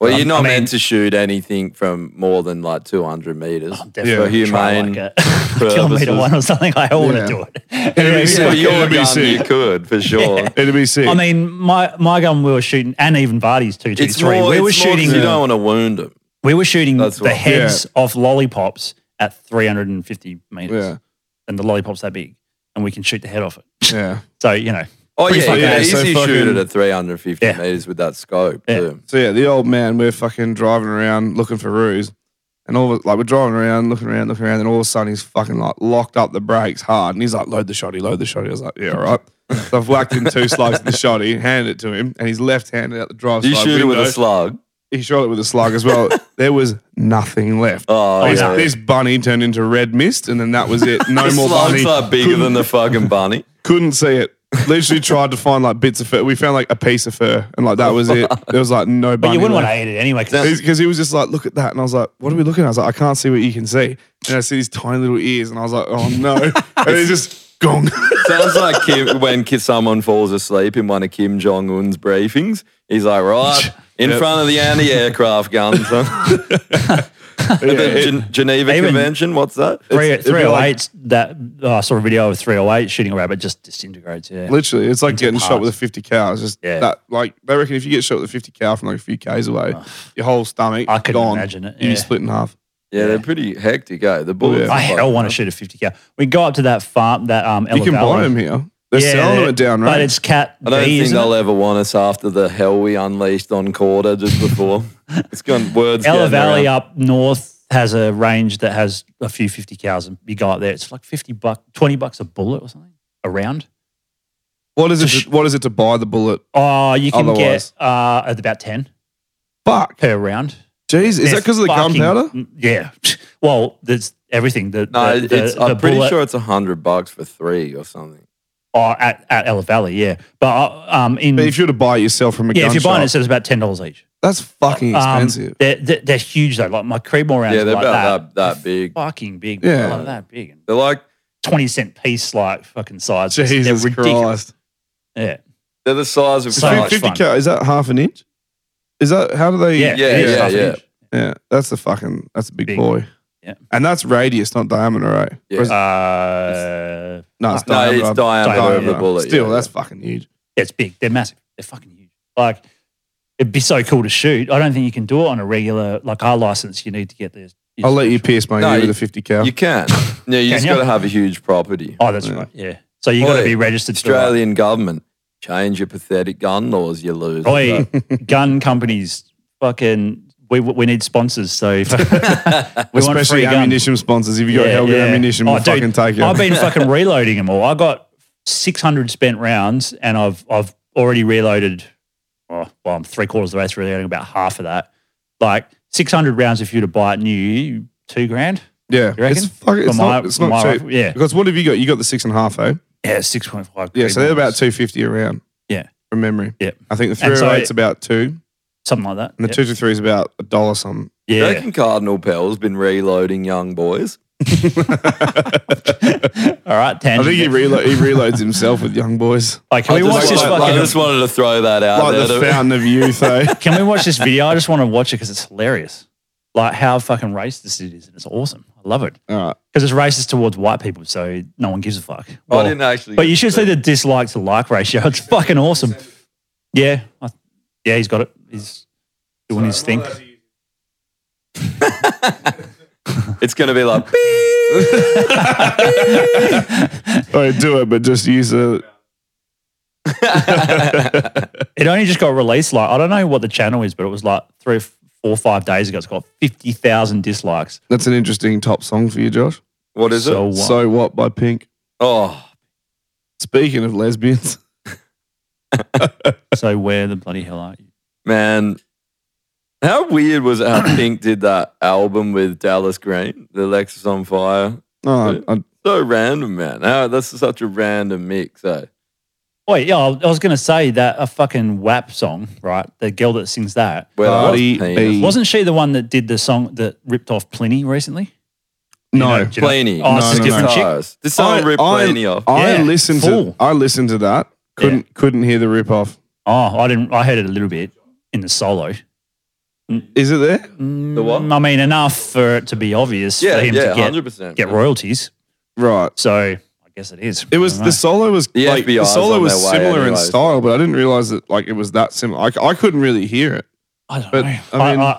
Speaker 1: Well,
Speaker 3: Um,
Speaker 1: you're not
Speaker 3: I mean-
Speaker 1: meant to shoot anything from more than like 200 meters.
Speaker 2: Oh,
Speaker 3: I'm definitely
Speaker 1: Yeah.
Speaker 3: yeah. try like
Speaker 1: Humane
Speaker 3: a kilometer
Speaker 1: purposes.
Speaker 3: one or something. I want
Speaker 2: Yeah.
Speaker 3: to do it.
Speaker 2: It'd be
Speaker 1: For
Speaker 2: sick.
Speaker 1: your
Speaker 2: It'd be
Speaker 1: gun, you
Speaker 2: sick.
Speaker 1: could for sure.
Speaker 2: It'd be sick.
Speaker 3: I mean, my my gun we were shooting, and even Vardy's two two
Speaker 1: It's
Speaker 3: three.
Speaker 1: more. it's
Speaker 3: We were
Speaker 1: more 'cause
Speaker 3: shooting.
Speaker 1: You don't want to wound them.
Speaker 3: We were shooting
Speaker 1: That's
Speaker 3: the
Speaker 1: what-
Speaker 3: heads off lollipops at three hundred and fifty meters,
Speaker 2: Yeah.
Speaker 3: and the lollipop's that big, and we can shoot the head off it.
Speaker 2: yeah.
Speaker 3: So you know,
Speaker 1: Oh
Speaker 3: Pretty
Speaker 1: yeah,
Speaker 3: fucking-
Speaker 1: yeah,
Speaker 2: Yeah, so
Speaker 1: easy shoot
Speaker 2: fucking-
Speaker 1: it at 350
Speaker 3: Yeah.
Speaker 1: meters with that scope
Speaker 3: Yeah.
Speaker 1: too.
Speaker 2: So yeah, the old man, we're fucking driving around looking for ruse. And all of, like we're driving around, looking around, looking around, and all of a sudden he's fucking like locked up the brakes hard, and he's like, "Load the shotty, load the shotty." I was like, "Yeah, all right." so I've whacked in two slugs of the shotty, handed it to him, and he's left-handed out the drive.
Speaker 1: You
Speaker 2: side
Speaker 1: shoot it with a
Speaker 2: window.
Speaker 1: slug.
Speaker 2: He shot it with a slug as well. there was nothing left.
Speaker 1: Oh,
Speaker 2: this,
Speaker 1: yeah.
Speaker 2: this bunny turned into red mist, and then that was it. No
Speaker 1: The
Speaker 2: more bunny.
Speaker 1: slugs are bigger
Speaker 2: Couldn't-
Speaker 1: than the fucking bunny.
Speaker 2: couldn't see it. Literally tried to find like bits of fur. We found like a piece of fur, and like that was it. There was like no.
Speaker 3: but
Speaker 2: bunny
Speaker 3: you wouldn't
Speaker 2: left
Speaker 3: want to eat it anyway. 'cause it's-
Speaker 2: because he was just like, look at that, and I was like, what are we looking at? I was like, I can't see what you can see, and I see these tiny little ears, and I was like, oh no, and he's just gong.
Speaker 1: Sounds like Kim, when ki- someone falls asleep in one of Kim Jong Un's briefings. He's like, right in front of the anti-aircraft guns. huh?
Speaker 2: Yeah,
Speaker 1: the
Speaker 2: it-
Speaker 1: Gen- Geneva
Speaker 3: Even-
Speaker 1: Convention. What's that?
Speaker 3: Three,
Speaker 2: it'd be
Speaker 3: 308, that oh, I saw a video of 308 shooting a rabbit just disintegrates. Yeah.
Speaker 2: literally, it's like getting shot
Speaker 3: parts.
Speaker 2: with a fifty cal. It's just
Speaker 3: Yeah.
Speaker 2: that like they reckon if you get shot with a fifty cal from like a few k's away, your whole stomach
Speaker 3: Oh. I couldn't
Speaker 2: gone.
Speaker 3: imagine it,
Speaker 2: You
Speaker 3: yeah.
Speaker 2: split in half.
Speaker 1: yeah, they're pretty hectic. Eh? The bullets.
Speaker 2: yeah.
Speaker 1: are
Speaker 3: I hell
Speaker 1: fucking-
Speaker 3: want to shoot a 50 cal. We go up to that farm, that um,
Speaker 2: You can
Speaker 3: Ellavella.
Speaker 2: buy them here. They're selling it down, right?
Speaker 3: But it's cat.
Speaker 1: I don't
Speaker 3: D,
Speaker 1: think
Speaker 3: isn't
Speaker 1: they'll
Speaker 3: it?
Speaker 1: ever want us after the hell we unleashed on Corda just before. it's gone words.
Speaker 3: Ella
Speaker 1: getting
Speaker 3: Valley
Speaker 1: around.
Speaker 3: up north has a range that has a few 50 cows, and you go up there, it's like 50 buck, 20 bucks a bullet or something around.
Speaker 2: what is it?
Speaker 3: sh-
Speaker 2: To, what is it to buy the bullet?
Speaker 3: Oh, you can
Speaker 2: Otherwise-
Speaker 3: get uh, at about 10
Speaker 2: Fuck,
Speaker 3: per round.
Speaker 2: jeez, is that
Speaker 3: They're
Speaker 2: because of the
Speaker 3: fucking- mm.
Speaker 2: gunpowder?
Speaker 3: Yeah. Well, there's everything. The,
Speaker 1: No,
Speaker 3: the, the,
Speaker 1: it's,
Speaker 3: the
Speaker 1: I'm pretty
Speaker 3: bullet-
Speaker 1: sure it's a hundred bucks for three or something.
Speaker 3: Oh, at, at Ella Valley, yeah. But uh, um, in
Speaker 2: But if you were to buy it yourself from a
Speaker 3: yeah,
Speaker 2: gun
Speaker 3: if you're buying it,
Speaker 2: shop,
Speaker 3: so it's about ten dollars each.
Speaker 2: that's fucking
Speaker 3: Um,
Speaker 2: expensive.
Speaker 3: they're, they're, they're huge though. Like my Creedmoor rounds,
Speaker 1: Yeah,
Speaker 3: are
Speaker 1: they're
Speaker 3: like that,
Speaker 1: about that, that big.
Speaker 3: fucking big.
Speaker 2: Yeah.
Speaker 3: Yeah, like that big.
Speaker 1: They're like
Speaker 3: Twenty cent piece, like fucking size.
Speaker 2: Jesus
Speaker 3: they're ridiculous.
Speaker 2: Christ.
Speaker 3: Yeah,
Speaker 1: they're the size of
Speaker 3: So
Speaker 1: cars.
Speaker 3: much
Speaker 2: 50
Speaker 3: fun.
Speaker 2: cal, is that half an inch? Is that how do they?
Speaker 3: yeah,
Speaker 1: yeah,
Speaker 3: it is
Speaker 1: yeah,
Speaker 3: half an
Speaker 1: yeah.
Speaker 3: inch.
Speaker 2: Yeah, that's the fucking that's a big,
Speaker 3: Big.
Speaker 2: boy.
Speaker 3: Yeah.
Speaker 2: and that's radius, not diameter, right?
Speaker 1: Yeah.
Speaker 2: Or is-
Speaker 3: Uh,
Speaker 2: no, it's
Speaker 1: no,
Speaker 2: diameter.
Speaker 1: it's diameter, of the
Speaker 2: Diameter.
Speaker 1: bullet.
Speaker 2: Still,
Speaker 1: yeah,
Speaker 2: that's
Speaker 1: yeah.
Speaker 2: fucking huge.
Speaker 3: it's big. They're massive. They're fucking huge. Like it'd be so cool to shoot. I don't think you can do it on a regular like our license. You need to get this.
Speaker 2: I'll let you pierce my
Speaker 1: No,
Speaker 2: ear
Speaker 1: you-
Speaker 2: with a fifty cal.
Speaker 1: you can. Yeah, you just
Speaker 3: Can you?
Speaker 1: got to have a huge property.
Speaker 3: Oh, that's
Speaker 2: Yeah.
Speaker 3: right. Yeah. So you got to
Speaker 1: Oi,
Speaker 3: be registered. to do that.
Speaker 1: Australian government, change your pathetic gun laws. You lose.
Speaker 3: Oi, gun companies, fucking, we, we need sponsors. So if we want
Speaker 2: Especially
Speaker 3: free guns.
Speaker 2: ammunition sponsors. If you got Helga ammunition, we'll
Speaker 3: Oh, dude,
Speaker 2: fucking take it.
Speaker 3: I've been fucking reloading them all. I got 600 spent rounds and I've I've already reloaded, oh, well, I'm three quarters of the way through reloading, about half of that. Like 600 rounds if you were to buy it new, two grand.
Speaker 2: yeah,
Speaker 3: You reckon?
Speaker 2: it's fucking. It's
Speaker 3: For my-
Speaker 2: not. It's not
Speaker 3: my
Speaker 2: cheap.
Speaker 3: rifle, yeah.
Speaker 2: Because what have you got? You got the six and a half, eh?
Speaker 3: Yeah, 6.5.
Speaker 2: Yeah, so they're about
Speaker 3: two.
Speaker 2: two fifty around.
Speaker 3: Yeah.
Speaker 2: from memory.
Speaker 3: Yeah.
Speaker 2: I think the
Speaker 3: And
Speaker 2: three
Speaker 3: so-
Speaker 2: hundred eight's about two,
Speaker 3: Something like that.
Speaker 2: and the
Speaker 3: yeah.
Speaker 2: two to three is about a dollar something.
Speaker 1: Do you
Speaker 3: yeah.
Speaker 1: reckon Cardinal Pell's been reloading young boys?
Speaker 3: all right,
Speaker 2: I
Speaker 3: tangent.
Speaker 2: think he, relo- he reloads himself with young boys.
Speaker 3: like, can
Speaker 1: I
Speaker 3: we
Speaker 1: just-
Speaker 3: watch this
Speaker 1: like-
Speaker 3: fucking.
Speaker 1: like, I just wanted to throw that out
Speaker 2: Like
Speaker 1: there.
Speaker 2: the
Speaker 1: to-
Speaker 2: fountain of youth, eh?
Speaker 3: Can we watch this video? I just want to watch it because it's hilarious. Like how fucking racist it is, and it's awesome. I love it
Speaker 2: All right.
Speaker 3: because it's racist towards white people, so no one gives a fuck.
Speaker 2: Oh,
Speaker 1: I didn't actually.
Speaker 3: Oh. But you should see the dislike to like ratio. It's fucking awesome. Yeah, I, yeah, he's got it. He's doing his thing.
Speaker 1: It's going to be like.
Speaker 2: All right, do it, but just use a.
Speaker 3: It only just got released. Like I don't know what the channel is, but it was like three, or four, or five days ago. It's got fifty thousand dislikes.
Speaker 2: That's an interesting top song for you, Josh.
Speaker 1: what is
Speaker 3: so
Speaker 1: it?
Speaker 3: what?
Speaker 2: So What by Pink.
Speaker 1: Oh,
Speaker 2: Speaking of lesbians,
Speaker 3: so where the bloody hell are you?
Speaker 1: man. How weird was it how Pink did that album with Dallas Green, the Lexus on Fire?
Speaker 2: oh, I, I-
Speaker 1: So random, man. How- that's such a random mix, eh?
Speaker 3: Wait, yeah, I I was going to say that a fucking WAP song, right? The girl that sings that.
Speaker 1: Where there was
Speaker 2: Cardi
Speaker 1: penis.
Speaker 2: B.
Speaker 3: Wasn't she the one that did the song that ripped off Pliny recently?
Speaker 2: no.
Speaker 3: Do you know-
Speaker 1: Pliny.
Speaker 3: Oh,
Speaker 1: no,
Speaker 2: it's No, just no, different
Speaker 3: no. chick.
Speaker 1: This song ripped
Speaker 2: I,
Speaker 1: Pliny off.
Speaker 2: I
Speaker 3: Yeah,
Speaker 2: listened
Speaker 3: full.
Speaker 2: to I listened to that. Couldn't couldn't hear the rip off.
Speaker 3: Oh, I didn't. I heard it a little bit in the solo.
Speaker 2: Is it there?
Speaker 1: The what?
Speaker 3: Mm, I mean, enough for it to be obvious
Speaker 1: Yeah,
Speaker 3: for him
Speaker 1: yeah,
Speaker 3: to get,
Speaker 1: hundred percent.
Speaker 3: get
Speaker 1: royal.
Speaker 3: royalties.
Speaker 2: Right.
Speaker 3: So I guess it is.
Speaker 2: It was
Speaker 3: I don't know.
Speaker 2: the solo was
Speaker 1: The
Speaker 2: like the
Speaker 1: FBI 's
Speaker 2: solo
Speaker 1: on
Speaker 2: was
Speaker 1: their way
Speaker 2: similar in
Speaker 1: anyways.
Speaker 2: style, but I didn't realize that like it was that similar. I, I couldn't really hear it.
Speaker 3: I don't
Speaker 2: but,
Speaker 3: know.
Speaker 2: I
Speaker 3: I
Speaker 2: mean,
Speaker 3: I,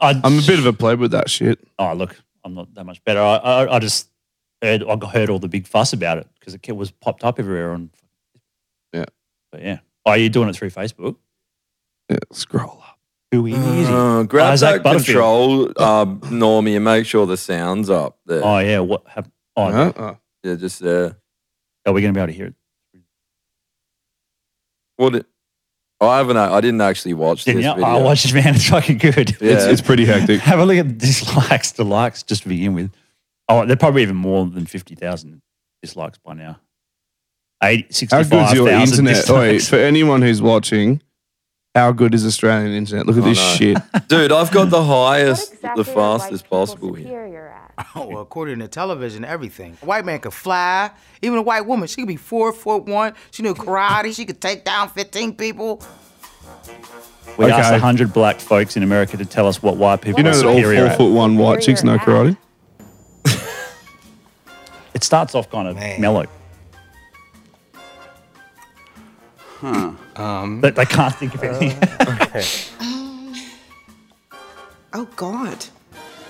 Speaker 3: I, I,
Speaker 2: I'm a bit of a pleb with that shit.
Speaker 3: oh, look, I'm not that much better. I, I, I just heard I heard all the big fuss about it because it was popped up everywhere on.
Speaker 2: Yeah.
Speaker 3: but yeah. Are you doing it through Facebook?
Speaker 2: Yeah, scroll up.
Speaker 3: Who easy?
Speaker 1: Uh, grab that
Speaker 3: Isaac Butterfield.
Speaker 1: control, um, Normie, and make sure the sound's up there.
Speaker 3: Oh yeah. What? Have, oh,
Speaker 2: Huh? Oh.
Speaker 1: Yeah, just uh, there.
Speaker 3: are we going to be able to hear it?
Speaker 1: What? It, oh, I haven't. I didn't actually watch
Speaker 3: Didn't
Speaker 1: this
Speaker 3: you?
Speaker 1: video.
Speaker 3: I watched it, man. It's fucking good.
Speaker 1: Yeah.
Speaker 2: It's, it's pretty hectic.
Speaker 3: Have a look at the dislikes to likes just to begin with. Oh, they're probably even more than 50,000 dislikes by now. Eight-
Speaker 2: How good's your
Speaker 3: 65,000
Speaker 2: internet? Oi,
Speaker 3: dislikes.
Speaker 2: for anyone who's watching, how good is Australian internet? Look at
Speaker 1: Oh,
Speaker 2: this
Speaker 1: no.
Speaker 2: shit.
Speaker 1: Dude, I've got the highest,
Speaker 4: What exactly
Speaker 1: the
Speaker 4: are white
Speaker 1: fastest
Speaker 4: people
Speaker 1: possible here.
Speaker 4: superior at?
Speaker 5: Oh, well, according to television, everything. A white man could fly. Even a white woman, she could be four foot one. She knew karate. She could take down 15 people.
Speaker 3: We
Speaker 2: Okay.
Speaker 3: asked 100 black folks in America to tell us what white people
Speaker 2: You know
Speaker 3: are
Speaker 2: that all
Speaker 3: superior
Speaker 2: four
Speaker 3: at.
Speaker 2: foot one white chicks know karate?
Speaker 3: It starts off kind of
Speaker 5: Man.
Speaker 3: mellow. Huh. Um, they can't think of any.
Speaker 6: Oh, God.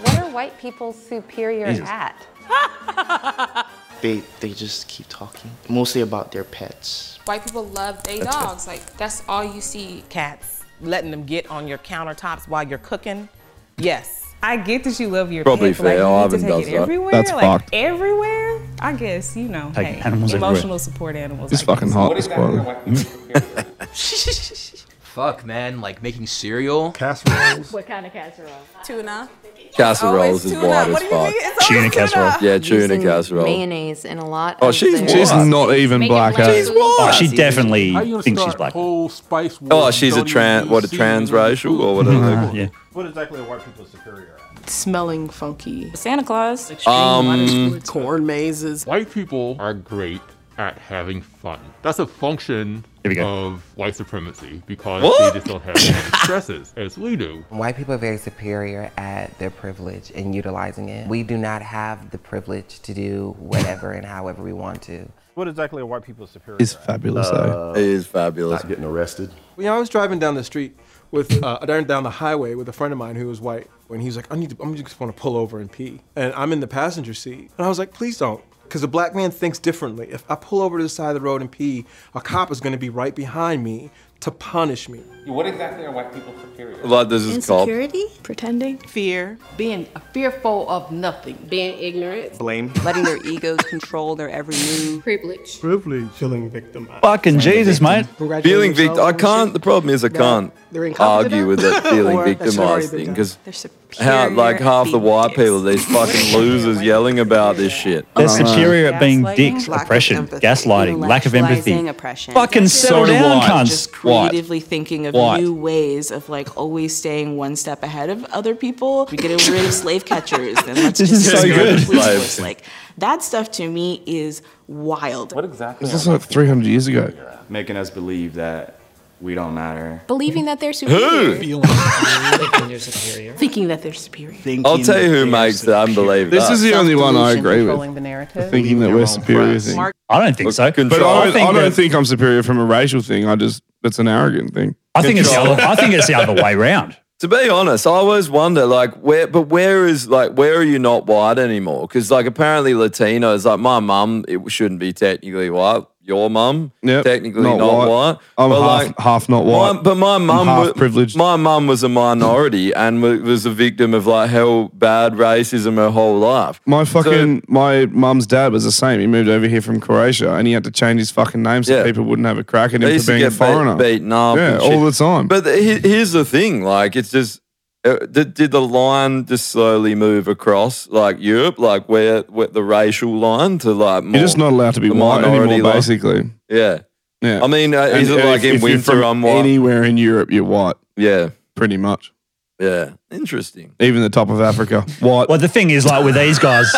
Speaker 4: What are white people superior
Speaker 3: Jesus.
Speaker 4: at?
Speaker 7: they they just keep talking mostly about their pets
Speaker 8: White people love they dogs. Like that's all you see.
Speaker 9: cats, letting them get on your countertops while you're cooking. Yes.
Speaker 10: I get that you love your
Speaker 1: Probably
Speaker 10: pet, but, like,
Speaker 1: fair.
Speaker 10: you
Speaker 1: I
Speaker 10: need to
Speaker 1: haven't
Speaker 10: take
Speaker 1: done
Speaker 10: it
Speaker 1: that.
Speaker 10: everywhere.
Speaker 2: That's
Speaker 10: like,
Speaker 2: fucked.
Speaker 10: Everywhere, I guess you know.
Speaker 3: Taking
Speaker 10: hey,
Speaker 3: animals everywhere.
Speaker 10: emotional support animals.
Speaker 2: It's
Speaker 10: I guess.
Speaker 2: fucking hot. This quality.
Speaker 11: Fuck, man, like making cereal.
Speaker 4: What kind of casserole?
Speaker 8: Tuna.
Speaker 1: Casseroles
Speaker 10: Always
Speaker 1: is
Speaker 10: tuna.
Speaker 1: wide
Speaker 10: What
Speaker 1: as
Speaker 10: do you
Speaker 1: fuck.
Speaker 10: think? It's
Speaker 3: Tuna
Speaker 10: always
Speaker 3: casserole.
Speaker 1: Yeah, tuna
Speaker 4: Using
Speaker 1: casserole.
Speaker 4: Mayonnaise in a lot.
Speaker 1: Oh,
Speaker 4: of
Speaker 1: she's
Speaker 4: their-
Speaker 1: just-
Speaker 2: She's not even black. eh?
Speaker 3: oh, she
Speaker 7: That's easy.
Speaker 3: definitely thinks she's black.
Speaker 11: Whole spice.
Speaker 1: Oh, she's a trans, what a transracial or whatever.
Speaker 3: Yeah.
Speaker 6: Smelling funky.
Speaker 8: Santa Claus.
Speaker 1: Um,
Speaker 6: Corn mazes.
Speaker 11: White people are great at having fun. That's a function
Speaker 3: Here we go.
Speaker 11: of white supremacy because
Speaker 1: What?
Speaker 11: they just don't have as many stresses as we do.
Speaker 9: White people are very superior at their privilege and utilizing it. We do not have the privilege to do whatever and however we want to.
Speaker 5: What exactly are white people superior
Speaker 2: It's fabulous, though.
Speaker 1: it is fabulous.
Speaker 7: getting arrested
Speaker 11: You know, I was driving down the street with uh, down down the highway with a friend of mine who was white, and he's like, "I need to, I'm just going to pull over and pee," and I'm in the passenger seat, and I was like, "Please don't." Because a black man thinks differently. If I pull over to the side of the road and pee, a cop is going to be right behind me to punish me.
Speaker 7: what exactly are white people superior
Speaker 1: Like, this is cop.
Speaker 10: Pretending.
Speaker 9: Fear,
Speaker 6: Being fearful of nothing.
Speaker 8: Being ignorant.
Speaker 7: blame
Speaker 9: letting their egos control their every move.
Speaker 8: Privilege.
Speaker 3: Fucking Jesus, mate.
Speaker 1: Feeling victim. I can't. The problem is I can't
Speaker 6: They're incompetent
Speaker 1: argue with that feeling victimized thing because how like half the white people, these fucking losers yelling about this shit.
Speaker 3: They're superior at being
Speaker 9: Gaslighting,
Speaker 3: dicks,
Speaker 6: lack of
Speaker 3: oppression,
Speaker 6: empathy,
Speaker 3: gaslighting, lack of empathy.
Speaker 9: intellectualizing oppression.
Speaker 3: Fucking settle
Speaker 2: do
Speaker 3: down,
Speaker 2: I.
Speaker 3: cunts.
Speaker 10: Just
Speaker 2: White.
Speaker 10: creatively thinking of
Speaker 2: White.
Speaker 10: new ways of like always staying one step ahead of other people. We get rid of slave catchers. Then let's
Speaker 3: This
Speaker 10: just
Speaker 3: is so
Speaker 10: get rid of
Speaker 1: good.
Speaker 10: police force. Like that stuff to me is wild.
Speaker 2: This is like 300 years ago.
Speaker 7: making us believe that
Speaker 12: We don't matter.
Speaker 8: Believing that they're
Speaker 1: superior.
Speaker 8: superior.
Speaker 6: Thinking that they're superior.
Speaker 1: I'll tell you who makes the unbelievable.
Speaker 2: This is the only one I agree with.
Speaker 6: the
Speaker 2: The thinking that we're superior thing.
Speaker 6: Mark-
Speaker 3: I don't think so.
Speaker 2: But I, don't- I
Speaker 3: think
Speaker 2: don't
Speaker 3: that-
Speaker 2: think I'm superior from a racial thing. I just that's an arrogant thing.
Speaker 3: I think it's the other, I think it's the other way round.
Speaker 1: To be honest, I always wonder, like, where, but where is, like, where are you not white anymore? Because, like, apparently Latinos, like, my mum, it shouldn't be technically white. Your mum,
Speaker 2: Yep,
Speaker 1: technically
Speaker 2: not
Speaker 1: not,
Speaker 2: white.
Speaker 1: white.
Speaker 2: I'm
Speaker 1: But,
Speaker 2: half, half not white.
Speaker 1: My, but my mum
Speaker 2: half
Speaker 1: wa- My mum was a minority and wa- was a victim of like hell bad racism her whole life.
Speaker 2: My fucking my mum's dad was the same. He moved over here from Croatia and he had to change his fucking name so
Speaker 1: Yeah.
Speaker 2: people wouldn't have a crack at
Speaker 1: They
Speaker 2: him
Speaker 1: used to
Speaker 2: for being a
Speaker 1: get beat-
Speaker 2: foreigner.
Speaker 1: beaten up
Speaker 2: yeah,
Speaker 1: and shit.
Speaker 2: all the time.
Speaker 1: But the- he- here's the thing, like it's just uh, did, did the line just slowly move across like Europe, like where, where the racial line to like more,
Speaker 2: You're just not allowed to be
Speaker 1: the
Speaker 2: white
Speaker 1: minority
Speaker 2: anymore,
Speaker 1: line?
Speaker 2: basically.
Speaker 1: Yeah,
Speaker 2: Yeah.
Speaker 1: I mean, uh,
Speaker 2: And
Speaker 1: is it
Speaker 2: if-
Speaker 1: like in
Speaker 2: if you're
Speaker 1: winter
Speaker 2: from
Speaker 1: I'm white?
Speaker 2: Anywhere in Europe, you're white.
Speaker 1: Yeah,
Speaker 2: pretty much.
Speaker 1: yeah, interesting.
Speaker 2: Even the top of Africa, white.
Speaker 3: Well, the thing is, like with these guys,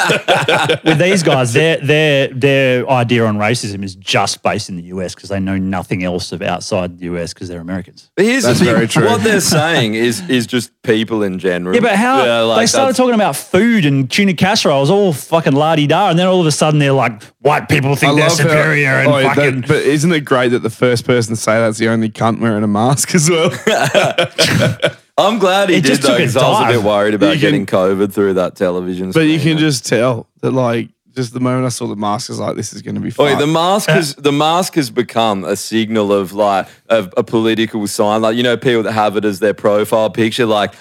Speaker 3: with these guys, their their their idea on racism is just based in the US because they know nothing else of outside the US because they're Americans.
Speaker 1: But here's
Speaker 3: That's
Speaker 1: the thing:
Speaker 3: very true.
Speaker 1: what they're saying is is just people in general.
Speaker 3: Yeah, but how
Speaker 1: Yeah, like
Speaker 3: they started
Speaker 1: that's-
Speaker 3: talking about food and tuna casseroles, all fucking la di da, and then all of a sudden they're like, white people think they're
Speaker 2: love how-
Speaker 3: superior and
Speaker 2: Oh, that-
Speaker 3: fucking.
Speaker 2: but isn't it great that the first person to say that's the only cunt wearing a mask as well?
Speaker 1: I'm glad he
Speaker 2: It
Speaker 1: did
Speaker 2: just
Speaker 1: though,
Speaker 2: took a
Speaker 1: because I was a
Speaker 2: dive.
Speaker 1: bit worried
Speaker 2: You
Speaker 1: about
Speaker 2: can-
Speaker 1: getting COVID through that television.
Speaker 2: but you
Speaker 1: screen.
Speaker 2: can just tell that, like, just the moment I saw the mask, I was like, this is going to be
Speaker 1: Oi,
Speaker 2: fun.
Speaker 1: the mask
Speaker 2: Uh,
Speaker 1: has the mask has become a signal of like of a political sign. Like you know, people that have it as their profile picture, like.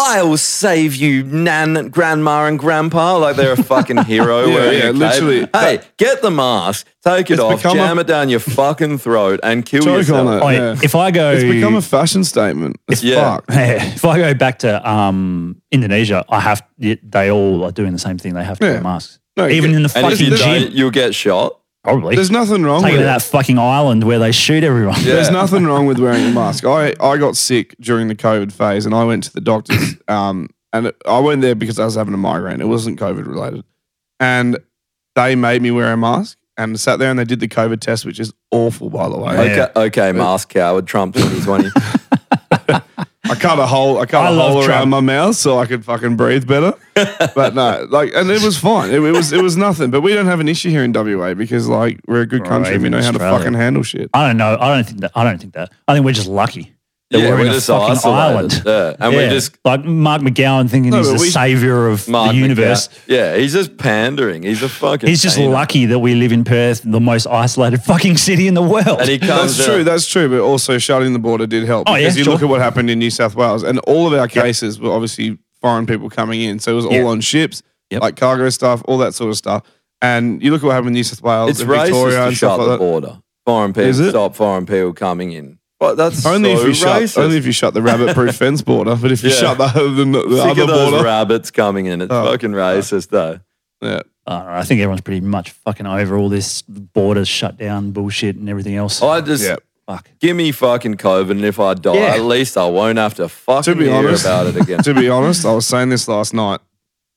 Speaker 1: I will save you, Nan, Grandma, and Grandpa. Like they're a fucking hero.
Speaker 2: Yeah,
Speaker 1: wearing
Speaker 2: yeah,
Speaker 1: a cape.
Speaker 2: literally.
Speaker 1: Hey, get the mask, take it
Speaker 2: It's
Speaker 1: off,
Speaker 2: become a-
Speaker 1: jam it down your fucking throat, and kill
Speaker 2: Choke
Speaker 1: yourself.
Speaker 2: on it.
Speaker 3: Oh,
Speaker 2: yeah. It's become a fashion statement. It's fucked.
Speaker 3: if I go back to um, Indonesia, I have they all are doing the same thing. They have to wear masks, even in the
Speaker 1: and if
Speaker 3: fucking
Speaker 1: you
Speaker 3: gym.
Speaker 1: don't, you'll get shot.
Speaker 3: Probably.
Speaker 2: There's nothing wrong
Speaker 3: Take it
Speaker 2: with
Speaker 3: to
Speaker 2: it.
Speaker 3: that fucking island where they shoot everyone.
Speaker 2: There's nothing wrong with wearing a mask. I, I got sick during the COVID phase and I went to the doctors. Um, and it- I went there because I was having a migraine. It wasn't COVID related. And they made me wear a mask and sat there and they did the COVID test, which is awful, by the way.
Speaker 1: Okay, okay, mask coward, Trump 2020.
Speaker 2: I cut a hole. I cut
Speaker 1: I
Speaker 2: a
Speaker 1: love
Speaker 2: hole around
Speaker 1: Trump.
Speaker 2: my mouth so I could fucking breathe better. but no, like, and it was fine. It, it was it was nothing. But we don't have an issue here in WA because like we're a good
Speaker 3: Or
Speaker 2: country. We
Speaker 3: even
Speaker 2: know how to
Speaker 3: Australia.
Speaker 2: fucking handle shit.
Speaker 3: I don't know. I don't think that. I don't think that. I think we're just lucky. That
Speaker 1: Yeah,
Speaker 3: we're,
Speaker 1: we're
Speaker 3: in a
Speaker 1: just
Speaker 3: fucking
Speaker 1: isolated.
Speaker 3: island.
Speaker 1: Yeah, and we're just-
Speaker 3: like Mark McGowan thinking
Speaker 1: No,
Speaker 3: he's
Speaker 1: but
Speaker 3: the
Speaker 1: we-
Speaker 3: savior of
Speaker 1: Mark
Speaker 3: the universe.
Speaker 1: McGowan. Yeah, he's just pandering. He's a fucking.
Speaker 3: He's just
Speaker 1: painter.
Speaker 3: lucky that we live in Perth, the most isolated fucking city in the world.
Speaker 2: That's true. That's true. But also shutting the border did help
Speaker 3: Oh, yeah,
Speaker 2: because you
Speaker 3: sure.
Speaker 2: look at what happened in New South Wales, and all of our cases were obviously foreign people coming in. So it was
Speaker 1: Yeah.
Speaker 2: all on ships, like cargo stuff, all that sort of stuff. And you look at what happened in New South Wales,
Speaker 1: It's
Speaker 2: and
Speaker 1: racist
Speaker 2: Victoria,
Speaker 1: to
Speaker 2: and stuff
Speaker 1: shut
Speaker 2: like
Speaker 1: the
Speaker 2: that.
Speaker 1: border. Foreign
Speaker 2: Is
Speaker 1: people
Speaker 2: it?
Speaker 1: stop foreign people coming in. But that's
Speaker 2: Only
Speaker 1: so
Speaker 2: if you
Speaker 1: racist.
Speaker 2: shut, only if you shut the rabbit-proof fence border. But if you
Speaker 1: Yeah.
Speaker 2: shut the, the, the
Speaker 1: Sick
Speaker 2: other
Speaker 1: of those
Speaker 2: border,
Speaker 1: rabbits coming in. It's
Speaker 2: Oh.
Speaker 1: fucking racist though.
Speaker 2: Yeah.
Speaker 3: I, don't know, Uh, I think everyone's pretty much fucking over all this border shutdown bullshit and everything else.
Speaker 1: I just
Speaker 3: fuck.
Speaker 1: Give me fucking COVID, and if I die,
Speaker 3: Yeah.
Speaker 1: at least I won't have to fucking
Speaker 2: to be
Speaker 1: hear
Speaker 2: honest,
Speaker 1: about it again.
Speaker 2: to be honest, I was saying this last night.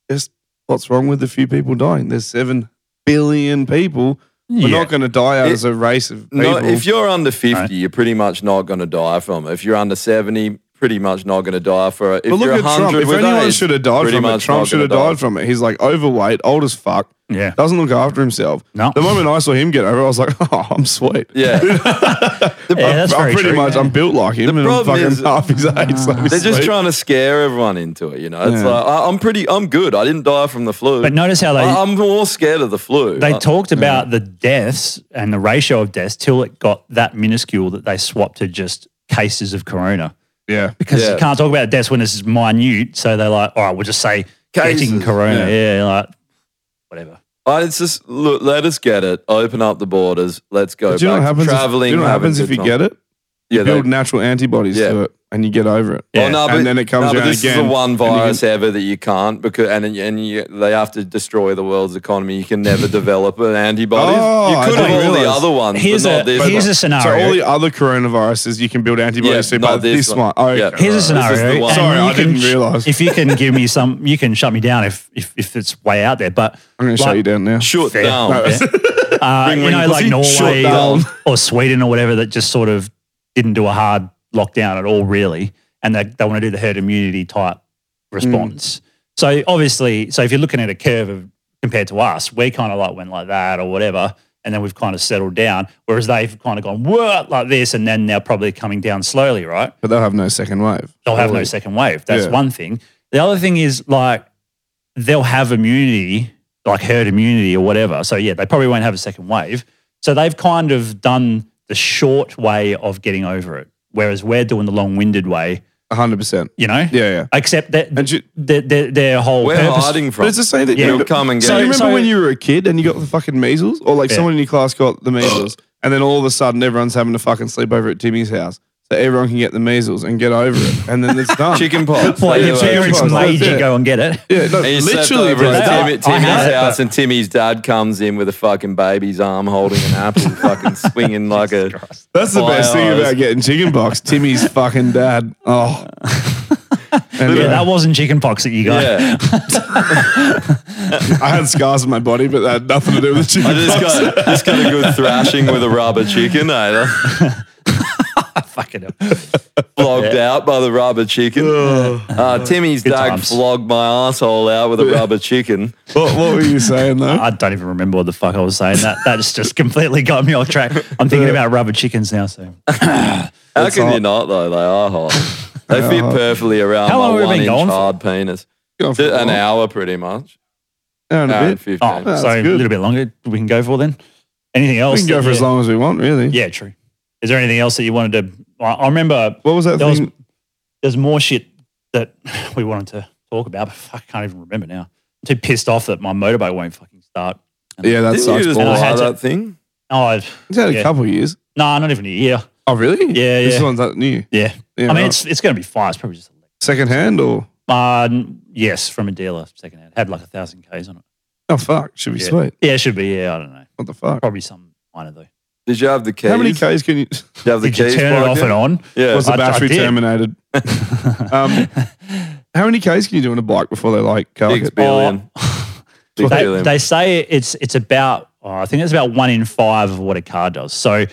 Speaker 2: Just what's wrong with a few people dying? There's seven billion people. We're
Speaker 1: Yeah.
Speaker 2: not going to die out
Speaker 1: It-
Speaker 2: as a race of people.
Speaker 1: No, if you're under 50, you're pretty much not going to die from it. If you're under 70, pretty much not going to die for it. If
Speaker 2: but look
Speaker 1: you're
Speaker 2: at
Speaker 1: 100
Speaker 2: Trump. If
Speaker 1: with
Speaker 2: anyone
Speaker 1: AIDS,
Speaker 2: should have died
Speaker 1: pretty
Speaker 2: from it,
Speaker 1: much
Speaker 2: Trump
Speaker 1: not
Speaker 2: should have
Speaker 1: gonna die.
Speaker 2: died from it. He's like overweight, old as fuck.
Speaker 3: Yeah.
Speaker 2: Doesn't look after himself. No. The moment I saw him get over, I was like, oh, I'm sweet.
Speaker 1: Yeah.
Speaker 2: I'm, I'm pretty much, I'm built like him and I'm
Speaker 1: problem
Speaker 2: fucking
Speaker 1: is-
Speaker 2: half his age. so I'm
Speaker 1: They're just
Speaker 2: sweet.
Speaker 1: trying to scare everyone into it, you know. It's
Speaker 2: Yeah.
Speaker 1: like I, I'm pretty, I'm good. I didn't die from the flu.
Speaker 3: But notice how they-
Speaker 1: I, am more scared of the flu.
Speaker 3: They
Speaker 1: I-
Speaker 3: talked about the deaths and the ratio of deaths till it got that minuscule that they swapped to just cases of corona.
Speaker 2: Yeah.
Speaker 3: Because
Speaker 1: Yeah.
Speaker 3: you can't talk about deaths when it's minute. So they're like, all right, we'll just say getting
Speaker 1: Cases,
Speaker 3: corona. Yeah.
Speaker 1: yeah.
Speaker 3: like,
Speaker 2: Um,
Speaker 1: I, it's just look, let us get it. Open up the borders. Let's go.
Speaker 2: But do you know what
Speaker 1: back
Speaker 2: happens?
Speaker 1: to traveling?
Speaker 2: if, do you know what
Speaker 1: having
Speaker 2: happens if
Speaker 1: good
Speaker 2: you
Speaker 1: time.
Speaker 2: get it? You
Speaker 1: Yeah, they-
Speaker 2: build natural antibodies to it and you get over it.
Speaker 1: Oh, no, but,
Speaker 2: and then it comes
Speaker 1: no, but
Speaker 2: around
Speaker 1: this
Speaker 2: again.
Speaker 1: is the one
Speaker 2: and you
Speaker 1: virus
Speaker 2: get-
Speaker 1: ever that you can't because and and you, they have to destroy the world's economy. You can never develop an antibody.
Speaker 2: Oh, I
Speaker 1: you could
Speaker 2: didn't
Speaker 1: have all the
Speaker 2: realise.
Speaker 1: other ones. but not this one.
Speaker 2: So all the other coronaviruses you can build antibodies
Speaker 1: Yeah,
Speaker 2: to, but
Speaker 1: not this
Speaker 2: this one.
Speaker 1: one.
Speaker 2: Oh,
Speaker 1: Yeah.
Speaker 2: okay,
Speaker 3: Here's a
Speaker 2: right.
Speaker 3: scenario. and
Speaker 2: Sorry,
Speaker 3: you
Speaker 2: I
Speaker 3: can-
Speaker 2: didn't realize.
Speaker 3: If you can give me some, you can shut me down if if, if it's way out there. But
Speaker 2: I'm going to shut you down now.
Speaker 3: Shut
Speaker 2: down.
Speaker 3: Uh,
Speaker 2: Ring,
Speaker 3: you
Speaker 2: ring,
Speaker 3: know, like
Speaker 2: pussy. Shut
Speaker 3: Norway
Speaker 2: down.
Speaker 3: or, or Sweden or whatever that just sort of didn't do a hard lockdown at all, really, and they, they want to do the herd immunity type response. So obviously, so if you're looking at a curve of compared to us, we kind of like went like that or whatever, and then we've kind of settled down. Whereas they've kind of gone what like this, and then they're probably coming down slowly, right?
Speaker 2: But they'll have no second wave.
Speaker 3: They'll have no
Speaker 2: Surely.
Speaker 3: second wave. That's
Speaker 2: Yeah.
Speaker 3: one thing. The other thing is like they'll have immunity, like herd immunity or whatever. So yeah, they probably won't have a second wave. So they've kind of done the short way of getting over it, whereas we're doing the long-winded way.
Speaker 2: hundred percent.
Speaker 3: You know. Yeah,
Speaker 2: yeah.
Speaker 3: Except that their, their, their whole
Speaker 1: We're
Speaker 3: purpose-
Speaker 1: hiding
Speaker 2: But it's the same that you So you remember when you were a kid and you got the fucking measles, or like
Speaker 3: Yeah.
Speaker 2: someone in your class got the measles, and then all of a sudden everyone's having to fucking sleep over at Timmy's house. So everyone can get the measles and get over it, and then it's done.
Speaker 1: Chicken pox. Good point.
Speaker 2: Yeah,
Speaker 1: Your
Speaker 2: chicken
Speaker 1: parents
Speaker 2: pox,
Speaker 1: made
Speaker 2: that's
Speaker 1: you
Speaker 2: it.
Speaker 3: go and get it.
Speaker 2: Yeah, no,
Speaker 1: And you slept
Speaker 2: literally,
Speaker 1: over
Speaker 2: bro.
Speaker 1: at
Speaker 2: That-
Speaker 1: Timmy,
Speaker 2: I had
Speaker 1: Timmy's
Speaker 2: that.
Speaker 1: house, and Timmy's dad comes in with a fucking baby's arm, holding an apple, fucking swinging like a.
Speaker 2: That's the best thing
Speaker 1: fire.
Speaker 2: about getting chicken pox. Timmy's fucking dad. Oh, uh,
Speaker 3: yeah, that wasn't chickenpox that you got.
Speaker 2: Yeah. I had scars on my body, but that had nothing to do with chicken
Speaker 1: I just
Speaker 2: pox.
Speaker 1: got just got a good thrashing with a rubber chicken. eh? I
Speaker 3: fucking
Speaker 1: flogged out by the rubber chicken. Uh, Timmy's dad flogged my asshole out with a rubber chicken.
Speaker 2: What, what were you saying though?
Speaker 3: I don't even remember what the fuck I was saying. That that just, just completely got me off track. I'm thinking about rubber chickens now. So
Speaker 1: How can you not though? They are hot. They
Speaker 3: They
Speaker 1: fit
Speaker 3: are hot.
Speaker 1: perfectly around
Speaker 3: How long
Speaker 1: my
Speaker 3: have we
Speaker 1: one
Speaker 3: been
Speaker 1: inch
Speaker 3: going for?
Speaker 1: hard penis.
Speaker 2: Going for
Speaker 1: An
Speaker 2: a while.
Speaker 1: hour, pretty much.
Speaker 2: Hour and a
Speaker 1: Hour and
Speaker 2: bit.
Speaker 1: 15.
Speaker 3: oh, so a little bit longer we can go for then. Anything
Speaker 2: We
Speaker 3: else?
Speaker 2: can go
Speaker 3: that
Speaker 2: for as
Speaker 3: you-
Speaker 2: long as we want, really.
Speaker 3: Yeah, true. Is there anything else that you wanted to? I I remember.
Speaker 2: What was that
Speaker 3: there
Speaker 2: thing?
Speaker 3: there's more shit that we wanted to talk about, but fuck, I can't even remember now. I'm too pissed off that my motorbike won't fucking start.
Speaker 2: Yeah, that
Speaker 3: Didn't
Speaker 2: sucks.
Speaker 3: you just
Speaker 2: balls.
Speaker 3: buy I had to- that
Speaker 1: thing?
Speaker 3: Oh, I've,
Speaker 2: It's had
Speaker 3: yeah.
Speaker 2: a couple of years.
Speaker 3: No, not even a year.
Speaker 2: Oh, really?
Speaker 3: Yeah, yeah.
Speaker 2: This one's that new.
Speaker 3: Yeah.
Speaker 2: Yeah,
Speaker 3: I mean,
Speaker 2: right.
Speaker 3: it's it's going to be fine. It's probably just
Speaker 2: Second hand or?
Speaker 3: a, uh, n- yes, from a dealer secondhand. Had like a thousand k's on it.
Speaker 2: Oh, fuck. Should be
Speaker 3: yeah. Oh,
Speaker 2: sweet.
Speaker 3: Yeah, it should be. Yeah, I don't know.
Speaker 2: What the fuck?
Speaker 3: Probably some minor though.
Speaker 1: Did you have the keys?
Speaker 2: How many Ks can you?
Speaker 1: Did you have the
Speaker 3: Did you
Speaker 1: keys?
Speaker 3: turn it
Speaker 1: plugged
Speaker 3: off
Speaker 1: in?
Speaker 3: and on?
Speaker 1: Yeah.
Speaker 2: Was the
Speaker 1: I- I
Speaker 2: battery
Speaker 1: did.
Speaker 2: terminated? um, how many Ks can you do on a bike before they like Oh. car
Speaker 1: Six billion. Six
Speaker 3: They,
Speaker 1: billion.
Speaker 3: they say it's it's about oh, I think it's about one in five of what a car does. So,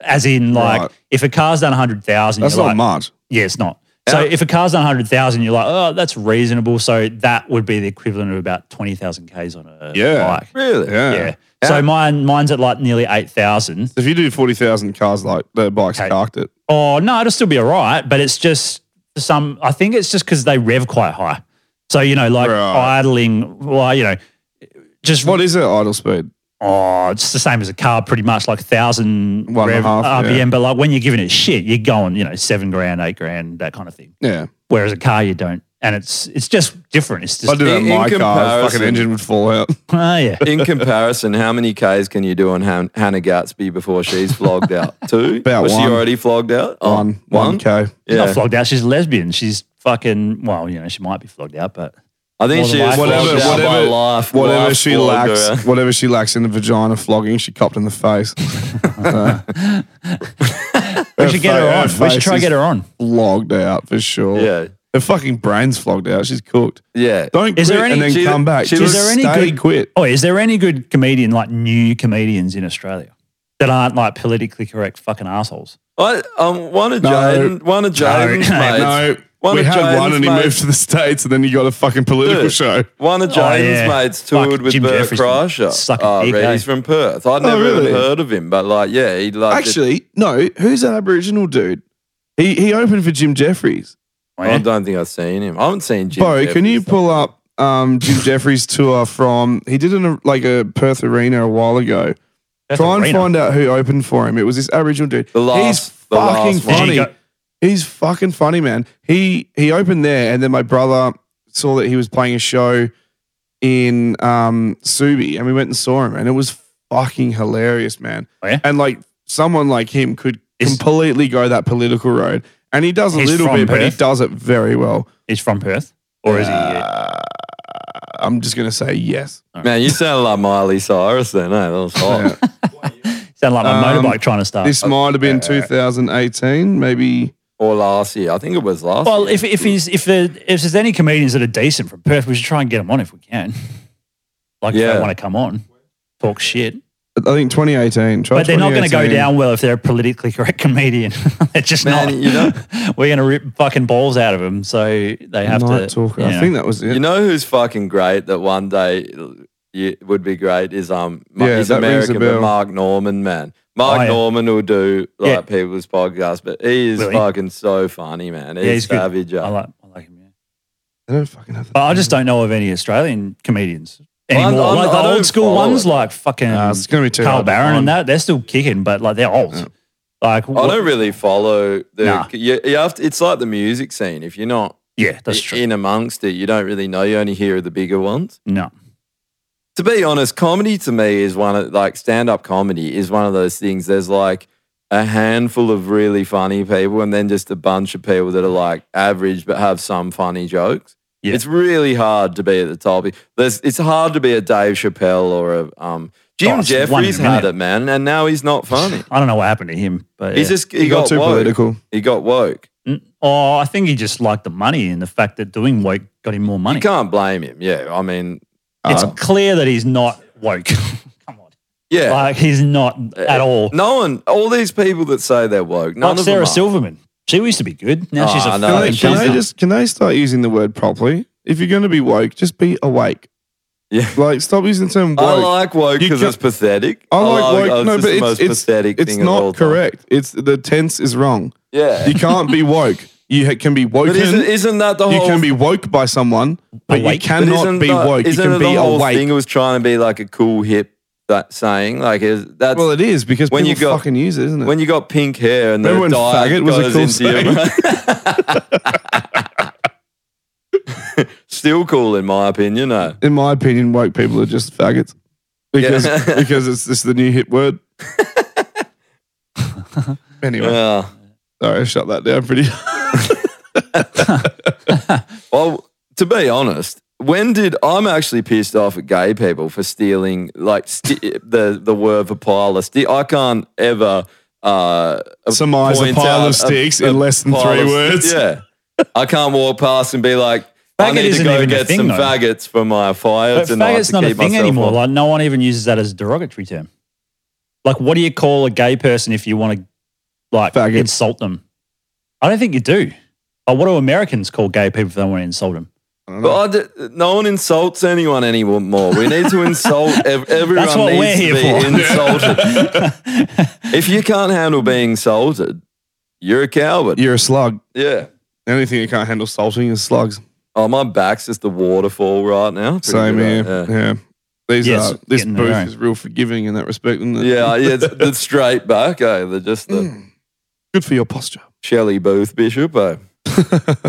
Speaker 3: as in like
Speaker 2: Right.
Speaker 3: if a car's done hundred thousand,
Speaker 2: That's not
Speaker 3: like,
Speaker 2: much.
Speaker 3: Yeah, it's not. So if a car's done hundred thousand, you're like, oh, that's reasonable. So that would be the equivalent of about twenty thousand k's on a
Speaker 2: Yeah.
Speaker 3: bike.
Speaker 1: Really?
Speaker 2: Yeah.
Speaker 3: Yeah. So mine mine's at like nearly eight thousand.
Speaker 2: If you do 40,000 cars, like the bike's carked it.
Speaker 3: Oh no, it'll still be all right, but it's just some. I think it's just because they rev quite high. So you know, like idling. Well, you know, just
Speaker 2: what is it idle speed?
Speaker 3: Oh, it's the same as a car, pretty much like a thousand
Speaker 2: One and a
Speaker 3: rev
Speaker 2: half,
Speaker 3: RPM.
Speaker 2: yeah.
Speaker 3: But like when you're giving it shit, you're going, you know, seven grand, eight grand, that kind of thing.
Speaker 2: Yeah.
Speaker 3: Whereas a car, you don't, and it's it's just different. It's just
Speaker 2: I did that in my car, the fucking engine would fall out.
Speaker 3: Oh yeah.
Speaker 1: In comparison, how many Ks can you do on Han- Hannah Gatsby before she's flogged out? Two?
Speaker 2: About
Speaker 1: Was she
Speaker 2: one.
Speaker 1: already flogged out? Oh,
Speaker 2: One, one K.
Speaker 3: She's
Speaker 1: Yeah.
Speaker 3: not flogged out. She's a lesbian. She's fucking. Well, you know, she might be flogged out, but
Speaker 1: I think
Speaker 3: more than
Speaker 1: she was
Speaker 3: likely-
Speaker 1: flogged out by life.
Speaker 2: whatever
Speaker 1: life
Speaker 2: she
Speaker 1: flogged
Speaker 2: lacks,
Speaker 1: her.
Speaker 2: whatever she lacks in the vagina flogging, she copped in the face. So-
Speaker 3: We should get her on. We should try and get her on.
Speaker 2: Flogged out for sure.
Speaker 1: Yeah.
Speaker 2: Her fucking brain's flogged out. She's cooked.
Speaker 1: Yeah.
Speaker 2: Don't
Speaker 3: Is
Speaker 2: quit
Speaker 3: there any?
Speaker 2: and then
Speaker 3: she-
Speaker 2: come back.
Speaker 3: Is
Speaker 2: Just
Speaker 3: there any
Speaker 2: stay
Speaker 3: good
Speaker 2: quit?
Speaker 3: Oh, is there any good comedian like new comedians in Australia that aren't like politically correct fucking assholes?
Speaker 1: I, um, one of
Speaker 2: No.
Speaker 1: Jaden, one of Jaden's
Speaker 3: No.
Speaker 1: mates.
Speaker 2: No.
Speaker 1: One
Speaker 2: we
Speaker 1: of
Speaker 2: had
Speaker 1: Jaden's
Speaker 2: one and he
Speaker 1: mates-
Speaker 2: moved to the States and then he got a fucking political
Speaker 1: Dude,
Speaker 2: show.
Speaker 1: One of
Speaker 3: Oh,
Speaker 1: Jaden's
Speaker 3: yeah.
Speaker 1: mates
Speaker 3: Fuck,
Speaker 1: toured with
Speaker 3: Jim
Speaker 1: Bert
Speaker 3: Jeffries can
Speaker 1: Kreischer.
Speaker 3: suck a
Speaker 1: Oh,
Speaker 3: dick,
Speaker 1: right,
Speaker 3: eh?
Speaker 1: He's from Perth. I'd
Speaker 2: Oh,
Speaker 1: never
Speaker 2: really?
Speaker 1: even heard of him, but like, yeah, he like
Speaker 2: Actually, no. Who's that Aboriginal dude? He he opened for Jim Jeffries.
Speaker 1: I don't think I've seen him. I haven't seen Jim.
Speaker 2: Bo, can
Speaker 1: Jeffries.
Speaker 2: you pull up um, Jim Jeffries tour from? He did an, like a Perth arena a while ago.
Speaker 3: Perth
Speaker 2: Try and
Speaker 3: Arena?
Speaker 2: find out who opened for him. It was this Aboriginal dude.
Speaker 1: The last-
Speaker 2: He's
Speaker 1: the last
Speaker 2: fucking
Speaker 1: one.
Speaker 2: funny.
Speaker 1: Did he go-
Speaker 2: He's fucking funny, man. He he opened there, and then my brother saw that he was playing a show in um, Subi, and we went and saw him, and it was fucking hilarious, man.
Speaker 3: Oh, yeah?
Speaker 2: And like someone like him could completely go that political road, and he does a
Speaker 3: He's
Speaker 2: little
Speaker 3: from
Speaker 2: bit, but he
Speaker 3: Perth?
Speaker 2: does it very well.
Speaker 3: He's from Perth, or is he?
Speaker 2: I'm just gonna say yes.
Speaker 3: Oh,
Speaker 1: Man, you sound like Miley Cyrus then, eh? That was hot.
Speaker 3: Sound like my
Speaker 2: Um,
Speaker 3: motorbike trying to start.
Speaker 2: This might have been 2018, maybe.
Speaker 1: or last year. I think it was last
Speaker 3: well,
Speaker 1: year.
Speaker 3: if if he's if there if there's any comedians that are decent from Perth, we should try and get them on if we can. Like if
Speaker 1: Yeah.
Speaker 3: they want to come on, talk shit.
Speaker 2: I think 2018. try
Speaker 3: but they're not going to go
Speaker 2: 2018.
Speaker 3: down well if they're a politically correct comedian. they're just not.
Speaker 1: you know?
Speaker 3: We're going to rip fucking balls out of them, so they have to. you know.
Speaker 2: was it.
Speaker 1: You know who's fucking great that one day you, would be great is um Ma-
Speaker 2: Yeah,
Speaker 1: he's
Speaker 2: that rings a
Speaker 1: American but
Speaker 2: bell.
Speaker 1: Mark Norman man. Mark
Speaker 3: Oh, yeah.
Speaker 1: Norman will do like
Speaker 3: Yeah.
Speaker 1: people's podcasts, but he is
Speaker 3: Really?
Speaker 1: fucking so funny, man. He's,
Speaker 3: Yeah, he's good.
Speaker 1: savage. uh.
Speaker 3: I like, I like him. Yeah.
Speaker 2: I don't fucking have.
Speaker 3: But I just don't know of any Australian comedians
Speaker 1: Well, I'm-
Speaker 3: anymore.
Speaker 1: I'm-
Speaker 3: like
Speaker 1: I
Speaker 3: the
Speaker 1: don't
Speaker 3: old school
Speaker 1: follow
Speaker 3: ones,
Speaker 1: it.
Speaker 3: like fucking
Speaker 2: Nah, it's gonna be too
Speaker 3: Carl
Speaker 2: hard to
Speaker 3: Barron and
Speaker 2: find.
Speaker 3: that. They're still kicking, but like they're old. Like
Speaker 1: I
Speaker 3: what-
Speaker 1: don't really follow the.
Speaker 3: Nah.
Speaker 1: You, you have to, it's like the music scene. If you're not
Speaker 3: Yeah, that's
Speaker 1: i-
Speaker 3: true.
Speaker 1: in amongst it, you don't really know. You only hear the bigger ones.
Speaker 3: No.
Speaker 1: To be honest, comedy to me is one of like stand up comedy is one of those things. There's like a handful of really funny people, and then just a bunch of people that are like average but have some funny jokes.
Speaker 3: Yeah.
Speaker 1: It's really hard to be at the top. There's, it's hard to be a Dave Chappelle or a um, Jim
Speaker 3: Oh, it's one
Speaker 1: Jeffries had
Speaker 3: minute.
Speaker 1: it, man, and now he's not funny.
Speaker 3: I don't know what happened to him, but
Speaker 1: He
Speaker 3: yeah.
Speaker 1: just he, got,
Speaker 2: too
Speaker 1: woke.
Speaker 2: political.
Speaker 1: He got woke.
Speaker 3: Mm, Oh, I think he just liked the money and the fact that doing woke got him more money.
Speaker 1: You can't blame him. Yeah, I mean,
Speaker 3: It's
Speaker 1: uh,
Speaker 3: clear that he's not woke.
Speaker 1: yeah,
Speaker 3: like he's not at all.
Speaker 1: No one, all these people that say they're woke, none
Speaker 3: like
Speaker 1: of
Speaker 3: Sarah
Speaker 1: them are.
Speaker 3: Silverman. She used to be good. Now she's
Speaker 1: Ah,
Speaker 3: a
Speaker 1: no,
Speaker 3: no,
Speaker 1: Can
Speaker 2: Can they just can they start using the word properly? If you're going to be woke, just be awake.
Speaker 1: Yeah.
Speaker 2: Like stop using the term woke.
Speaker 1: I like woke
Speaker 2: You
Speaker 1: because
Speaker 2: can-
Speaker 1: it's pathetic.
Speaker 2: I like
Speaker 1: love-
Speaker 2: woke.
Speaker 1: oh, it's
Speaker 2: no,
Speaker 1: just
Speaker 2: but
Speaker 1: the
Speaker 2: it's
Speaker 1: most
Speaker 2: it's,
Speaker 1: pathetic
Speaker 2: it's
Speaker 1: thing of all
Speaker 2: not
Speaker 1: time.
Speaker 2: correct. It's the tense is wrong.
Speaker 1: Yeah,
Speaker 2: You can't be woke. You ha- can be woken.
Speaker 1: but isn't, isn't that the
Speaker 2: you
Speaker 1: whole?
Speaker 2: can be woke by someone, but
Speaker 3: Awake.
Speaker 1: but
Speaker 2: you cannot
Speaker 1: isn't
Speaker 2: be
Speaker 1: the-
Speaker 2: woke. You
Speaker 1: Isn't
Speaker 2: can
Speaker 1: it the
Speaker 2: be
Speaker 1: whole
Speaker 2: awake.
Speaker 1: thing? It was trying to be like a cool hip that saying. Like is that's
Speaker 2: well, it is because
Speaker 1: When
Speaker 2: people
Speaker 1: you got-
Speaker 2: fucking use it, isn't it?
Speaker 1: when you got pink hair and the
Speaker 2: Remember when
Speaker 1: diet
Speaker 2: faggot was a
Speaker 1: goes
Speaker 2: cool
Speaker 1: into your. Still cool in my opinion, eh? no.
Speaker 2: in my opinion, woke people are just faggots because
Speaker 1: Yeah.
Speaker 2: because it's just the new hip word. anyway,
Speaker 1: Yeah.
Speaker 2: sorry, I shut that down pretty.
Speaker 1: Well, to be honest, when did I'm actually pissed off at gay people for stealing like sti the the word for pile of sticks? I can't ever uh,
Speaker 2: Surmise a
Speaker 1: point
Speaker 2: pile
Speaker 1: out
Speaker 2: of sticks in less than
Speaker 1: pile
Speaker 2: three
Speaker 1: of-
Speaker 2: words.
Speaker 1: Yeah, I can't walk past and be like, I
Speaker 3: Faggot
Speaker 1: need to
Speaker 3: isn't
Speaker 1: go
Speaker 3: even a
Speaker 1: get
Speaker 3: thing,
Speaker 1: some
Speaker 3: though.
Speaker 1: faggots for my fire
Speaker 3: But
Speaker 1: tonight.
Speaker 3: faggot's
Speaker 1: to
Speaker 3: not a
Speaker 1: keep
Speaker 3: thing
Speaker 1: myself
Speaker 3: anymore.
Speaker 1: off.
Speaker 3: Like no one even uses that as a derogatory term. Like, what do you call a gay person if you want to, like,
Speaker 2: Faggot.
Speaker 3: insult them? I don't think you do. Like, what do Americans call gay people if they want to insult them?
Speaker 1: But I d- no one insults anyone anymore. We need to insult ev- everyone.
Speaker 3: That's what
Speaker 1: needs
Speaker 3: we're here
Speaker 1: to be
Speaker 3: for.
Speaker 1: Insulted. if you can't handle being insulted, you're a coward.
Speaker 2: You're a slug.
Speaker 1: yeah.
Speaker 2: The only thing you can't handle salting is slugs.
Speaker 1: Oh, my back's just the waterfall right now. Pretty
Speaker 2: Same
Speaker 1: good,
Speaker 2: here.
Speaker 1: right?
Speaker 2: Yeah. These
Speaker 3: Yes,
Speaker 2: are this
Speaker 3: getting
Speaker 2: booth
Speaker 3: around.
Speaker 2: is real forgiving in that respect. Isn't
Speaker 1: Yeah,
Speaker 2: it?
Speaker 1: yeah, yeah it's the straight back. Eh? The, just the
Speaker 3: Hmm.
Speaker 2: good for your posture.
Speaker 1: Shelley Booth Bishop. Eh?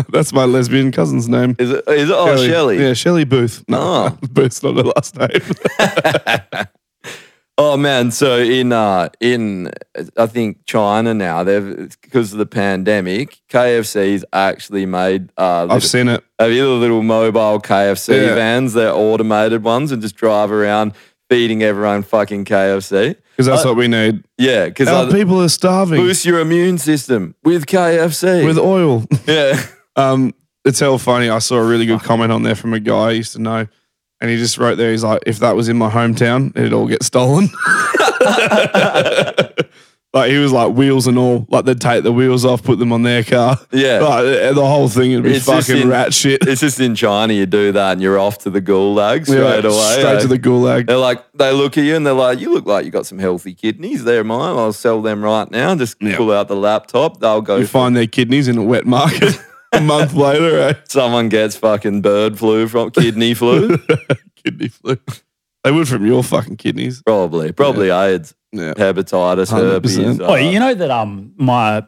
Speaker 2: That's my lesbian cousin's name.
Speaker 1: Is it? Is it? Oh, Shelley.
Speaker 2: Yeah, Shelley Booth. No, Booth's not her last name.
Speaker 1: Oh man, so in uh in uh, I think China now they've because of the pandemic, KFC's actually made uh
Speaker 2: I've
Speaker 1: little,
Speaker 2: seen it.
Speaker 1: have you the little mobile KFC
Speaker 2: Yeah.
Speaker 1: vans, they're automated ones and just drive around feeding everyone fucking KFC.
Speaker 2: Because that's what we need.
Speaker 1: Yeah, because
Speaker 2: Our people are starving
Speaker 1: boost your immune system with KFC.
Speaker 2: with oil.
Speaker 1: yeah.
Speaker 2: Um, it's hell funny. I saw a really good comment on there from a guy I used to know, and he just wrote there. He's like, "If that was in my hometown, it'd all get stolen." like he was like wheels and all. Like they'd take the wheels off, put them on their car.
Speaker 1: Yeah.
Speaker 2: Like, eh, the whole thing would be
Speaker 1: It's just
Speaker 2: fucking
Speaker 1: in-
Speaker 2: rat shit.
Speaker 1: It's just in China you do that and you're off to the gulag
Speaker 2: Yeah,
Speaker 1: straight away.
Speaker 2: straight
Speaker 1: eh?
Speaker 2: to the gulag.
Speaker 1: They're like, they look at you and they're like, you look like you got some healthy kidneys. They're mine. I'll sell them right now. Just
Speaker 2: Yeah.
Speaker 1: pull out the laptop. They'll go.
Speaker 2: You find their kidneys in a wet market a month later. eh?
Speaker 1: Someone gets fucking bird flu from kidney flu.
Speaker 2: Kidney flu. They would from your fucking kidneys.
Speaker 1: probably, probably AIDS,
Speaker 2: Yeah.
Speaker 1: hepatitis,
Speaker 2: 100%.
Speaker 1: herpes. uh,
Speaker 3: Well, you know that um my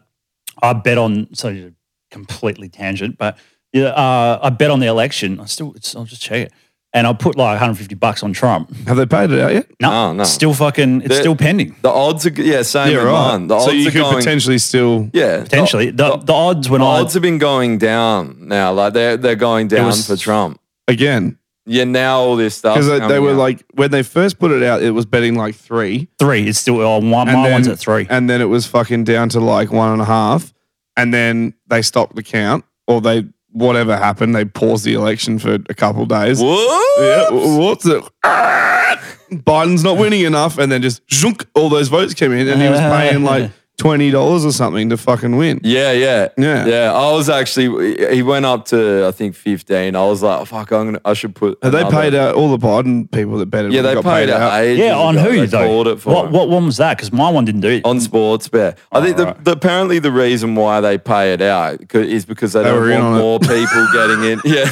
Speaker 3: I bet on so completely tangent, but yeah, uh, I bet on the election. I still it's, I'll just check it, and I put like 150 bucks on Trump.
Speaker 2: Have they paid it out yet?
Speaker 3: No,
Speaker 1: Ah, No, no.
Speaker 3: still fucking it's
Speaker 1: The-
Speaker 3: still pending.
Speaker 1: the odds are yeah, same with mine. The odds
Speaker 2: So you
Speaker 1: are
Speaker 2: could
Speaker 1: going
Speaker 2: potentially still.
Speaker 1: yeah,
Speaker 3: Potentially, the, the odds when
Speaker 1: The
Speaker 3: I
Speaker 1: odds have been going down now. Like they're they're going down
Speaker 2: was-
Speaker 1: for Trump.
Speaker 2: Again,
Speaker 1: Yeah, now all this stuff
Speaker 2: because they, they were like when they first put it out, it was betting like three.
Speaker 3: three, it's still oh, one, my one's at three.
Speaker 2: and then it was fucking down to like one and a half, and then they stopped the count, or they whatever happened, they paused the election for a couple days. Yeah, wh- whoops. Ah! Biden's not winning enough, and then just zhunk, all those votes came in, and he was paying like twenty dollars or something to fucking win.
Speaker 1: Yeah, yeah,
Speaker 2: Yeah.
Speaker 1: yeah. I was actually. He went up to I think fifteen. I was like, fuck, I'm gonna. I should put.
Speaker 2: Have they
Speaker 1: another-
Speaker 2: paid out all the Biden people that betted?
Speaker 1: Yeah, they
Speaker 2: got
Speaker 1: paid out ages
Speaker 3: Yeah, on
Speaker 1: ago.
Speaker 3: who
Speaker 1: They called
Speaker 3: though?
Speaker 1: it for
Speaker 3: What
Speaker 1: him.
Speaker 3: what one was that? Because my one didn't do it.
Speaker 1: on sports bet. I think the, the, apparently the reason why they pay it out co- is because they,
Speaker 2: They
Speaker 1: don't
Speaker 2: were in
Speaker 1: want
Speaker 2: on it.
Speaker 1: more people getting in. Yeah,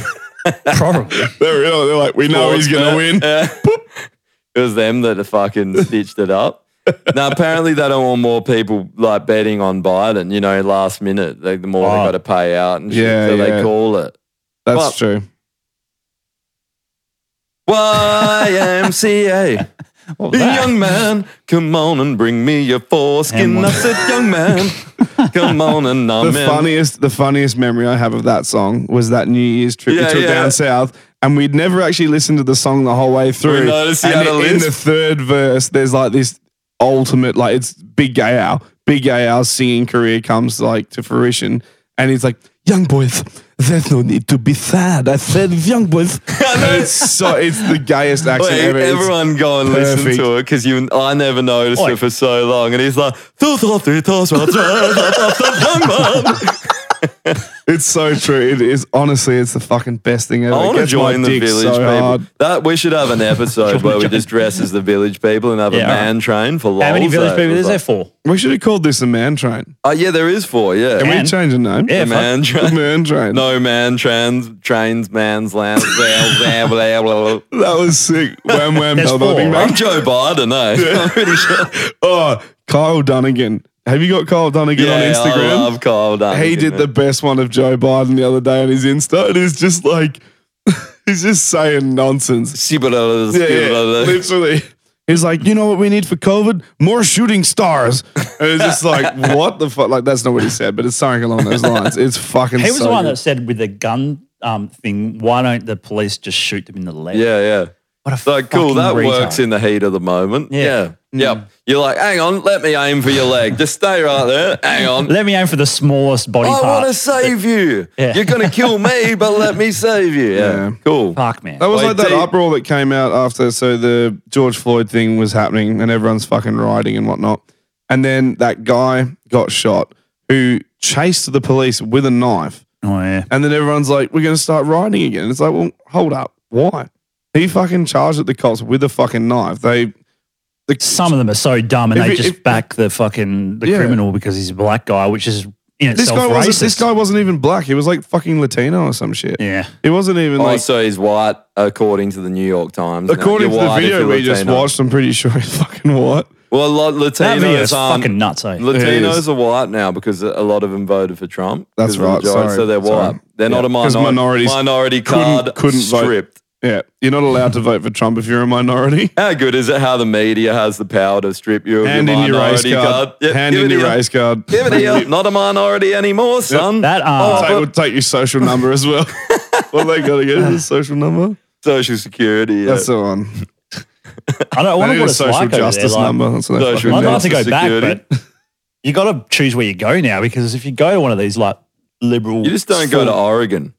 Speaker 3: Probably.
Speaker 2: They're real. They're like, we know he's gonna win.
Speaker 1: it was them that fucking stitched it up. now apparently they don't want more people like betting on Biden. You know, last minute, like, the more they
Speaker 2: Oh.
Speaker 1: got to pay out and shit,
Speaker 2: Yeah,
Speaker 1: so
Speaker 2: yeah.
Speaker 1: they call it.
Speaker 2: That's
Speaker 1: Well-
Speaker 2: true.
Speaker 1: YMCA. Young man, come on and bring me your foreskin. I said, young man, come on and I'm
Speaker 2: the
Speaker 1: in.
Speaker 2: funniest, the funniest memory I have of that song was that New Year's trip
Speaker 1: Yeah,
Speaker 2: we took
Speaker 1: yeah.
Speaker 2: down south, and we'd never actually listened to the song the whole way through.
Speaker 1: noticed he had
Speaker 2: and
Speaker 1: a
Speaker 2: in the
Speaker 1: lisp.
Speaker 2: third verse, there's like this ultimate, like it's Big Gay Al. Big Gay Al's singing career comes like to fruition, and he's like, "Young boys, there's no need to be sad." I said, "Young boys," And it's so it's the gayest accent
Speaker 1: Wait,
Speaker 2: ever. It's-
Speaker 1: everyone go and listen
Speaker 2: perfect.
Speaker 1: to it because you I never noticed
Speaker 2: Oi.
Speaker 1: it for so long. And he's like, "Two, two, three, two, two, two, two, two, two, two, one."
Speaker 2: It's so true. It is honestly, it's the fucking best
Speaker 1: I
Speaker 2: thing ever. It
Speaker 1: want to
Speaker 2: gets my
Speaker 1: join the
Speaker 2: dick
Speaker 1: village
Speaker 2: so hard.
Speaker 1: people. That we should have an episode where we just dress as the village people and have
Speaker 3: Yeah,
Speaker 1: a
Speaker 3: all right.
Speaker 1: man train for lols.
Speaker 3: How many village people is there
Speaker 1: there?
Speaker 3: for?
Speaker 2: We should have called this a man train.
Speaker 1: Oh yeah, there is four. Yeah,
Speaker 2: Can
Speaker 3: Man.
Speaker 2: we change the name?
Speaker 3: Yeah,
Speaker 1: The
Speaker 3: fuck.
Speaker 1: man
Speaker 2: The
Speaker 1: train.
Speaker 2: man train.
Speaker 1: No man trans trains man's land. blah, blah, blah, blah.
Speaker 2: That was sick. Wham wham.
Speaker 3: There's
Speaker 2: bell, bell,
Speaker 3: four,
Speaker 2: bing, bang.
Speaker 1: I'm Joe Biden. Eh? I'm pretty sure.
Speaker 2: Oh, Kyle Dunnigan. Have you got Kyle Dunnigan on
Speaker 1: Yeah,
Speaker 2: Instagram?
Speaker 1: I love Kyle Dunnigan.
Speaker 2: he did the
Speaker 1: man.
Speaker 2: best one of Joe Biden the other day on his Insta, and it's just like he's just saying nonsense.
Speaker 1: Sibilas,
Speaker 2: Yeah, yeah,
Speaker 1: sibilas.
Speaker 2: literally. He's like, you know what we need for COVID? More shooting stars. And it's just like, what the fuck? Like, that's not what he said, but it's something along those lines. It's fucking.
Speaker 3: He was
Speaker 2: so
Speaker 3: the one
Speaker 2: good.
Speaker 3: that said with the gun um, thing, why don't the police just shoot them in the leg?
Speaker 1: Yeah, yeah.
Speaker 3: What a
Speaker 1: So cool.
Speaker 3: fucking
Speaker 1: That
Speaker 3: retard.
Speaker 1: works in the heat of the moment.
Speaker 3: Yeah.
Speaker 1: Yeah. Yeah. You're like, hang on, let me aim for your leg. Just stay right there. Hang on.
Speaker 3: Let me aim for the smallest body
Speaker 1: I
Speaker 3: part.
Speaker 1: want to save you.
Speaker 3: Yeah.
Speaker 1: You're going to kill me, but let me save you. Yeah.
Speaker 2: Yeah.
Speaker 1: Cool.
Speaker 3: Fuck, man.
Speaker 2: That was
Speaker 1: Wait,
Speaker 2: like that
Speaker 1: do-
Speaker 2: uproar that came out after. So the George Floyd thing was happening, and everyone's fucking rioting and whatnot. And then that guy got shot who chased the police with a knife.
Speaker 3: Oh, yeah.
Speaker 2: And then everyone's like, "We're going to start rioting again." And it's like, "Well, hold up, why?" He fucking charged at the cops with a fucking knife. They
Speaker 3: Some of them are so dumb and
Speaker 2: If
Speaker 3: they
Speaker 2: it-
Speaker 3: just
Speaker 2: if-
Speaker 3: back the fucking the
Speaker 2: Yeah.
Speaker 3: criminal because he's a black guy, which is in
Speaker 2: this
Speaker 3: itself
Speaker 2: guy
Speaker 3: racist.
Speaker 2: wasn't this guy wasn't even black. He was like fucking Latino or some shit.
Speaker 3: Yeah.
Speaker 2: He wasn't even
Speaker 1: Oh,
Speaker 2: like.
Speaker 1: so he's white, according to the New York Times. Now,
Speaker 2: According
Speaker 1: you're
Speaker 2: to the
Speaker 1: white if
Speaker 2: video
Speaker 1: you're
Speaker 2: we just
Speaker 1: Latino.
Speaker 2: watched, I'm pretty sure he's fucking white.
Speaker 1: Well, a lot
Speaker 3: That video is
Speaker 1: Latinos aren't.
Speaker 3: fucking nuts, eh?
Speaker 2: It is.
Speaker 1: um, Latinos are white now because a lot of them voted for Trump.
Speaker 2: That's
Speaker 1: 'Cause of the
Speaker 2: right,
Speaker 1: majority,
Speaker 2: sorry,
Speaker 1: So they're
Speaker 2: sorry.
Speaker 1: white. They're not
Speaker 2: Yeah,
Speaker 1: a
Speaker 2: 'cause
Speaker 1: minority.
Speaker 2: minorities
Speaker 1: minority
Speaker 2: couldn't-
Speaker 1: card
Speaker 2: couldn't vote.
Speaker 1: stripped.
Speaker 2: Yeah, you're not allowed to vote for Trump if you're a minority.
Speaker 1: How good is it how the media has the power to strip you of
Speaker 2: Hand
Speaker 1: your
Speaker 2: in your race
Speaker 1: minority
Speaker 2: card.
Speaker 1: Yeah,
Speaker 2: Hand
Speaker 1: give
Speaker 2: in
Speaker 1: it
Speaker 2: your
Speaker 1: here.
Speaker 2: race card.
Speaker 1: Give it here. Not a minority anymore, son.
Speaker 3: That uh,
Speaker 2: Take, we'll take your social number as well. what they got to get is a social number.
Speaker 1: Social security. yeah.
Speaker 2: That's the one.
Speaker 3: I don't I
Speaker 2: They
Speaker 3: wonder
Speaker 2: need
Speaker 3: what
Speaker 2: a
Speaker 3: it's
Speaker 2: social
Speaker 3: like over there.
Speaker 2: justice
Speaker 3: Like,
Speaker 2: number. That's what they
Speaker 1: Social
Speaker 2: fucking
Speaker 3: I'd
Speaker 2: need.
Speaker 3: like to go
Speaker 1: Security.
Speaker 3: back, but you got to choose where you go now because if you go to one of these like liberal,
Speaker 1: You just don't go to
Speaker 3: full-
Speaker 1: Oregon.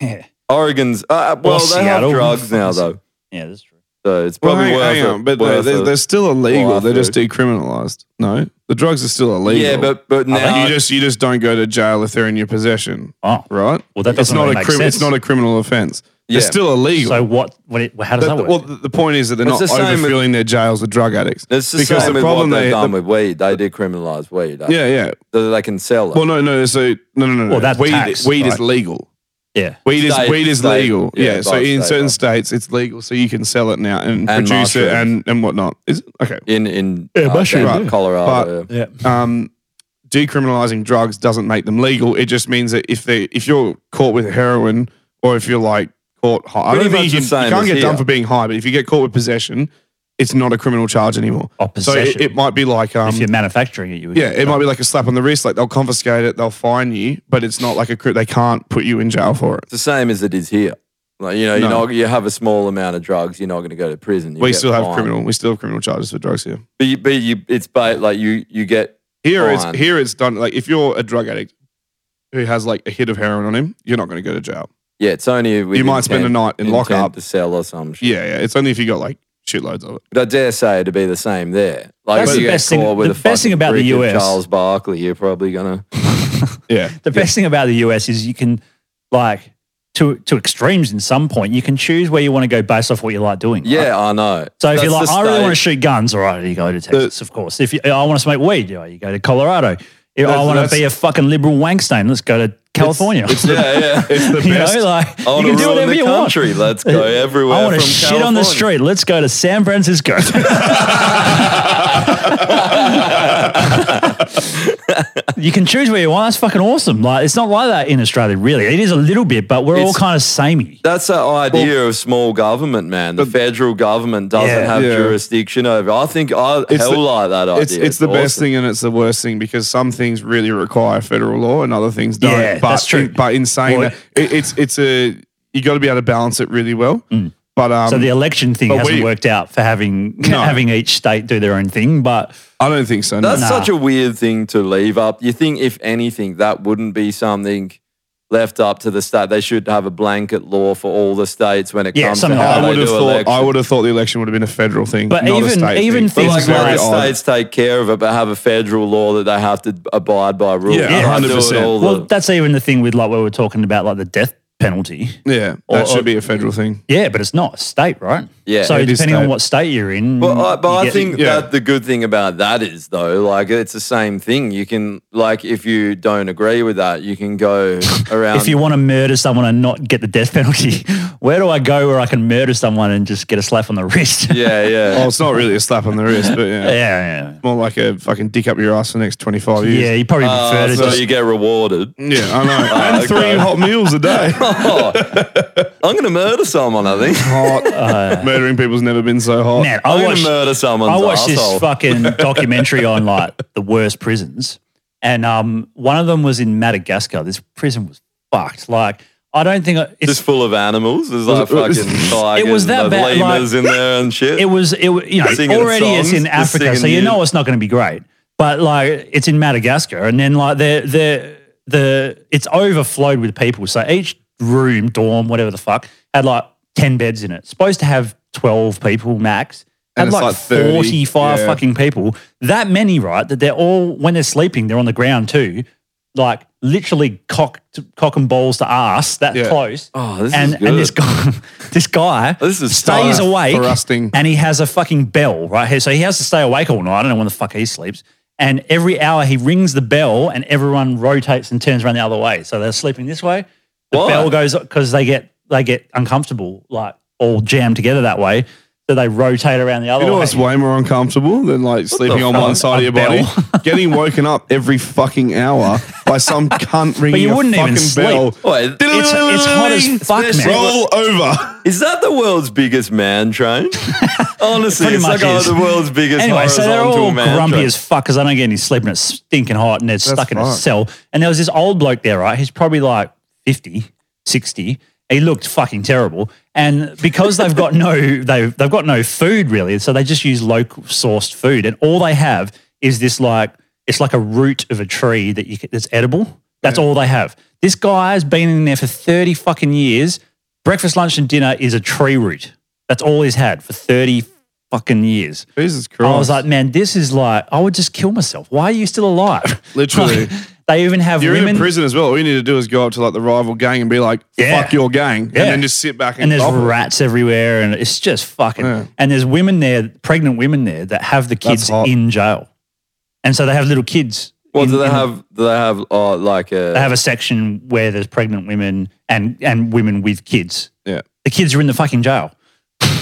Speaker 3: yeah,
Speaker 1: Oregon's uh, well, they
Speaker 3: Seattle.
Speaker 1: have drugs now though,
Speaker 3: yeah, that's true.
Speaker 1: so it's
Speaker 2: Well,
Speaker 1: probably
Speaker 2: hang-
Speaker 1: worth
Speaker 2: hang
Speaker 1: it.
Speaker 2: on, but uh,
Speaker 1: worth
Speaker 2: they're,
Speaker 1: it.
Speaker 2: they're still illegal.
Speaker 1: Worth
Speaker 2: they're
Speaker 1: it.
Speaker 2: just decriminalized. No, the drugs are still illegal.
Speaker 1: yeah, but but now
Speaker 2: you just you just don't go to jail if they're in your possession,
Speaker 3: Oh,
Speaker 2: right?
Speaker 3: Well, that
Speaker 2: it's
Speaker 3: doesn't
Speaker 2: not
Speaker 3: really
Speaker 2: a
Speaker 3: make
Speaker 2: crim- It's
Speaker 3: sense.
Speaker 2: not a criminal offense.
Speaker 1: Yeah.
Speaker 2: They're still illegal.
Speaker 3: so what? What? It, how does
Speaker 2: That-
Speaker 3: that, work?
Speaker 2: well, the the point is that they're
Speaker 1: It's
Speaker 2: not
Speaker 1: the same with-
Speaker 2: overfilling their jails with drug addicts.
Speaker 1: it's the
Speaker 2: because
Speaker 1: same
Speaker 2: the
Speaker 1: with
Speaker 2: problem
Speaker 1: what they've
Speaker 2: they-
Speaker 1: done
Speaker 2: the-
Speaker 1: with weed. They decriminalize weed. eh?
Speaker 2: Yeah, yeah.
Speaker 1: so that they can sell it.
Speaker 2: Well, no, no. So no, no, no. no.
Speaker 3: Well, that's
Speaker 2: weed.
Speaker 3: tax,
Speaker 2: weed is
Speaker 3: right?
Speaker 2: legal.
Speaker 3: yeah,
Speaker 2: Weed is
Speaker 1: State-
Speaker 2: weed is
Speaker 1: state-
Speaker 2: legal.
Speaker 1: yeah,
Speaker 2: Yeah. so
Speaker 1: by
Speaker 2: in
Speaker 1: state,
Speaker 2: certain
Speaker 1: by-
Speaker 2: states, it's legal, so you can sell it now and,
Speaker 1: And
Speaker 2: produce it
Speaker 1: mushrooms.
Speaker 2: and and whatnot. Is it? okay?
Speaker 1: in in uh,
Speaker 3: Yeah, mushrooms,
Speaker 1: Denver,
Speaker 3: yeah.
Speaker 1: Colorado. yeah.
Speaker 3: yeah.
Speaker 2: Um, decriminalizing drugs doesn't make them legal. It just means that if they if you're caught with heroin or if you're like caught high, I
Speaker 1: Pretty
Speaker 2: don't
Speaker 1: much
Speaker 2: think you,
Speaker 1: the
Speaker 2: can, you
Speaker 1: same
Speaker 2: can't
Speaker 1: as
Speaker 2: get done
Speaker 1: here.
Speaker 2: for being high, but if you get caught with possession, it's not a criminal charge anymore. So
Speaker 3: Oh,
Speaker 2: it-
Speaker 3: possession.
Speaker 2: it, might be like um,
Speaker 3: if you're manufacturing it, you would
Speaker 2: Yeah, it might be like a slap on the wrist. Like they'll confiscate it, they'll fine you, but it's not like a cri- they can't put you in jail for it.
Speaker 1: It's the same as it is here. Like you know,
Speaker 2: No.
Speaker 1: you know, you have a small amount of drugs. You're not going to go to prison. You
Speaker 2: we
Speaker 1: get
Speaker 2: still have
Speaker 1: fined.
Speaker 2: criminal, we still have criminal charges for drugs here.
Speaker 1: But you, but you, it's ba- like you you get
Speaker 2: Here it's
Speaker 1: Fine.
Speaker 2: here it's done. Like if you're a drug addict, who has like a hit of heroin on him, you're not going to go to jail.
Speaker 1: Yeah, it's only with
Speaker 2: You might spend a
Speaker 1: intent-
Speaker 2: night in
Speaker 1: intent
Speaker 2: lockup.
Speaker 1: to sell or some shit.
Speaker 2: Yeah, yeah. It's only if you got like shitloads of it.
Speaker 1: But I dare say it'd be the same there. Like
Speaker 3: That's
Speaker 1: if you
Speaker 3: the
Speaker 1: get
Speaker 3: best thing-
Speaker 1: caught with
Speaker 3: the
Speaker 1: a
Speaker 3: best thing
Speaker 1: fucking
Speaker 3: about the
Speaker 1: brick of
Speaker 3: US.
Speaker 1: Charles Barkley, you're probably gonna.
Speaker 2: Yeah.
Speaker 3: The best thing about the US is you can like to to extremes in some point, you can choose where you want to go based off what you like doing. right?
Speaker 1: Yeah, I know.
Speaker 3: So if you're
Speaker 1: That's
Speaker 3: like,
Speaker 1: the
Speaker 3: I really want to
Speaker 1: state-
Speaker 3: shoot guns, all right, you go to Texas, of course. If you, I want to smoke weed, you, know, you go to Colorado. If I
Speaker 1: That's-
Speaker 3: want
Speaker 1: that's-
Speaker 3: to be a fucking liberal wank stain, let's go to California.
Speaker 1: yeah, yeah. It's
Speaker 3: the You know, best. like,
Speaker 1: I wanna
Speaker 3: you can do
Speaker 1: rule in
Speaker 3: whatever
Speaker 1: the
Speaker 3: you want.
Speaker 1: country. Let's go everywhere.
Speaker 3: I want to
Speaker 1: uh, from
Speaker 3: shit on the
Speaker 1: California.
Speaker 3: street. Let's go to San Francisco. you can choose where you want. That's fucking awesome. Like it's not like that in Australia, really. It is a little bit, but we're all
Speaker 1: It's-
Speaker 3: kind of samey.
Speaker 1: That's the idea of small government, man. The federal government doesn't
Speaker 3: Yeah.
Speaker 1: have
Speaker 2: Yeah.
Speaker 1: jurisdiction over. I think I
Speaker 2: It's
Speaker 1: hell
Speaker 2: the-
Speaker 1: like that idea.
Speaker 2: It's, it's the best
Speaker 1: awesome.
Speaker 2: thing and it's the worst thing because some things really require federal law and other things don't.
Speaker 3: Yeah,
Speaker 2: but,
Speaker 3: that's true.
Speaker 2: but in saying
Speaker 3: Well,
Speaker 2: that, it, it's it's a you got to be able to balance it really well. But um,
Speaker 3: Mm. so the election thing
Speaker 2: but
Speaker 3: hasn't
Speaker 2: we-
Speaker 3: worked out for having
Speaker 2: No.
Speaker 3: having each state do their own thing, but
Speaker 2: I don't think so.
Speaker 1: That's
Speaker 3: Nah.
Speaker 1: such a weird thing to leave up. You think, if anything, that wouldn't be something left up to the state. They should have a blanket law for all the states when it
Speaker 3: Yeah,
Speaker 1: comes to
Speaker 3: something
Speaker 1: how
Speaker 3: like
Speaker 2: I
Speaker 1: they
Speaker 2: would have
Speaker 1: do
Speaker 2: thought
Speaker 1: elections.
Speaker 2: I would have thought the election would have been a federal thing,
Speaker 3: But
Speaker 2: not a
Speaker 3: even-
Speaker 2: state
Speaker 3: even
Speaker 2: thing.
Speaker 1: But
Speaker 3: things
Speaker 1: like
Speaker 3: very
Speaker 1: where the
Speaker 2: odd.
Speaker 1: states take care of it, but have a federal law that they have to abide by rules.
Speaker 2: Yeah,
Speaker 1: They do it
Speaker 2: 100%.
Speaker 1: all the-
Speaker 3: well, that's even the thing with like what we were talking about, like the death penalty.
Speaker 2: yeah,
Speaker 3: Or-
Speaker 2: that
Speaker 3: or-
Speaker 2: should be a federal thing.
Speaker 3: Yeah, but it's not a state, right?
Speaker 1: Yeah,
Speaker 3: So
Speaker 2: it is
Speaker 3: depending on
Speaker 2: state.
Speaker 3: what state you're in,
Speaker 1: But I, but
Speaker 3: you
Speaker 1: I
Speaker 3: get-
Speaker 1: think
Speaker 2: yeah.
Speaker 1: that the good thing about that is though, like it's the same thing. You can like if you don't agree with that, you can go around.
Speaker 3: if you want to murder someone and not get the death penalty, where do I go where I can murder someone and just get a slap on the wrist? yeah,
Speaker 1: yeah,
Speaker 2: Oh,
Speaker 1: yeah.
Speaker 2: it's not really a slap on the wrist, but yeah,
Speaker 3: yeah,
Speaker 2: more like a fucking dick up your ass for the next twenty five
Speaker 3: yeah.
Speaker 2: years.
Speaker 3: you probably prefer
Speaker 1: Uh,
Speaker 3: to
Speaker 1: so
Speaker 3: just.
Speaker 1: you get rewarded.
Speaker 2: Yeah, I know. and
Speaker 1: okay.
Speaker 2: three hot meals a day.
Speaker 1: Oh, I'm gonna murder someone. I think.
Speaker 2: hot.
Speaker 3: Uh,
Speaker 2: Murdering people's never been so hot.
Speaker 3: Man,
Speaker 1: I'm
Speaker 3: I
Speaker 1: gonna
Speaker 3: watched,
Speaker 1: murder someone.
Speaker 3: I watched this fucking documentary on like the worst prisons, and um, one of them was in Madagascar. This prison was fucked. Like, I don't think I- it's
Speaker 1: Just full of animals. There's like
Speaker 2: Was it-
Speaker 1: fucking tigers,
Speaker 3: It was that
Speaker 1: and
Speaker 3: bad, like-
Speaker 1: lemurs in there and shit.
Speaker 3: It was it was- you know
Speaker 1: Singing
Speaker 3: already it's
Speaker 1: songs,
Speaker 3: in
Speaker 1: just
Speaker 3: Africa, so
Speaker 1: singing
Speaker 3: you
Speaker 1: you.
Speaker 3: know it's not going to be great. But like it's in Madagascar, and then like the the the it's overflowed with people. So each room, dorm, whatever the fuck, had like ten beds in it. Supposed to have twelve people max.
Speaker 2: And
Speaker 3: Had
Speaker 2: it's
Speaker 3: like,
Speaker 2: like 30,
Speaker 3: forty five
Speaker 2: yeah.
Speaker 3: fucking people. That many, right? That they're all when they're sleeping, they're on the ground too. Like literally cock cock and balls to ass that
Speaker 2: Yeah.
Speaker 3: close.
Speaker 1: Oh, this is
Speaker 3: and and this
Speaker 1: good.
Speaker 3: guy, this guy
Speaker 1: This is
Speaker 3: stays
Speaker 1: tough.
Speaker 3: awake
Speaker 2: Thrusting.
Speaker 3: and he has a fucking bell right here. So he has to stay awake all night. I don't know when the fuck he sleeps. And every hour he rings the bell and everyone rotates and turns around the other way. So they're sleeping this way. The
Speaker 1: Why?
Speaker 3: bell goes because they get they get uncomfortable, like all jammed together that way. So they rotate around the other
Speaker 2: You know
Speaker 3: way.
Speaker 2: what's way more uncomfortable than like sleeping on
Speaker 1: fuck?
Speaker 2: one side of
Speaker 3: oh, A
Speaker 2: your body?
Speaker 3: bell.
Speaker 2: Getting woken up every fucking hour by some cunt ringing
Speaker 3: you
Speaker 2: a
Speaker 3: wouldn't even
Speaker 2: fucking
Speaker 3: sleep.
Speaker 2: bell.
Speaker 1: Wait,
Speaker 3: It's, it's hot as fuck, man.
Speaker 2: Roll over.
Speaker 1: Is that the world's biggest man train? Honestly,
Speaker 3: Pretty
Speaker 1: it's like
Speaker 3: much
Speaker 1: oh,
Speaker 3: is.
Speaker 1: the world's biggest
Speaker 3: Anyway, so they're
Speaker 1: horizontal
Speaker 3: all
Speaker 1: man
Speaker 3: grumpy
Speaker 1: train.
Speaker 3: as fuck because they don't get any sleep and it's stinking hot and they're stuck in a
Speaker 2: fucked.
Speaker 3: cell. And there was this old bloke there, right? He's probably like 50, 60. He looked fucking terrible. And because they've got no they've they've got no food really, so they just use local sourced food. And all they have is this like it's like a root of a tree that you can, that's edible. That's all they have. This guy has been in there for 30 fucking years. Breakfast, lunch, and dinner is a tree root. That's all he's had for 30 fucking years.
Speaker 2: Jesus Christ.
Speaker 3: I was like, man, this is like, I would just kill myself. Why are you still alive?
Speaker 2: Literally.
Speaker 3: they even have
Speaker 2: You're
Speaker 3: women
Speaker 2: in a prison as well. All you need to do is go up to like the rival gang and be like,
Speaker 3: Yeah.
Speaker 2: fuck your gang.
Speaker 3: Yeah.
Speaker 2: And then just sit back and,
Speaker 3: and there's
Speaker 2: cop it.
Speaker 3: rats everywhere, and it's just fucking.
Speaker 2: Yeah.
Speaker 3: And there's women there, pregnant women there, that have the kids
Speaker 2: hot.
Speaker 3: in jail, and so they have little kids.
Speaker 1: Well,
Speaker 3: in-
Speaker 1: do they
Speaker 3: in-
Speaker 1: have? Do they have uh, like a?
Speaker 3: They have a section where there's pregnant women and and women with kids.
Speaker 2: Yeah.
Speaker 3: The kids are in the fucking jail.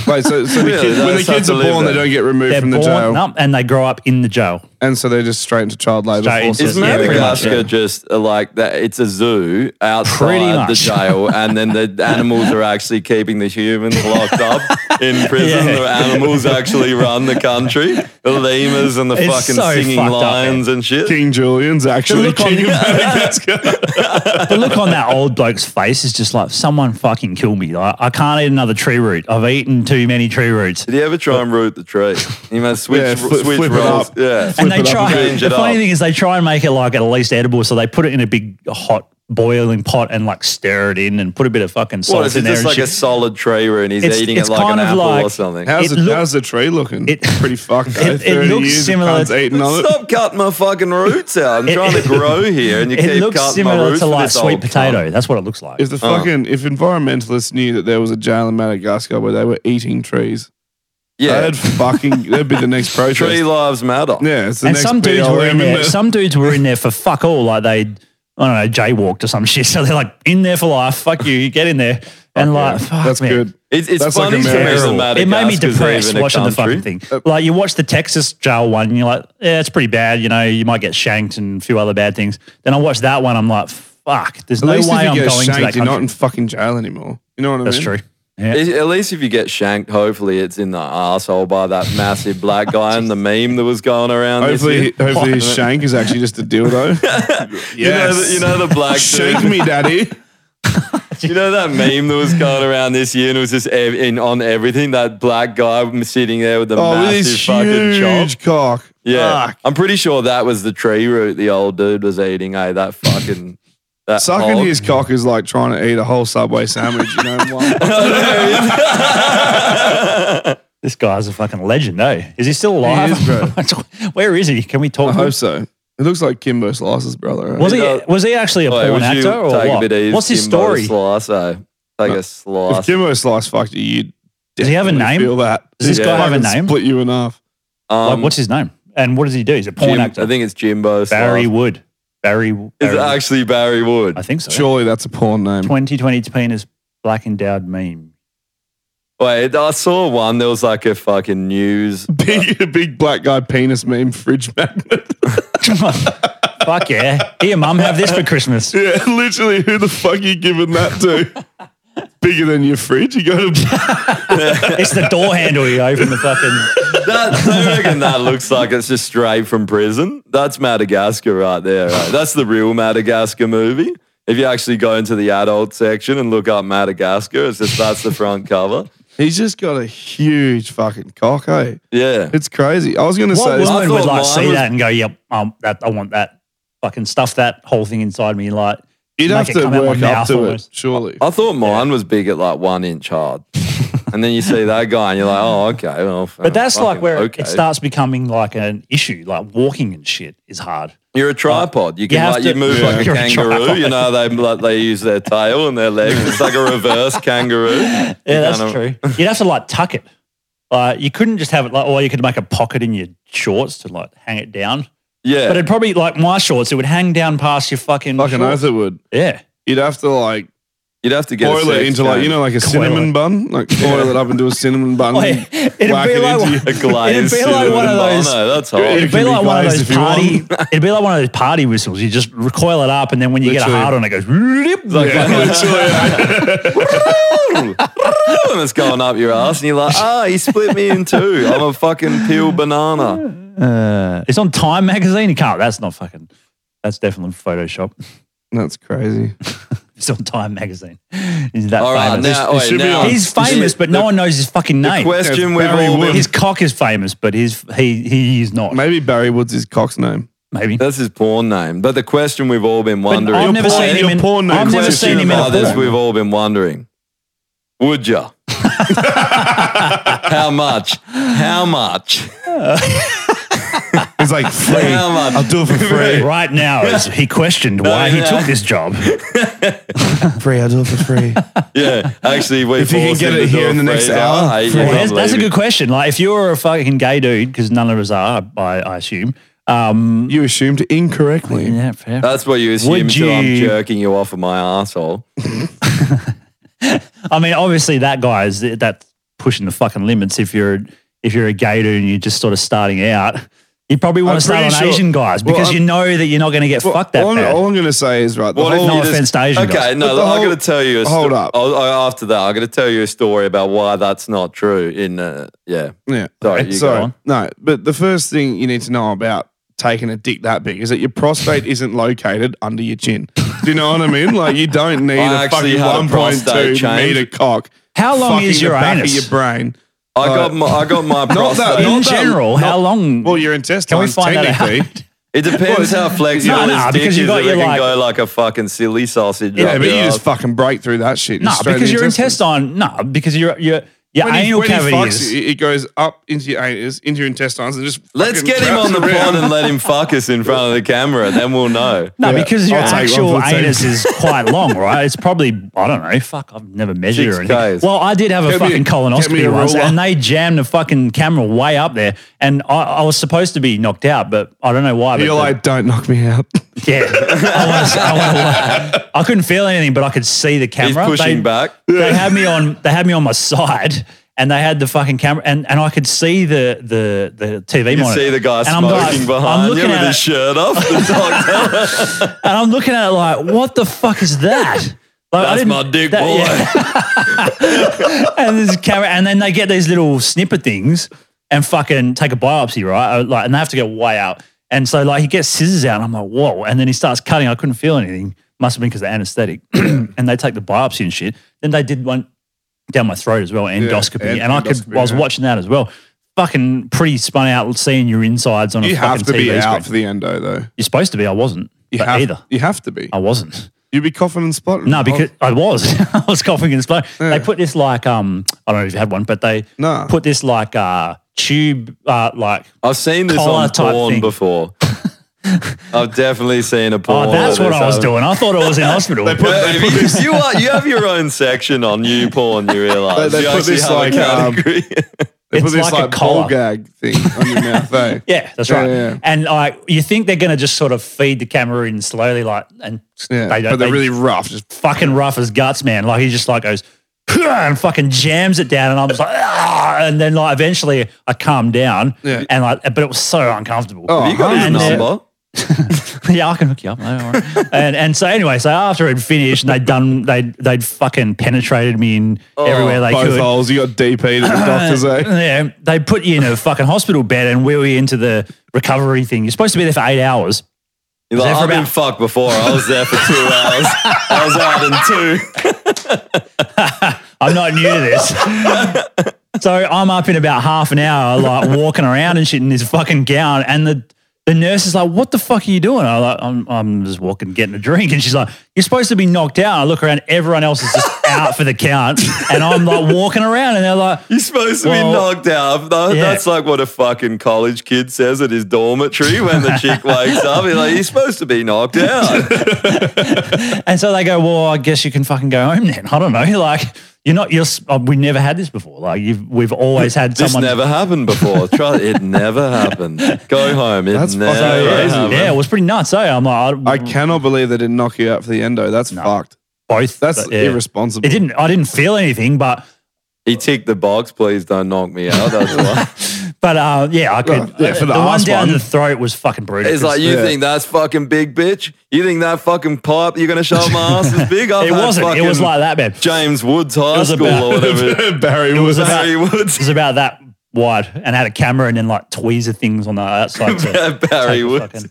Speaker 2: Wait, so, so the
Speaker 1: Really?
Speaker 2: kids,
Speaker 1: They
Speaker 2: when the
Speaker 1: just have
Speaker 2: kids
Speaker 1: to
Speaker 2: are
Speaker 1: live
Speaker 2: born, they
Speaker 1: there.
Speaker 2: don't get removed
Speaker 3: They're
Speaker 2: from the
Speaker 3: born
Speaker 2: jail.
Speaker 3: up and they grow up in the jail.
Speaker 2: And so they're just straight into child labor.
Speaker 3: Straight
Speaker 2: forces.
Speaker 3: into-
Speaker 1: Is
Speaker 3: Yeah, pretty much,
Speaker 1: Madagascar
Speaker 3: yeah.
Speaker 1: just uh, like that? It's a zoo
Speaker 3: Pretty
Speaker 1: outside the
Speaker 3: much.
Speaker 1: jail, and then the animals are actually keeping the humans locked up in prison.
Speaker 3: Yeah.
Speaker 1: The animals actually run the country. The lemurs and the
Speaker 3: It's
Speaker 1: fucking
Speaker 3: so
Speaker 1: singing
Speaker 3: fucked up,
Speaker 1: lions and shit.
Speaker 2: King Julian's actually
Speaker 3: look on-
Speaker 2: king of Madagascar.
Speaker 3: the look on that old bloke's face is just like someone fucking kill me. Like, I can't eat another tree root. I've eaten too many tree roots.
Speaker 1: Did he ever try and root the tree? He must switch
Speaker 2: Yeah, flip-
Speaker 1: switch
Speaker 2: flip it
Speaker 1: roles.
Speaker 2: up.
Speaker 1: Yeah,
Speaker 3: And they
Speaker 2: it up
Speaker 3: try.
Speaker 1: change
Speaker 3: The
Speaker 1: it
Speaker 3: funny
Speaker 1: up.
Speaker 3: thing is, they try and make it like at least edible, so they put it in a big hot boiling pot and like stir it in and put a bit of fucking salt
Speaker 1: What is
Speaker 3: in
Speaker 1: it?
Speaker 3: there.
Speaker 1: Just
Speaker 3: and
Speaker 1: like
Speaker 3: shit.
Speaker 1: a solid tray where and he's
Speaker 3: It's-
Speaker 1: eating
Speaker 3: it's
Speaker 1: it like an
Speaker 3: kind of
Speaker 1: apple or
Speaker 3: like-
Speaker 1: something.
Speaker 2: How's
Speaker 3: It
Speaker 2: it?
Speaker 3: look-
Speaker 2: how's the tree looking? pretty fucked. though.
Speaker 3: it
Speaker 2: 30
Speaker 3: looks
Speaker 2: years, the
Speaker 3: similar
Speaker 2: cunt's eating on it.
Speaker 1: Stop cutting my fucking roots out. I'm
Speaker 3: It-
Speaker 1: trying
Speaker 3: it-
Speaker 1: to grow here, and you
Speaker 3: it
Speaker 1: keep
Speaker 3: looks
Speaker 1: cutting my
Speaker 3: similar
Speaker 1: roots
Speaker 3: to
Speaker 1: for
Speaker 3: like
Speaker 1: this
Speaker 3: sweet
Speaker 1: old
Speaker 3: potato.
Speaker 1: cunt.
Speaker 3: That's what it looks like.
Speaker 2: If the
Speaker 1: Uh.
Speaker 2: fucking if environmentalists knew that there was a jail in Madagascar where they were eating trees,
Speaker 1: Yeah.
Speaker 2: they'd fucking that'd be the next protest.
Speaker 1: Tree lives matter.
Speaker 2: yeah, it's the
Speaker 3: and
Speaker 2: next
Speaker 3: some dudes were
Speaker 2: BLM
Speaker 3: in there.
Speaker 2: the-
Speaker 3: Some dudes were in there for fuck all. Like they, I don't know, jaywalked or some shit. So they're like in there for life. Fuck you. You get in there and like fuck
Speaker 2: That's
Speaker 3: man.
Speaker 2: good.
Speaker 1: It's, it's
Speaker 2: That's like
Speaker 1: funny for me
Speaker 2: America.
Speaker 1: that
Speaker 3: It made me
Speaker 1: Madagascar's
Speaker 3: depressed
Speaker 1: even a
Speaker 3: watching the
Speaker 1: country.
Speaker 3: fucking thing. Like you watch the Texas jail one, and you're like, yeah, it's pretty bad. You know, you might get shanked and a few other bad things. Then I watch that one, I'm like, fuck. There's
Speaker 2: At
Speaker 3: no
Speaker 2: least
Speaker 3: way
Speaker 2: if you
Speaker 3: I'm
Speaker 2: get
Speaker 3: going to that
Speaker 2: shanked, you're not
Speaker 3: country.
Speaker 2: in fucking jail anymore. You know what I
Speaker 3: That's
Speaker 2: mean?
Speaker 3: true. Yeah.
Speaker 1: Is- At least if you get shanked, hopefully it's in the asshole by that massive black guy and the meme that was going around. this
Speaker 2: Hopefully,
Speaker 1: year.
Speaker 2: hopefully his shank is actually just a dildo. yes.
Speaker 1: You know, the, you know the black
Speaker 2: Shake
Speaker 1: dude-
Speaker 2: me, daddy.
Speaker 1: You know that meme that was going around this year and it was just ev- in on everything. That black guy sitting there with the
Speaker 2: Oh, with
Speaker 1: massive
Speaker 2: his
Speaker 1: fucking chop.
Speaker 2: huge cock.
Speaker 1: Yeah,
Speaker 2: Fuck.
Speaker 1: I'm pretty sure that was the tree root the old dude was eating. Hey, that fucking that
Speaker 2: Sucking
Speaker 1: hog.
Speaker 2: his cock is like trying to eat a whole Subway sandwich. You know, in one-
Speaker 3: This guy's a fucking legend, eh? Is he still alive?
Speaker 2: is, bro.
Speaker 3: Where is he? Can we
Speaker 2: I
Speaker 3: talk? to him?
Speaker 2: hope so. It looks like Kimbo Slice's brother. Right?
Speaker 3: Was
Speaker 1: You
Speaker 3: he
Speaker 1: know-
Speaker 3: was he actually a
Speaker 1: Wait,
Speaker 3: porn
Speaker 1: would you
Speaker 3: actor or
Speaker 1: take
Speaker 3: what?
Speaker 1: a bit of
Speaker 3: What's his
Speaker 1: Kimbo
Speaker 3: story?
Speaker 1: Slice, eh? Take a
Speaker 2: If
Speaker 1: slice.
Speaker 2: Kimbo Slice fucked you, you'd
Speaker 3: Does he have a
Speaker 2: definitely
Speaker 3: name?
Speaker 2: Feel that?
Speaker 3: Does this
Speaker 1: Yeah.
Speaker 3: guy have a
Speaker 2: Fucking
Speaker 3: name?
Speaker 2: Split you in half.
Speaker 3: Like,
Speaker 1: Um,
Speaker 3: what's his name? And what does he do? He's a porn
Speaker 1: Jim-
Speaker 3: actor.
Speaker 1: I think it's Jimbo.
Speaker 3: Barry
Speaker 1: Slice.
Speaker 3: Wood. Barry. Barry
Speaker 1: Is it
Speaker 3: Wood.
Speaker 1: actually Barry Wood?
Speaker 3: I think so.
Speaker 2: Surely that's a porn name.
Speaker 3: 2020 penis black endowed meme.
Speaker 1: Wait, I saw one. There was like a fucking news.
Speaker 2: Big, big black guy penis meme fridge magnet.
Speaker 3: Fuck yeah. Here, mum, have this for Christmas.
Speaker 2: yeah, literally, who the fuck you giving that to? Bigger than your fridge. You go to
Speaker 3: It's the door handle you open the fucking.
Speaker 1: That, I reckon that looks like it's just straight from prison. That's Madagascar right there. Right? That's the real Madagascar movie. If you actually go into the adult section and look up Madagascar, it's just that's the front cover.
Speaker 2: He's just got a huge fucking cock, eh?
Speaker 1: Yeah.
Speaker 2: It's crazy. I was gonna
Speaker 3: What
Speaker 2: say,
Speaker 3: woman
Speaker 1: I
Speaker 3: would
Speaker 1: thought
Speaker 3: like
Speaker 1: mine
Speaker 3: see
Speaker 1: was-
Speaker 3: that and go, yep, um, that, I want that. Fucking stuff that whole thing inside me. Like,
Speaker 2: you'd
Speaker 3: make
Speaker 2: have
Speaker 3: it
Speaker 2: to
Speaker 3: come out my
Speaker 2: work up
Speaker 3: mouth
Speaker 2: to
Speaker 3: almost.
Speaker 2: it, surely.
Speaker 1: I thought mine was big at like one inch hard. and then you see that guy and you're like, oh, okay. Well,
Speaker 3: But that's like
Speaker 1: fucking
Speaker 3: where
Speaker 1: okay.
Speaker 3: it starts becoming like an issue. Like walking and shit is hard.
Speaker 1: You're a tripod. You can
Speaker 3: have
Speaker 1: like
Speaker 3: to-
Speaker 1: you move
Speaker 3: Yeah.
Speaker 1: like a
Speaker 3: You're a
Speaker 1: kangaroo.
Speaker 3: tripod.
Speaker 1: you know they like they use their tail and their legs. It's like a reverse kangaroo. Yeah,
Speaker 3: Yeah, that's true. You'd have to like tuck it. Like you couldn't just have it like, or you could make a pocket in your shorts to like hang it down.
Speaker 1: Yeah,
Speaker 3: But it'd probably like my shorts, it would hang down past your fucking.
Speaker 2: Fucking
Speaker 3: shorts.
Speaker 2: oath it would.
Speaker 3: Yeah.
Speaker 2: You'd have to like
Speaker 1: you'd have to get
Speaker 2: boil
Speaker 1: a
Speaker 2: it
Speaker 1: sex
Speaker 2: into like you
Speaker 1: change.
Speaker 2: know like a cinnamon bun, like boil it up into a cinnamon bun.
Speaker 3: Oh, yeah.
Speaker 2: and
Speaker 3: It'd
Speaker 2: whack
Speaker 3: be
Speaker 2: it
Speaker 3: like
Speaker 2: into
Speaker 3: one-
Speaker 2: you.
Speaker 1: a glazed
Speaker 3: It'd be like one
Speaker 1: cinnamon
Speaker 3: of
Speaker 1: bun.
Speaker 3: those-
Speaker 1: No, that's
Speaker 2: It
Speaker 1: hard.
Speaker 3: It'd
Speaker 2: can
Speaker 3: be
Speaker 2: be
Speaker 3: like one of
Speaker 2: glazed
Speaker 3: those
Speaker 2: if you
Speaker 3: party. it'd be like one of those party whistles. You just recoil it up, and then when you get a
Speaker 2: Literally.
Speaker 3: hard on, it goes. "Rip."
Speaker 1: and it's going up your ass, and you're like, ah, he split me in two. I'm a fucking peel banana.
Speaker 3: Uh, it's on Time magazine. You can't. That's not fucking. That's definitely Photoshop.
Speaker 2: That's crazy.
Speaker 3: It's on Time magazine. He's that
Speaker 1: All right,
Speaker 3: famous.
Speaker 1: now, wait,
Speaker 2: should be
Speaker 1: now
Speaker 2: on-
Speaker 3: He's famous, but no one knows his fucking name.
Speaker 1: question we've
Speaker 2: Barry
Speaker 1: all
Speaker 2: Wood.
Speaker 1: been.
Speaker 3: His cock is famous, but his he he is not.
Speaker 2: Maybe Barry Woods is cock's name.
Speaker 3: Maybe.
Speaker 1: That's his porn name, but the question we've all been
Speaker 3: But
Speaker 1: wondering.
Speaker 3: I've never
Speaker 2: porn-
Speaker 3: seen him
Speaker 2: your
Speaker 3: in.
Speaker 2: porn name
Speaker 3: I've never
Speaker 2: question
Speaker 3: seen him in
Speaker 1: about
Speaker 3: a
Speaker 2: about
Speaker 1: this
Speaker 3: porn.
Speaker 1: we've all been wondering. Would ya? How much? How much?
Speaker 2: It's like free.
Speaker 1: How much?
Speaker 2: I'll do it for free.
Speaker 3: Right now, as he questioned why he
Speaker 1: yeah.
Speaker 3: took this job.
Speaker 2: free. I'll do it for free.
Speaker 1: Yeah, actually, we
Speaker 2: If you can
Speaker 1: forced
Speaker 2: get
Speaker 1: him
Speaker 2: it
Speaker 1: to do
Speaker 2: here
Speaker 1: a
Speaker 2: in the next
Speaker 1: phrase.
Speaker 2: hour,
Speaker 1: I hate
Speaker 2: free.
Speaker 1: you,
Speaker 3: Well,
Speaker 1: I'm
Speaker 3: that's, that's a
Speaker 1: leaving.
Speaker 3: good question. Like, if you're a fucking gay dude, because none of us are, I, I assume. Um,
Speaker 2: You assumed incorrectly.
Speaker 3: yeah, fair.
Speaker 1: That's what you assume
Speaker 3: Would
Speaker 1: until I'm
Speaker 3: you-
Speaker 1: jerking you off of my asshole.
Speaker 3: I mean, obviously, that guy is that pushing the fucking limits. If you're if you're a gay dude and you're just sort of starting out, you probably want
Speaker 2: I'm
Speaker 3: to start on
Speaker 2: pretty sure-
Speaker 3: Asian guys
Speaker 2: Well,
Speaker 3: because
Speaker 2: I'm-
Speaker 3: you know that you're not going to get fucked that
Speaker 2: all, I'm,
Speaker 3: bad.
Speaker 2: all I'm gonna say is right. The
Speaker 1: What if
Speaker 2: whole,
Speaker 1: you
Speaker 3: no offense to Asian
Speaker 1: Okay,
Speaker 3: guys.
Speaker 1: no,
Speaker 2: But the
Speaker 1: I'm
Speaker 2: whole-
Speaker 1: going to tell you. A
Speaker 2: Hold
Speaker 1: sto-
Speaker 2: up.
Speaker 1: I'll- I- after that, I'm going to tell you a story about why that's not true. In uh, yeah,
Speaker 2: yeah.
Speaker 1: sorry, you
Speaker 2: so
Speaker 1: go on.
Speaker 2: no, but the first thing you need to know about taking a dick that big is that your prostate isn't located under your chin. Do you know what I mean? Like you don't need
Speaker 1: I
Speaker 2: a
Speaker 1: actually
Speaker 2: fucking
Speaker 1: had a
Speaker 2: one point
Speaker 1: prostate
Speaker 2: two
Speaker 1: change.
Speaker 2: meter cock.
Speaker 3: How long
Speaker 2: fucking the
Speaker 3: is your
Speaker 2: back
Speaker 3: anus?
Speaker 2: Of your brain.
Speaker 1: I got my I got my
Speaker 2: that-
Speaker 1: prostate.
Speaker 2: not
Speaker 3: in general, how long?
Speaker 2: Well, your
Speaker 3: can we
Speaker 2: intestines
Speaker 3: find that
Speaker 2: technically.
Speaker 3: out?
Speaker 1: It depends how flexible
Speaker 2: No, no,
Speaker 1: his dick
Speaker 2: because
Speaker 1: is.
Speaker 2: you
Speaker 1: If
Speaker 2: got
Speaker 1: it
Speaker 2: your,
Speaker 1: can
Speaker 2: like-
Speaker 1: go like a fucking silly sausage.
Speaker 2: Yeah,
Speaker 1: up
Speaker 2: but you
Speaker 1: your
Speaker 2: just
Speaker 1: ass.
Speaker 2: fucking break through that shit.
Speaker 3: No,
Speaker 2: Just straight
Speaker 3: because
Speaker 2: in
Speaker 3: your
Speaker 2: the
Speaker 3: intestine. No, because your your your
Speaker 2: When he-
Speaker 3: anal
Speaker 2: when he
Speaker 3: cavity
Speaker 2: fucks,
Speaker 3: is.
Speaker 2: it- it goes up into your anus, into your intestines, and just.
Speaker 1: Let's
Speaker 2: fucking
Speaker 1: get him
Speaker 2: wraps
Speaker 1: on the
Speaker 2: around.
Speaker 1: pond and let him fuck us in front of the camera. Then we'll know.
Speaker 3: No, because your
Speaker 1: I'll take one
Speaker 3: actual
Speaker 1: for the team.
Speaker 3: anus is quite long, right? It's probably I don't know. Fuck, I've never measured
Speaker 1: Six
Speaker 3: it. or anything.
Speaker 1: Ks.
Speaker 3: Well, I did have a
Speaker 1: Get me a-
Speaker 3: fucking
Speaker 1: get me a
Speaker 3: colonoscopy once,
Speaker 1: ruler.
Speaker 3: and they jammed the fucking camera way up there, and I, I was supposed to be knocked out, but I don't know why. but
Speaker 2: You're
Speaker 3: the-
Speaker 2: like, don't knock me out.
Speaker 3: Yeah, I, was, I, was- I couldn't feel anything, but I could see the camera.
Speaker 1: pushing
Speaker 3: they,
Speaker 1: back.
Speaker 3: They had me on. They had me on my side, and they had the fucking camera, and, and I could see the the the TV
Speaker 1: You
Speaker 3: monitor.
Speaker 1: see the guy
Speaker 3: and
Speaker 1: smoking behind you with his
Speaker 3: it,
Speaker 1: shirt off. It's like,
Speaker 3: and I'm looking at it like, what the fuck is that? Like, I
Speaker 1: That's
Speaker 3: didn't-
Speaker 1: my dick,
Speaker 3: that-
Speaker 1: boy.
Speaker 3: and there's a camera, and then they get these little snipper things and fucking take a biopsy, right? Uh, Like, and they have to go way out. And so, like, he gets scissors out, and I'm like, whoa. And then he starts cutting. I couldn't feel anything. Must have been because of the anesthetic. and they take the biopsy and shit. Then they did one down my throat as well, endoscopy.
Speaker 2: end-
Speaker 3: and I could,
Speaker 2: endoscopy,
Speaker 3: I was
Speaker 2: yeah.
Speaker 3: watching that as well. Fucking pretty spun out seeing your insides on a
Speaker 2: You
Speaker 3: fucking
Speaker 2: have to
Speaker 3: TV
Speaker 2: be
Speaker 3: screen.
Speaker 2: out for the endo though.
Speaker 3: You're supposed to be. I wasn't.
Speaker 2: You
Speaker 3: but
Speaker 2: have-
Speaker 3: either.
Speaker 2: You have to be.
Speaker 3: I wasn't.
Speaker 2: You'd be coughing and splotting.
Speaker 3: No, because I was. I was coughing and splotting. They put this like um I don't know if you had one, but they put this like uh tube uh like
Speaker 1: I've seen this
Speaker 3: collar
Speaker 1: on
Speaker 3: type
Speaker 1: porn
Speaker 3: thing.
Speaker 1: before. I've definitely seen a porn.
Speaker 3: Oh, that's
Speaker 1: of
Speaker 3: what
Speaker 1: this.
Speaker 3: I was doing. I thought I was in hospital.
Speaker 1: They put,
Speaker 3: they
Speaker 1: if you- you, are- you have your own section on new porn. You realize
Speaker 2: They- they
Speaker 1: you
Speaker 2: put
Speaker 1: actually
Speaker 2: this
Speaker 1: have a
Speaker 2: like, um,
Speaker 1: category.
Speaker 2: They put
Speaker 3: It's
Speaker 2: this
Speaker 3: like
Speaker 2: like,
Speaker 3: a
Speaker 2: ball
Speaker 3: collar.
Speaker 2: gag thing on your mouth. eh?
Speaker 3: Yeah, that's
Speaker 2: Yeah,
Speaker 3: right.
Speaker 2: yeah.
Speaker 3: And like you think they're gonna just sort of feed the camera in slowly, like and
Speaker 2: Yeah,
Speaker 3: they don't.
Speaker 2: but they're
Speaker 3: they
Speaker 2: really rough, just
Speaker 3: fucking rough as guts, man. Like he just like goes and fucking jams it down, and I'm just like, "Ah," and then like eventually I calmed down,
Speaker 2: Yeah.
Speaker 3: and like, but it was so uncomfortable.
Speaker 1: Oh, Have you got his
Speaker 3: And, uh,
Speaker 1: number?
Speaker 3: yeah, I can hook you up. I don't worry. and and so anyway, so after it finished, and they'd done they would they'd fucking penetrated me in everywhere they
Speaker 2: Oh, both
Speaker 3: could.
Speaker 2: holes. You got DP to the doctors. Eh?
Speaker 3: Yeah, they put you in a fucking hospital bed, and we were into the recovery thing. You're supposed to be there for eight hours.
Speaker 1: You're
Speaker 3: Was
Speaker 1: like,
Speaker 3: there for
Speaker 1: I've been
Speaker 3: about-
Speaker 1: fucked before. I was there for two hours. I was out in two.
Speaker 3: I'm not new to this. so I'm up in about half an hour, like walking around and shit in this fucking gown. And the, the nurse is like, What the fuck are you doing? I'm like, I'm, I'm just walking, getting a drink. And she's like, You're supposed to be knocked out. I look around, everyone else is just out for the count. And I'm like walking around and they're like,
Speaker 1: You're supposed to
Speaker 3: Well,
Speaker 1: be knocked out. Tha-
Speaker 3: yeah.
Speaker 1: That's like what a fucking college kid says at his dormitory when the chick wakes up. He's like, you're supposed to be knocked out.
Speaker 3: And so they go, well, I guess you can fucking go home then. I don't know. Like, you're not, you're, s- uh, we never had this before. Like, you've, we've always had
Speaker 1: This
Speaker 3: someone.
Speaker 1: never happened before. Try it never happened. Go home. It
Speaker 2: That's
Speaker 1: never
Speaker 2: fucking crazy.
Speaker 1: happened.
Speaker 3: yeah, it was pretty nuts. Eh? I'm like, I,
Speaker 2: I cannot believe they didn't knock you out for the endo. That's fucked.
Speaker 3: both.
Speaker 2: That's
Speaker 3: but, yeah.
Speaker 2: irresponsible.
Speaker 3: It didn't, I didn't feel anything, but,
Speaker 1: He ticked the box. Please don't knock me out. That's why.
Speaker 3: but uh, yeah, I could.
Speaker 2: Well, yeah, for the
Speaker 3: one
Speaker 2: arse
Speaker 3: down
Speaker 2: one.
Speaker 3: the throat was fucking brutal.
Speaker 1: It's like you think that's fucking big, bitch. You think that fucking pipe you're gonna shove my ass is big? I've
Speaker 3: It
Speaker 1: had
Speaker 3: wasn't. It was
Speaker 1: fucking
Speaker 3: like that, man.
Speaker 1: James Woods High
Speaker 3: was
Speaker 1: School
Speaker 3: about-
Speaker 1: or whatever.
Speaker 2: Barry
Speaker 3: It was about,
Speaker 1: Barry
Speaker 3: it
Speaker 1: Woods.
Speaker 3: was about that wide and had a camera and then like tweezer things on the outside. to
Speaker 1: Barry
Speaker 3: take the
Speaker 1: Woods.
Speaker 3: fucking-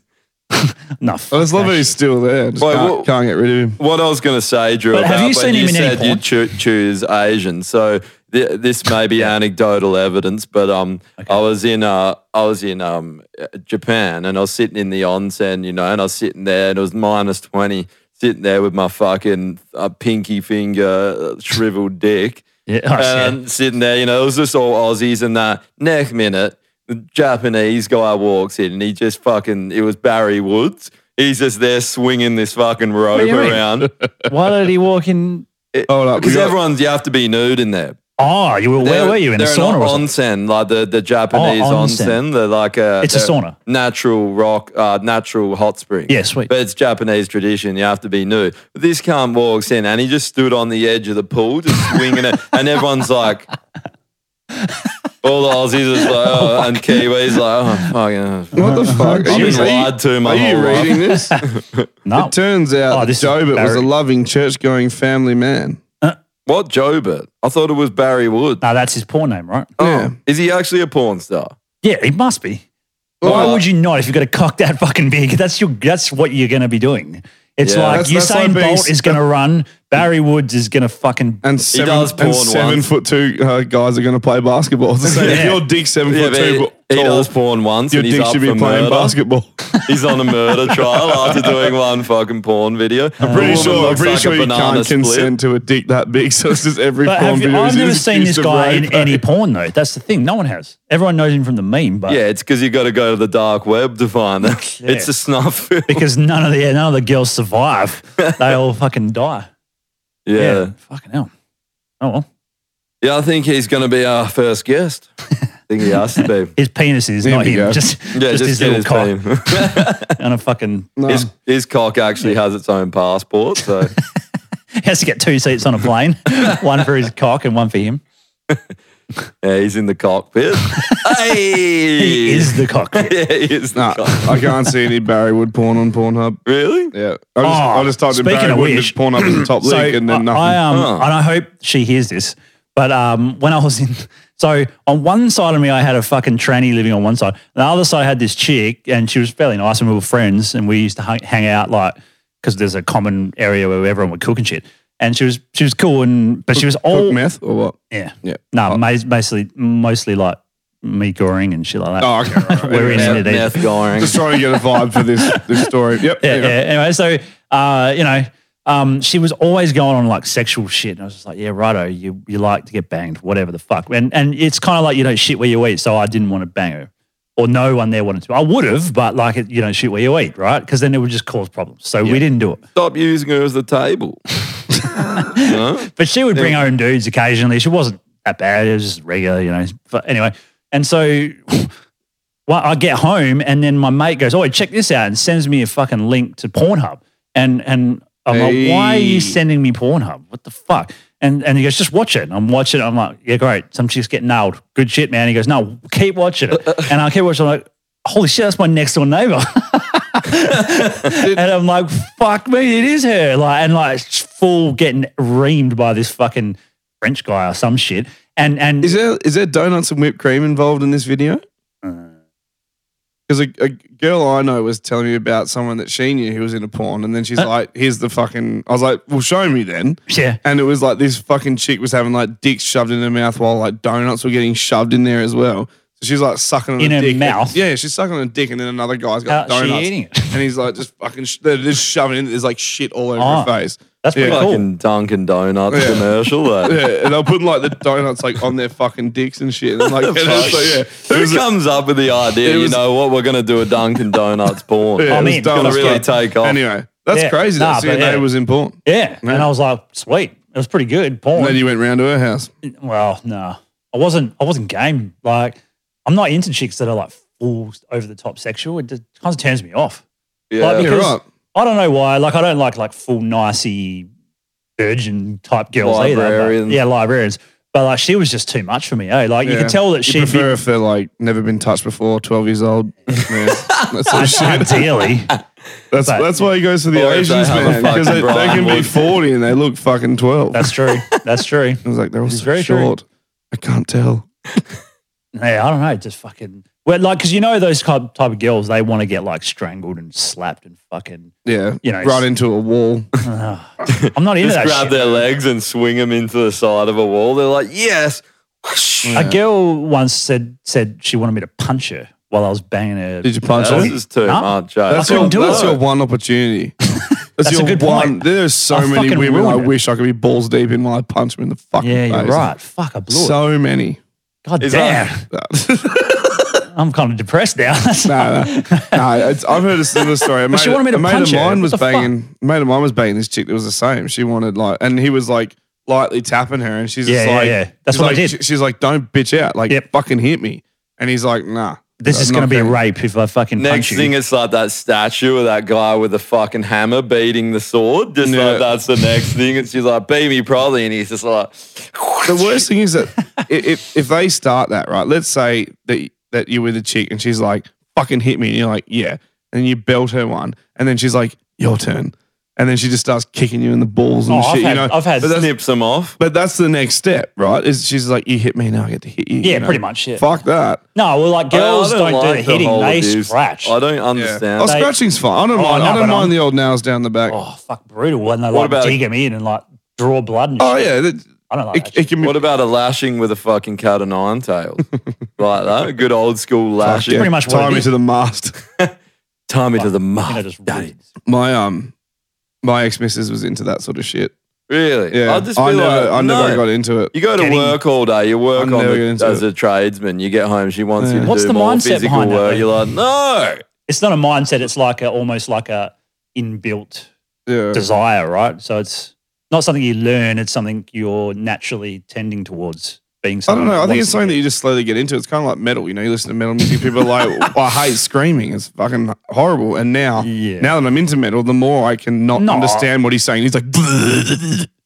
Speaker 3: no,
Speaker 2: I just love that he's still there. Just
Speaker 1: Wait,
Speaker 2: can't,
Speaker 1: what-
Speaker 2: can't get rid of him.
Speaker 1: What I was going to say, Drew,
Speaker 3: But
Speaker 1: about
Speaker 3: have you
Speaker 1: when
Speaker 3: seen
Speaker 1: you
Speaker 3: him in any
Speaker 1: said you
Speaker 3: porn?
Speaker 1: cho- choose Asian. So th- this may be anecdotal evidence, but um, I was in uh, I was in um, uh, Japan and I was sitting in the onsen, you know, and I was sitting there and it was minus twenty, sitting there with my fucking uh, pinky finger uh, shriveled dick.
Speaker 3: Yeah, oh, shit.
Speaker 1: and I'm sitting there, you know, it was just all Aussies and that. Next minute, the Japanese guy walks in and he just fucking, it was Barry Woods. He's just there swinging this fucking
Speaker 3: do
Speaker 1: rope
Speaker 3: you mean?
Speaker 1: around.
Speaker 3: Why did he walk in?
Speaker 2: Hold up. we
Speaker 1: Because
Speaker 2: got-
Speaker 1: everyone's, you have to be nude in there.
Speaker 3: Oh, you were, where
Speaker 1: They're-
Speaker 3: were you in the
Speaker 1: they're an
Speaker 3: sauna? or something?
Speaker 1: onsen, like the, the Japanese
Speaker 3: Oh,
Speaker 1: onsen.
Speaker 3: onsen.
Speaker 1: They're like a,
Speaker 3: It's a
Speaker 1: they're
Speaker 3: sauna.
Speaker 1: natural rock, uh, natural hot spring.
Speaker 3: Yeah, sweet.
Speaker 1: But it's Japanese tradition. You have to be nude. But this cunt walks in and he just stood on the edge of the pool, just swinging it, and everyone's like. All the Aussies is like, oh, and Kiwis like, oh, fucking. uh,
Speaker 2: What the fuck?
Speaker 1: I've
Speaker 2: Are
Speaker 1: been
Speaker 2: you- are you-
Speaker 1: lied to my
Speaker 2: Are
Speaker 1: whole
Speaker 2: you
Speaker 1: life.
Speaker 2: reading this?
Speaker 3: No.
Speaker 2: It turns out
Speaker 3: Oh,
Speaker 2: that
Speaker 3: this is
Speaker 2: Jobert was a
Speaker 3: Barry.
Speaker 2: loving, church-going family man.
Speaker 1: What Jobert? I thought it was Barry Wood.
Speaker 3: No, that's his porn name, right?
Speaker 2: Yeah.
Speaker 1: Is he actually a porn star?
Speaker 3: Yeah, he must be. Why would you not if you've got a cock that fucking big? That's your. That's what you're going to be doing. It's
Speaker 1: Yeah.
Speaker 3: like
Speaker 2: That's- that's like
Speaker 3: Usain
Speaker 2: being
Speaker 3: Bolt is going to run. Barry Woods is going to fucking.
Speaker 2: And seven,
Speaker 1: does porn
Speaker 2: and seven
Speaker 1: once.
Speaker 2: foot two uh, guys are going to play basketball. It's the same. If
Speaker 3: Yeah.
Speaker 2: your dick's seven
Speaker 1: Yeah,
Speaker 2: foot two,
Speaker 1: but
Speaker 2: but
Speaker 1: He does porn once.
Speaker 2: Your
Speaker 1: and he's
Speaker 2: dick
Speaker 1: up
Speaker 2: should be
Speaker 1: for
Speaker 2: playing
Speaker 1: murder.
Speaker 2: basketball.
Speaker 1: He's on a murder trial after doing one fucking porn video.
Speaker 2: I'm pretty sure. I'm pretty sure you can't consent to a dick that big. So it's just every
Speaker 3: But
Speaker 2: porn
Speaker 3: have you,
Speaker 2: video.
Speaker 3: I've
Speaker 2: is
Speaker 3: never
Speaker 2: just
Speaker 3: seen this
Speaker 2: used to
Speaker 3: guy
Speaker 2: rape
Speaker 3: in any porn though. That's the thing. No one has. Everyone knows him from the meme, but
Speaker 1: Yeah, it's because you got to go to the dark web to find them. It's a snuff film.
Speaker 3: because none of the yeah, none of the girls survive. they all fucking die.
Speaker 1: Yeah. yeah,
Speaker 3: Fucking hell. Oh well.
Speaker 1: I think he's going to be our first guest. I think he has to be.
Speaker 3: His penis is
Speaker 1: There
Speaker 3: not
Speaker 1: we go.
Speaker 3: him. Just,
Speaker 1: Yeah,
Speaker 3: just,
Speaker 1: just
Speaker 3: his
Speaker 1: get
Speaker 3: little
Speaker 1: his
Speaker 3: cock. and a fucking
Speaker 1: His, his cock actually has its own passport, so
Speaker 3: he has to get two seats on a plane. one for his cock and one for him.
Speaker 1: yeah, he's in the cockpit. hey, he
Speaker 3: is the cockpit.
Speaker 1: yeah, he is.
Speaker 2: Nah, I can't see any Barry Wood porn on Pornhub.
Speaker 1: Really?
Speaker 2: Yeah. I just, I just typed in
Speaker 3: speaking
Speaker 2: Barry
Speaker 3: of
Speaker 2: Wood and
Speaker 3: which-
Speaker 2: just Pornhub as the top
Speaker 3: So,
Speaker 2: link, and
Speaker 3: I-
Speaker 2: then nothing.
Speaker 3: I, um, And I hope she hears this. But um, when I was in, so on one side of me, I had a fucking tranny living on one side. The other side, I had this chick, and she was fairly nice, and we were friends, and we used to hang, hang out like because there's a common area where everyone would cook and shit. And she was she was cool, and but she was all
Speaker 2: meth Oh. or what?
Speaker 3: Yeah, yeah. No, mas- mostly mostly like me goring and shit like that.
Speaker 2: Oh, okay, right, right,
Speaker 3: we're in
Speaker 2: right.
Speaker 3: it.
Speaker 2: Meth goring. Just trying to get a vibe for this this story. Yep.
Speaker 3: Yeah, yeah. Anyway, so uh, you know, um, she was always going on like sexual shit, and I was just like, yeah, righto, you you like to get banged, whatever the fuck, and and it's kind of like you know shit where you eat. So I didn't want to bang her, or no one there wanted to. I would have, but like it, you know, shit where you eat, right? Because then it would just cause problems. So we didn't do it.
Speaker 1: Stop using her as the table. You know?
Speaker 3: But she would bring her own dudes occasionally. She wasn't that bad. It was just regular, you know. But anyway, and so well, I get home and then my mate goes, "Oh, check this out," and sends me a fucking link to Pornhub. And and I'm like, "Why are
Speaker 12: Hey.
Speaker 3: you sending me Pornhub? What the fuck?" And and he goes, "Just watch it." And I'm watching. it. I'm like, "Yeah, great. Some chicks get nailed. Good shit, man." He goes, "No, keep watching it." And I keep watching. I'm like, "Holy shit, that's my next door neighbor." and I'm like, fuck me, it is her. Like, and like it's full getting reamed by this fucking French guy or some shit. And and
Speaker 2: is there is there donuts and whipped cream involved in this video?
Speaker 3: Uh,
Speaker 2: Because a, a girl I know was telling me about someone that she knew who was into porn, and then she's like, "Here's the fucking." I was like, "Well, show me then."
Speaker 3: Yeah.
Speaker 2: And it was like this fucking chick was having like dicks shoved in her mouth while like donuts were getting shoved in there as well. So she's like sucking on
Speaker 3: In
Speaker 2: a
Speaker 3: her
Speaker 2: dick.
Speaker 3: mouth?
Speaker 2: Yeah, she's sucking on a dick, and then another guy's got
Speaker 3: How's she
Speaker 2: donuts,
Speaker 3: eating
Speaker 2: it. and he's like just fucking. Sh- they're just shoving it in. There's like shit all over
Speaker 1: Oh,
Speaker 2: her face.
Speaker 1: that's pretty
Speaker 2: yeah.
Speaker 1: cool. Fucking Dunkin' Donuts commercial, though.
Speaker 2: yeah, and they're putting like the donuts like on their fucking dicks and shit. And I'm like,
Speaker 1: What the
Speaker 2: and it's
Speaker 1: fuck?
Speaker 2: like, yeah.
Speaker 1: Who comes up with the idea?
Speaker 2: it was-
Speaker 1: you know what? We're going to do a Dunkin' Donuts porn.
Speaker 2: Yeah, I it was mean-
Speaker 1: it's going to
Speaker 2: Dunkin'
Speaker 1: really
Speaker 2: Donuts.
Speaker 1: take off.
Speaker 2: Anyway, that's
Speaker 3: Yeah.
Speaker 2: crazy. That
Speaker 3: Nah, but
Speaker 2: CNA
Speaker 3: yeah.
Speaker 2: was in porn.
Speaker 3: yeah. And I was like, sweet, it was pretty good. Porn.
Speaker 2: And then you went round to her house.
Speaker 3: well, no, I wasn't. I wasn't game. Like, I'm not into chicks that are like full over the top sexual. It just kind of turns me off.
Speaker 1: Yeah.
Speaker 3: like,
Speaker 1: You're right.
Speaker 3: I don't know why. Like, I don't like like full nicey virgin type girls either.
Speaker 2: Librarians.
Speaker 3: But, yeah, librarians. But like, she was just too much for me. Eh? Like, you
Speaker 2: Yeah.
Speaker 3: could tell that
Speaker 2: You
Speaker 3: she'd
Speaker 2: prefer
Speaker 3: be
Speaker 2: if they're like never been touched before, twelve years old. Yeah, that sort of shit.
Speaker 3: ideally.
Speaker 2: That's
Speaker 3: But-
Speaker 2: that's why he goes to the
Speaker 3: Or if they
Speaker 2: Asians,
Speaker 3: have a
Speaker 2: man, because
Speaker 3: fucking
Speaker 2: they, they
Speaker 3: Brian
Speaker 2: can be
Speaker 3: Wood.
Speaker 2: forty and they look fucking twelve.
Speaker 3: That's true. That's true.
Speaker 2: I was like, they're all so
Speaker 3: very true.
Speaker 2: short. I can't tell.
Speaker 3: Yeah, I don't know. Just fucking. Well, like, because you know those type, type of girls, they want to get like strangled and slapped and fucking.
Speaker 2: Yeah,
Speaker 3: You know,
Speaker 2: right into a wall.
Speaker 3: I'm not into
Speaker 1: Just
Speaker 3: that
Speaker 1: grab
Speaker 3: shit.
Speaker 1: their legs and swing them into the side of a wall. They're like, yes.
Speaker 3: A girl once said said she wanted me to punch her while I was banging her.
Speaker 2: Did you punch her?
Speaker 1: This is too
Speaker 3: No.
Speaker 1: much. eh?
Speaker 3: I
Speaker 2: That's,
Speaker 3: couldn't
Speaker 2: your,
Speaker 3: do
Speaker 2: that's
Speaker 3: it.
Speaker 2: your one opportunity. That's,
Speaker 3: That's a
Speaker 2: your
Speaker 3: good
Speaker 2: one.
Speaker 3: point.
Speaker 2: There's so
Speaker 3: I
Speaker 2: many
Speaker 3: fucking
Speaker 2: women I
Speaker 3: ruined it.
Speaker 2: wish I could be balls deep in while I punch them in the fucking
Speaker 3: Yeah,
Speaker 2: face.
Speaker 3: you're right. Fuck, I blew it.
Speaker 2: So many.
Speaker 3: God
Speaker 2: Is
Speaker 3: damn. I'm kind of depressed now.
Speaker 2: no, no. Uh, no it's, I've heard a similar story. A
Speaker 3: But she
Speaker 2: mate-
Speaker 3: wanted me to
Speaker 2: a mate
Speaker 3: punch
Speaker 2: of
Speaker 3: her.
Speaker 2: mine
Speaker 3: What
Speaker 2: was
Speaker 3: the fuck?
Speaker 2: banging. A mate of mine was banging this chick that was the same. She wanted like, and he was like lightly tapping her, and she's just
Speaker 3: Yeah, yeah,
Speaker 2: like,
Speaker 3: yeah. That's
Speaker 2: she's
Speaker 3: what I
Speaker 2: like,
Speaker 3: did.
Speaker 2: she- She's like, don't bitch out. Like, fucking hit me. And he's like, nah.
Speaker 3: This is
Speaker 2: I'm not
Speaker 3: going to be
Speaker 2: gonna-
Speaker 3: rape if I fucking
Speaker 1: Next
Speaker 3: punch you.
Speaker 1: thing, it's like that statue of that guy with the fucking hammer beating the sword. Just like that's the next thing. And she's like, beat me probably. And he's just like,
Speaker 2: the worst thing is that i- if if they start that right, let's say that that you're with a chick and she's like, "Fucking hit me," and you're like, "Yeah," and you belt her one, and then she's like, "Your turn," and then she just starts kicking you in the balls and
Speaker 1: Oh, I've
Speaker 2: shit.
Speaker 1: had-
Speaker 2: you know,
Speaker 1: I've had-
Speaker 2: that's-
Speaker 1: Snips them off.
Speaker 2: But that's the next step, right? Is she's like, "You hit me, now I get to hit you."
Speaker 3: Yeah,
Speaker 2: you know?
Speaker 3: pretty much, yeah.
Speaker 2: Fuck that.
Speaker 3: no, well, like girls
Speaker 1: I
Speaker 3: don't, do
Speaker 1: like
Speaker 3: the
Speaker 1: the
Speaker 3: hitting;
Speaker 1: whole
Speaker 3: they
Speaker 1: abuse.
Speaker 3: scratch.
Speaker 1: I don't understand.
Speaker 2: Oh,
Speaker 3: They-
Speaker 2: scratching's fine. I don't
Speaker 3: Oh,
Speaker 2: mind.
Speaker 3: no,
Speaker 2: I
Speaker 3: but
Speaker 2: don't mind
Speaker 3: I'm-
Speaker 2: the old nails down the back.
Speaker 3: Oh, fuck, brutal. When they
Speaker 2: What
Speaker 3: like
Speaker 2: about-
Speaker 3: dig them in and like draw blood and shit.
Speaker 2: Oh, yeah. that-
Speaker 3: I don't like that.
Speaker 1: what about a lashing with a fucking cat of nine tails? Right, though. Good old school lashing.
Speaker 2: Pretty much what Tie it me is. to the mast.
Speaker 1: tie me to the mast. Daddy.
Speaker 2: My um, my ex missus was into that sort of shit.
Speaker 1: Really?
Speaker 2: Yeah.
Speaker 1: I'd just be
Speaker 2: I never,
Speaker 1: like,
Speaker 2: I never
Speaker 1: no.
Speaker 2: got into it.
Speaker 1: You go to work all day. You work
Speaker 2: I
Speaker 1: on
Speaker 2: never
Speaker 1: the-
Speaker 2: get into
Speaker 1: as a tradesman. You get home. She wants you to
Speaker 3: What's
Speaker 1: do
Speaker 3: the
Speaker 1: more
Speaker 3: mindset
Speaker 1: physical
Speaker 3: behind that?
Speaker 1: work.
Speaker 3: though?
Speaker 1: You're like, no.
Speaker 3: It's not a mindset. It's like a, almost like a inbuilt desire, right? So it's not something you learn. It's something you're naturally tending towards being.
Speaker 2: I don't
Speaker 3: Someone
Speaker 2: know. I
Speaker 3: that
Speaker 2: think it's
Speaker 3: wants
Speaker 2: something that you just slowly get into. It's kind of like metal. You know, you listen to metal music. People are like, "Oh, I hate screaming. It's fucking horrible. And now, now that I'm into metal, the more I can not
Speaker 3: No.
Speaker 2: understand what he's saying. He's like,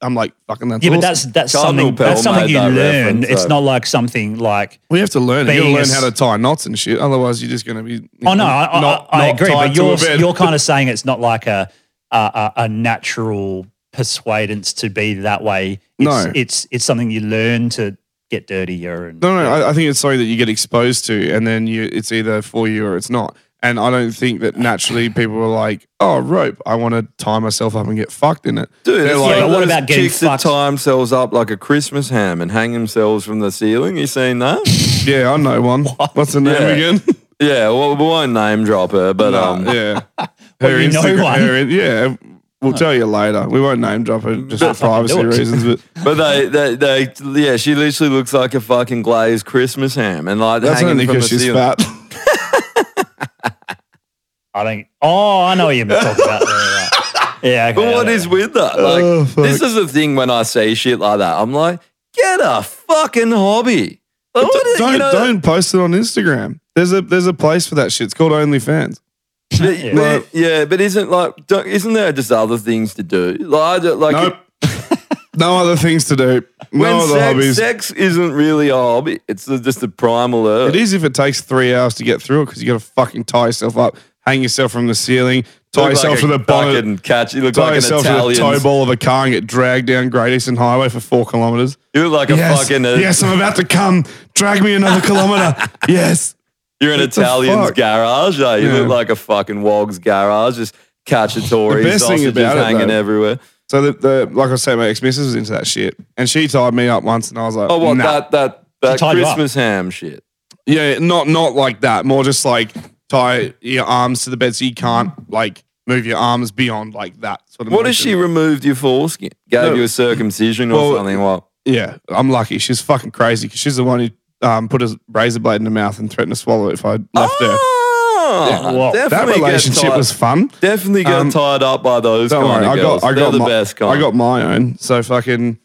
Speaker 2: I'm like, fucking that's
Speaker 3: yeah, but
Speaker 2: awesome.
Speaker 3: that's that's something that's something you learn. It's not like something like
Speaker 2: we have to learn. it. You
Speaker 3: being
Speaker 2: gotta
Speaker 3: a
Speaker 2: learn
Speaker 3: s-
Speaker 2: how to tie knots and shit. Otherwise, you're just gonna be. you
Speaker 3: Oh
Speaker 2: know,
Speaker 3: no, I, I,
Speaker 2: not-
Speaker 3: I
Speaker 2: not
Speaker 3: agree,
Speaker 2: tied
Speaker 3: but
Speaker 2: to a
Speaker 3: you're
Speaker 2: bed.
Speaker 3: you're kind of saying it's not like a a, a a natural persuadance to be that way. It's,
Speaker 2: No.
Speaker 3: it's it's something you learn to get dirtier and
Speaker 2: No, no, I, I think it's something that you get exposed to, and then you, it's either for you or it's not. And I don't think that naturally people are like, "Oh, rope! I want to tie myself up and get fucked in it."
Speaker 1: Dude,
Speaker 2: They're
Speaker 1: it's
Speaker 2: like,
Speaker 1: like those chicks that tie themselves up like a Christmas ham and hang themselves from the ceiling. You seen that?
Speaker 2: yeah, I know one. What's the name
Speaker 1: Yeah.
Speaker 2: again?
Speaker 1: Yeah, well, we won't name drop her, but um,
Speaker 2: yeah,
Speaker 1: Well, you know one.
Speaker 2: her in- yeah, we'll tell you later. We won't name drop her just for privacy
Speaker 1: do it.
Speaker 2: reasons, but
Speaker 1: but they, they, they, yeah, she literally looks like a fucking glazed Christmas ham, and like
Speaker 2: that's
Speaker 1: hanging
Speaker 2: only
Speaker 1: from the
Speaker 2: because she's
Speaker 1: ceiling.
Speaker 2: fat.
Speaker 3: I don't. Oh, I know what you're talking about. Yeah, yeah. yeah okay,
Speaker 1: But what
Speaker 3: yeah.
Speaker 1: is with that? Like,
Speaker 3: Oh, fuck.
Speaker 1: this is the thing when I see shit like that, I'm like, get a fucking hobby. Like, what is- you
Speaker 2: don't
Speaker 1: know-
Speaker 2: don't post it on Instagram. There's a there's a place for that shit. It's called OnlyFans.
Speaker 1: But, yeah. But, yeah, but isn't like, don't, isn't there just other things to do? Like, I don't- like
Speaker 2: Nope. No other things to do. No
Speaker 1: when
Speaker 2: other
Speaker 1: sex,
Speaker 2: hobbies.
Speaker 1: sex isn't really a hobby. It's the- just a primal urge.
Speaker 2: It is if it takes three hours to get through it because you got to fucking tie yourself up, hang yourself from the ceiling, tie
Speaker 1: Look
Speaker 2: yourself
Speaker 1: like
Speaker 2: to
Speaker 1: a
Speaker 2: the bonnet,
Speaker 1: fucking catch. You look
Speaker 2: tie
Speaker 1: like an
Speaker 2: yourself to the
Speaker 1: Italian.
Speaker 2: tow ball of a car and get dragged down Great Eastern Highway for four kilometers.
Speaker 1: You look like
Speaker 2: yes,
Speaker 1: a fucking. uh,
Speaker 2: yes, I'm about to come. Drag me another kilometer. Yes.
Speaker 1: You're an
Speaker 2: the
Speaker 1: Italian's
Speaker 2: fuck?
Speaker 1: garage. eh? You
Speaker 2: Yeah.
Speaker 1: look like a fucking wog's garage. Just
Speaker 2: The
Speaker 1: cacciatore
Speaker 2: best thing
Speaker 1: sausages
Speaker 2: about it,
Speaker 1: hanging
Speaker 2: though-
Speaker 1: everywhere.
Speaker 2: So the, the like I said, my ex missus was into that shit, and she tied me up once, and I was like,
Speaker 1: Oh, what
Speaker 2: nah.
Speaker 1: that that that
Speaker 2: tied you up.
Speaker 1: Christmas ham shit.
Speaker 2: Yeah, not not like that. More just like tie your arms to the bed so you can't like move your arms beyond like that sort of.
Speaker 1: What if
Speaker 2: motion.
Speaker 1: she removed your foreskin? Gave
Speaker 2: No.
Speaker 1: you a circumcision or
Speaker 2: Well,
Speaker 1: something? What?
Speaker 2: Yeah, I'm lucky. She's fucking crazy because she's the one who um, put a razor blade in her mouth and threatened to swallow it if I left
Speaker 1: Oh,
Speaker 2: her.
Speaker 1: well,
Speaker 2: that
Speaker 1: Ah, definitely get
Speaker 2: relationship
Speaker 1: tied-
Speaker 2: was fun.
Speaker 1: Definitely got
Speaker 2: Um,
Speaker 1: tied up by those
Speaker 2: Don't
Speaker 1: kind
Speaker 2: worry,
Speaker 1: of
Speaker 2: I
Speaker 1: girls.
Speaker 2: got, I
Speaker 1: They're
Speaker 2: got
Speaker 1: the
Speaker 2: my,
Speaker 1: best kind.
Speaker 2: I got my own. So fucking,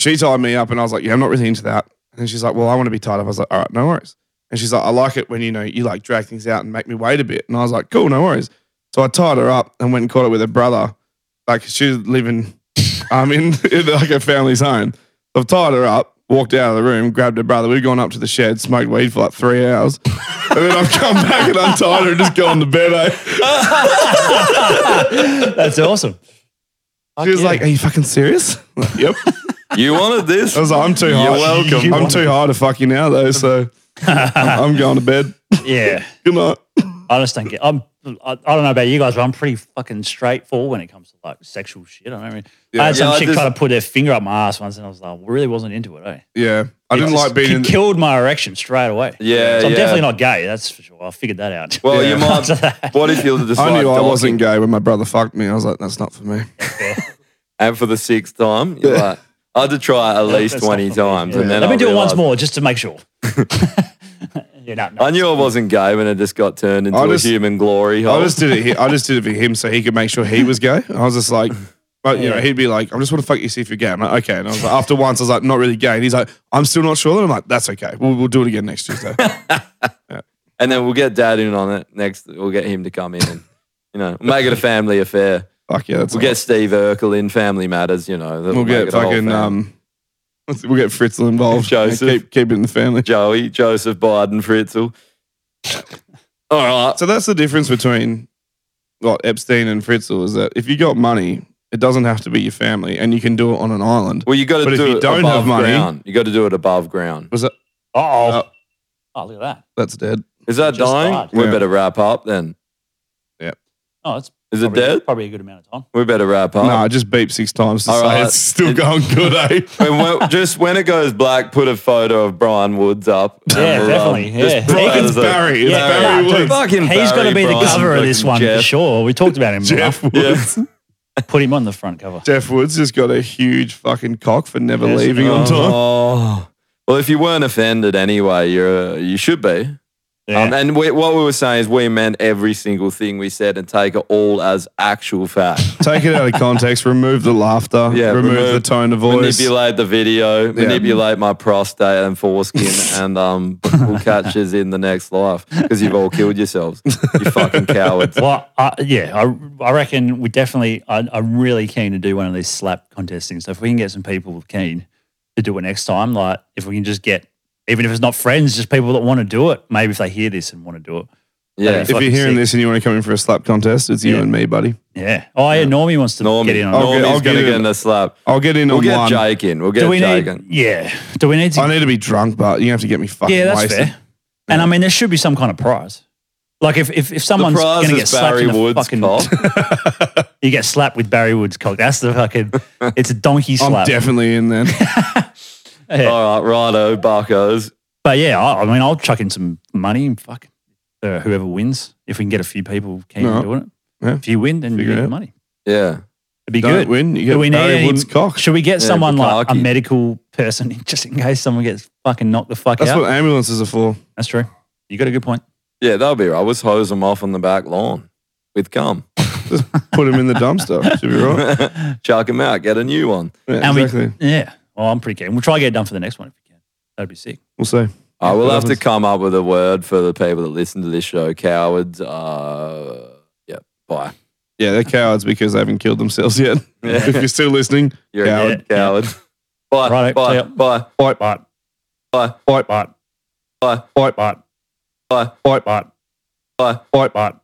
Speaker 2: she tied me up, and I was like, "Yeah, I'm not really into that." And she's like, "Well, I want to be tied up." I was like, "All right, no worries." And she's like, "I like it when you know you like drag things out and make me wait a bit." And I was like, "Cool, no worries." So I tied her up and went and caught it with her brother. Like she's living, um, in, in like her family's home. I've tied her up, walked out of the room, grabbed her brother. We've gone up to the shed, smoked weed for like three hours, and then I've come back and untied her and just gone to bed. Eh?
Speaker 3: That's awesome.
Speaker 2: She was like, "Are you fucking serious?" I'm like, yep.
Speaker 1: You wanted this?
Speaker 2: I was like, "I'm too
Speaker 1: You're
Speaker 2: hard.
Speaker 1: welcome.
Speaker 2: I'm too hard to fuck you now, though. So I'm I'm going to bed."
Speaker 3: Yeah.
Speaker 2: Good night.
Speaker 3: I just don't get. I'm. I, I don't know about you guys, but I'm pretty fucking straightforward when it comes to like sexual shit. I don't know. I, mean,
Speaker 2: Yeah.
Speaker 3: I had some
Speaker 2: Yeah, I
Speaker 3: chick
Speaker 2: just-
Speaker 3: try to put her finger up my ass once, and I was like, really wasn't into it. Eh?
Speaker 2: Yeah, I
Speaker 3: It
Speaker 2: didn't
Speaker 3: just
Speaker 2: like being
Speaker 3: ki-
Speaker 2: in.
Speaker 3: killed my erection straight away.
Speaker 1: Yeah,
Speaker 3: so I'm
Speaker 1: yeah.
Speaker 3: definitely not gay. That's for sure. I figured that out.
Speaker 1: Well, you might-
Speaker 3: After that.
Speaker 1: What if you're just
Speaker 2: I
Speaker 1: like
Speaker 2: knew I
Speaker 1: donkey?
Speaker 2: wasn't gay when my brother fucked me. I was like, "That's not for me."
Speaker 1: And for the sixth time, you're like, I had to try it at
Speaker 3: Yeah,
Speaker 1: least
Speaker 3: that's not
Speaker 1: 20
Speaker 3: for me.
Speaker 1: times. And
Speaker 3: Yeah.
Speaker 1: then
Speaker 3: let
Speaker 1: I
Speaker 3: me do it once
Speaker 1: realised-
Speaker 3: more just to make sure. you know,
Speaker 1: I knew I wasn't gay when it just got turned into
Speaker 2: I just-
Speaker 1: a human glory hole.
Speaker 2: I just did it. he- I just did it for him so he could make sure he was gay. I was just like, but you know,
Speaker 1: Yeah.
Speaker 2: he'd be like, "I just want to fuck you, see if you're gay." I'm like, "Okay." And I was like, after once, I was like, "Not really gay." And he's like, "I'm still not sure." And I'm like, "That's okay. We'll, we'll do it again next Tuesday."
Speaker 1: And then we'll get dad in on it next. We'll get him to come in and, you know, we'll make it a family affair.
Speaker 2: Fuck yeah, that's
Speaker 1: We'll get Steve Urkel in Family Matters, you know. that'll
Speaker 2: We'll
Speaker 1: make
Speaker 2: get
Speaker 1: it a whole
Speaker 2: fucking
Speaker 1: family.
Speaker 2: um, what's- we'll get Fritzl involved.
Speaker 1: Joseph.
Speaker 2: Keep, keep it in the family.
Speaker 1: Joey, Joseph Biden, Fritzl. All right.
Speaker 2: So that's the difference between what Epstein and Fritzl is that if you got money, it doesn't have to be your family, and you can do it on an island.
Speaker 1: Well, you got to
Speaker 2: But if
Speaker 1: do
Speaker 2: you
Speaker 1: it
Speaker 2: don't
Speaker 1: above
Speaker 2: have money-
Speaker 1: ground. You got to do it above ground.
Speaker 2: Was that?
Speaker 3: Oh, oh, look at that.
Speaker 2: That's dead.
Speaker 1: Is that
Speaker 3: Just
Speaker 1: dying?
Speaker 3: died.
Speaker 1: We
Speaker 2: Yeah.
Speaker 1: better wrap up then.
Speaker 2: Yep.
Speaker 3: Oh, it's
Speaker 1: Is it
Speaker 3: probably-
Speaker 1: dead?
Speaker 3: Probably a good amount of time.
Speaker 1: We better wrap up.
Speaker 2: No, I just beep six times to
Speaker 1: Oh. All
Speaker 2: say
Speaker 1: right.
Speaker 2: it's still going good, eh?
Speaker 1: And when- just when it goes black, put a photo of Brian Woods up. and
Speaker 3: Yeah,
Speaker 1: we'll, um,
Speaker 3: definitely.
Speaker 1: just
Speaker 3: Yeah,
Speaker 1: put
Speaker 3: He
Speaker 1: that
Speaker 3: can-
Speaker 1: as a-
Speaker 3: dude,
Speaker 1: Fucking
Speaker 3: He's got to
Speaker 1: Barry,
Speaker 3: be the
Speaker 1: Brian,
Speaker 3: cover of this
Speaker 1: fucking
Speaker 3: one for
Speaker 1: Jeff.
Speaker 3: sure. We talked about him.
Speaker 2: Jeff
Speaker 3: enough.
Speaker 2: Woods.
Speaker 3: Put him on the front cover.
Speaker 2: Jeff Woods has got a huge fucking cock for never leaving on time.
Speaker 1: Oh. Well, if you weren't offended anyway, you're uh, you should be.
Speaker 3: Yeah.
Speaker 1: Um, and we, what we were saying is we meant every single thing we said and take it all as actual fact.
Speaker 2: Take it out of context, remove the laughter, remove, the tone of voice.
Speaker 1: Manipulate the video, manipulate my prostate and foreskin, and um, we'll catch us in the next life because you've all killed yourselves. You fucking cowards.
Speaker 3: Well, I, yeah, I, I reckon we definitely. I, I'm really keen to do one of these slap contest things. So if we can get some people keen to do it next time, like if we can just get, even if it's not friends, just people that want to do it. Maybe if they hear this and want to do it. That'd be
Speaker 2: If
Speaker 3: fucking
Speaker 2: you're hearing
Speaker 3: sick.
Speaker 2: this and you want to come in for a slap contest, it's you
Speaker 3: Yeah.
Speaker 2: and me, buddy.
Speaker 3: yeah. Oh yeah, Normie wants to
Speaker 1: Normie, Oh,
Speaker 3: get in on
Speaker 2: I'll
Speaker 3: it.
Speaker 2: get-
Speaker 1: Normie's
Speaker 2: I'll
Speaker 1: going to
Speaker 2: get
Speaker 1: get
Speaker 2: in.
Speaker 1: in a slap.
Speaker 2: I'll get in
Speaker 1: We'll
Speaker 2: on
Speaker 1: get
Speaker 2: one.
Speaker 1: Jake in. We'll get
Speaker 3: Do we
Speaker 1: Jake
Speaker 3: need?
Speaker 1: in.
Speaker 3: Yeah. Do we need to?
Speaker 2: I need to be drunk, but you have to get me fucking
Speaker 3: yeah, that's
Speaker 2: wasted.
Speaker 3: fair. And I mean, there should be some kind of prize. Like if if, if someone's
Speaker 1: prize
Speaker 3: going to
Speaker 1: is
Speaker 3: get slapped
Speaker 1: Barry
Speaker 3: in the
Speaker 1: Woods'
Speaker 3: fucking, you get slapped with Barry Woods' cock. That's the fucking. It's a donkey
Speaker 2: I'm
Speaker 3: slap.
Speaker 2: definitely in then.
Speaker 3: Yeah.
Speaker 1: All right, righto, Barcos.
Speaker 3: But yeah, I, I mean, I'll chuck in some money and fuck uh, whoever wins. If we can get a few people keen
Speaker 2: No.
Speaker 3: on doing it,
Speaker 2: Yeah.
Speaker 3: if you win, then
Speaker 2: Figure
Speaker 3: you
Speaker 2: it
Speaker 3: get the
Speaker 2: out.
Speaker 3: money.
Speaker 1: Yeah.
Speaker 3: It'd be
Speaker 2: Don't
Speaker 3: good.
Speaker 2: win, you
Speaker 3: Do
Speaker 2: get
Speaker 3: we need
Speaker 2: Barry
Speaker 3: any-
Speaker 2: Woods' cock.
Speaker 3: Should we get
Speaker 1: Yeah,
Speaker 3: someone like a
Speaker 1: Bukaki.
Speaker 3: medical person just in case someone gets fucking knocked the fuck
Speaker 2: That's
Speaker 3: out?
Speaker 2: what ambulances are for.
Speaker 3: That's true. You got a good point.
Speaker 1: Yeah, that'll be right. We'll just hose them off on the back lawn with cum.
Speaker 2: Just put them in the dumpster. Should be right.
Speaker 1: Chuck them out, get a new one.
Speaker 2: Yeah,
Speaker 3: And
Speaker 2: exactly.
Speaker 3: we, yeah. Well, I'm pretty keen. We'll try to get it done for the next one if we can. That'd be sick.
Speaker 2: we'll see.
Speaker 1: I will
Speaker 2: that
Speaker 1: have to
Speaker 2: was-
Speaker 1: come up with a word for the people that listen to this show. Cowards. Uh, yeah, bye.
Speaker 2: Yeah, they're cowards because they haven't killed themselves yet.
Speaker 1: Yeah.
Speaker 2: if you're still listening,
Speaker 1: You're
Speaker 2: coward.
Speaker 1: a coward. Bye,
Speaker 3: Righto, see
Speaker 1: bye,
Speaker 3: ya.
Speaker 1: bye,
Speaker 2: Bite,
Speaker 3: Bye.
Speaker 1: bye,
Speaker 2: bite,
Speaker 3: Bye.
Speaker 1: bye,
Speaker 2: bite,
Speaker 3: Bye.
Speaker 1: bye,
Speaker 3: Bye.
Speaker 1: bye.
Speaker 3: Bye.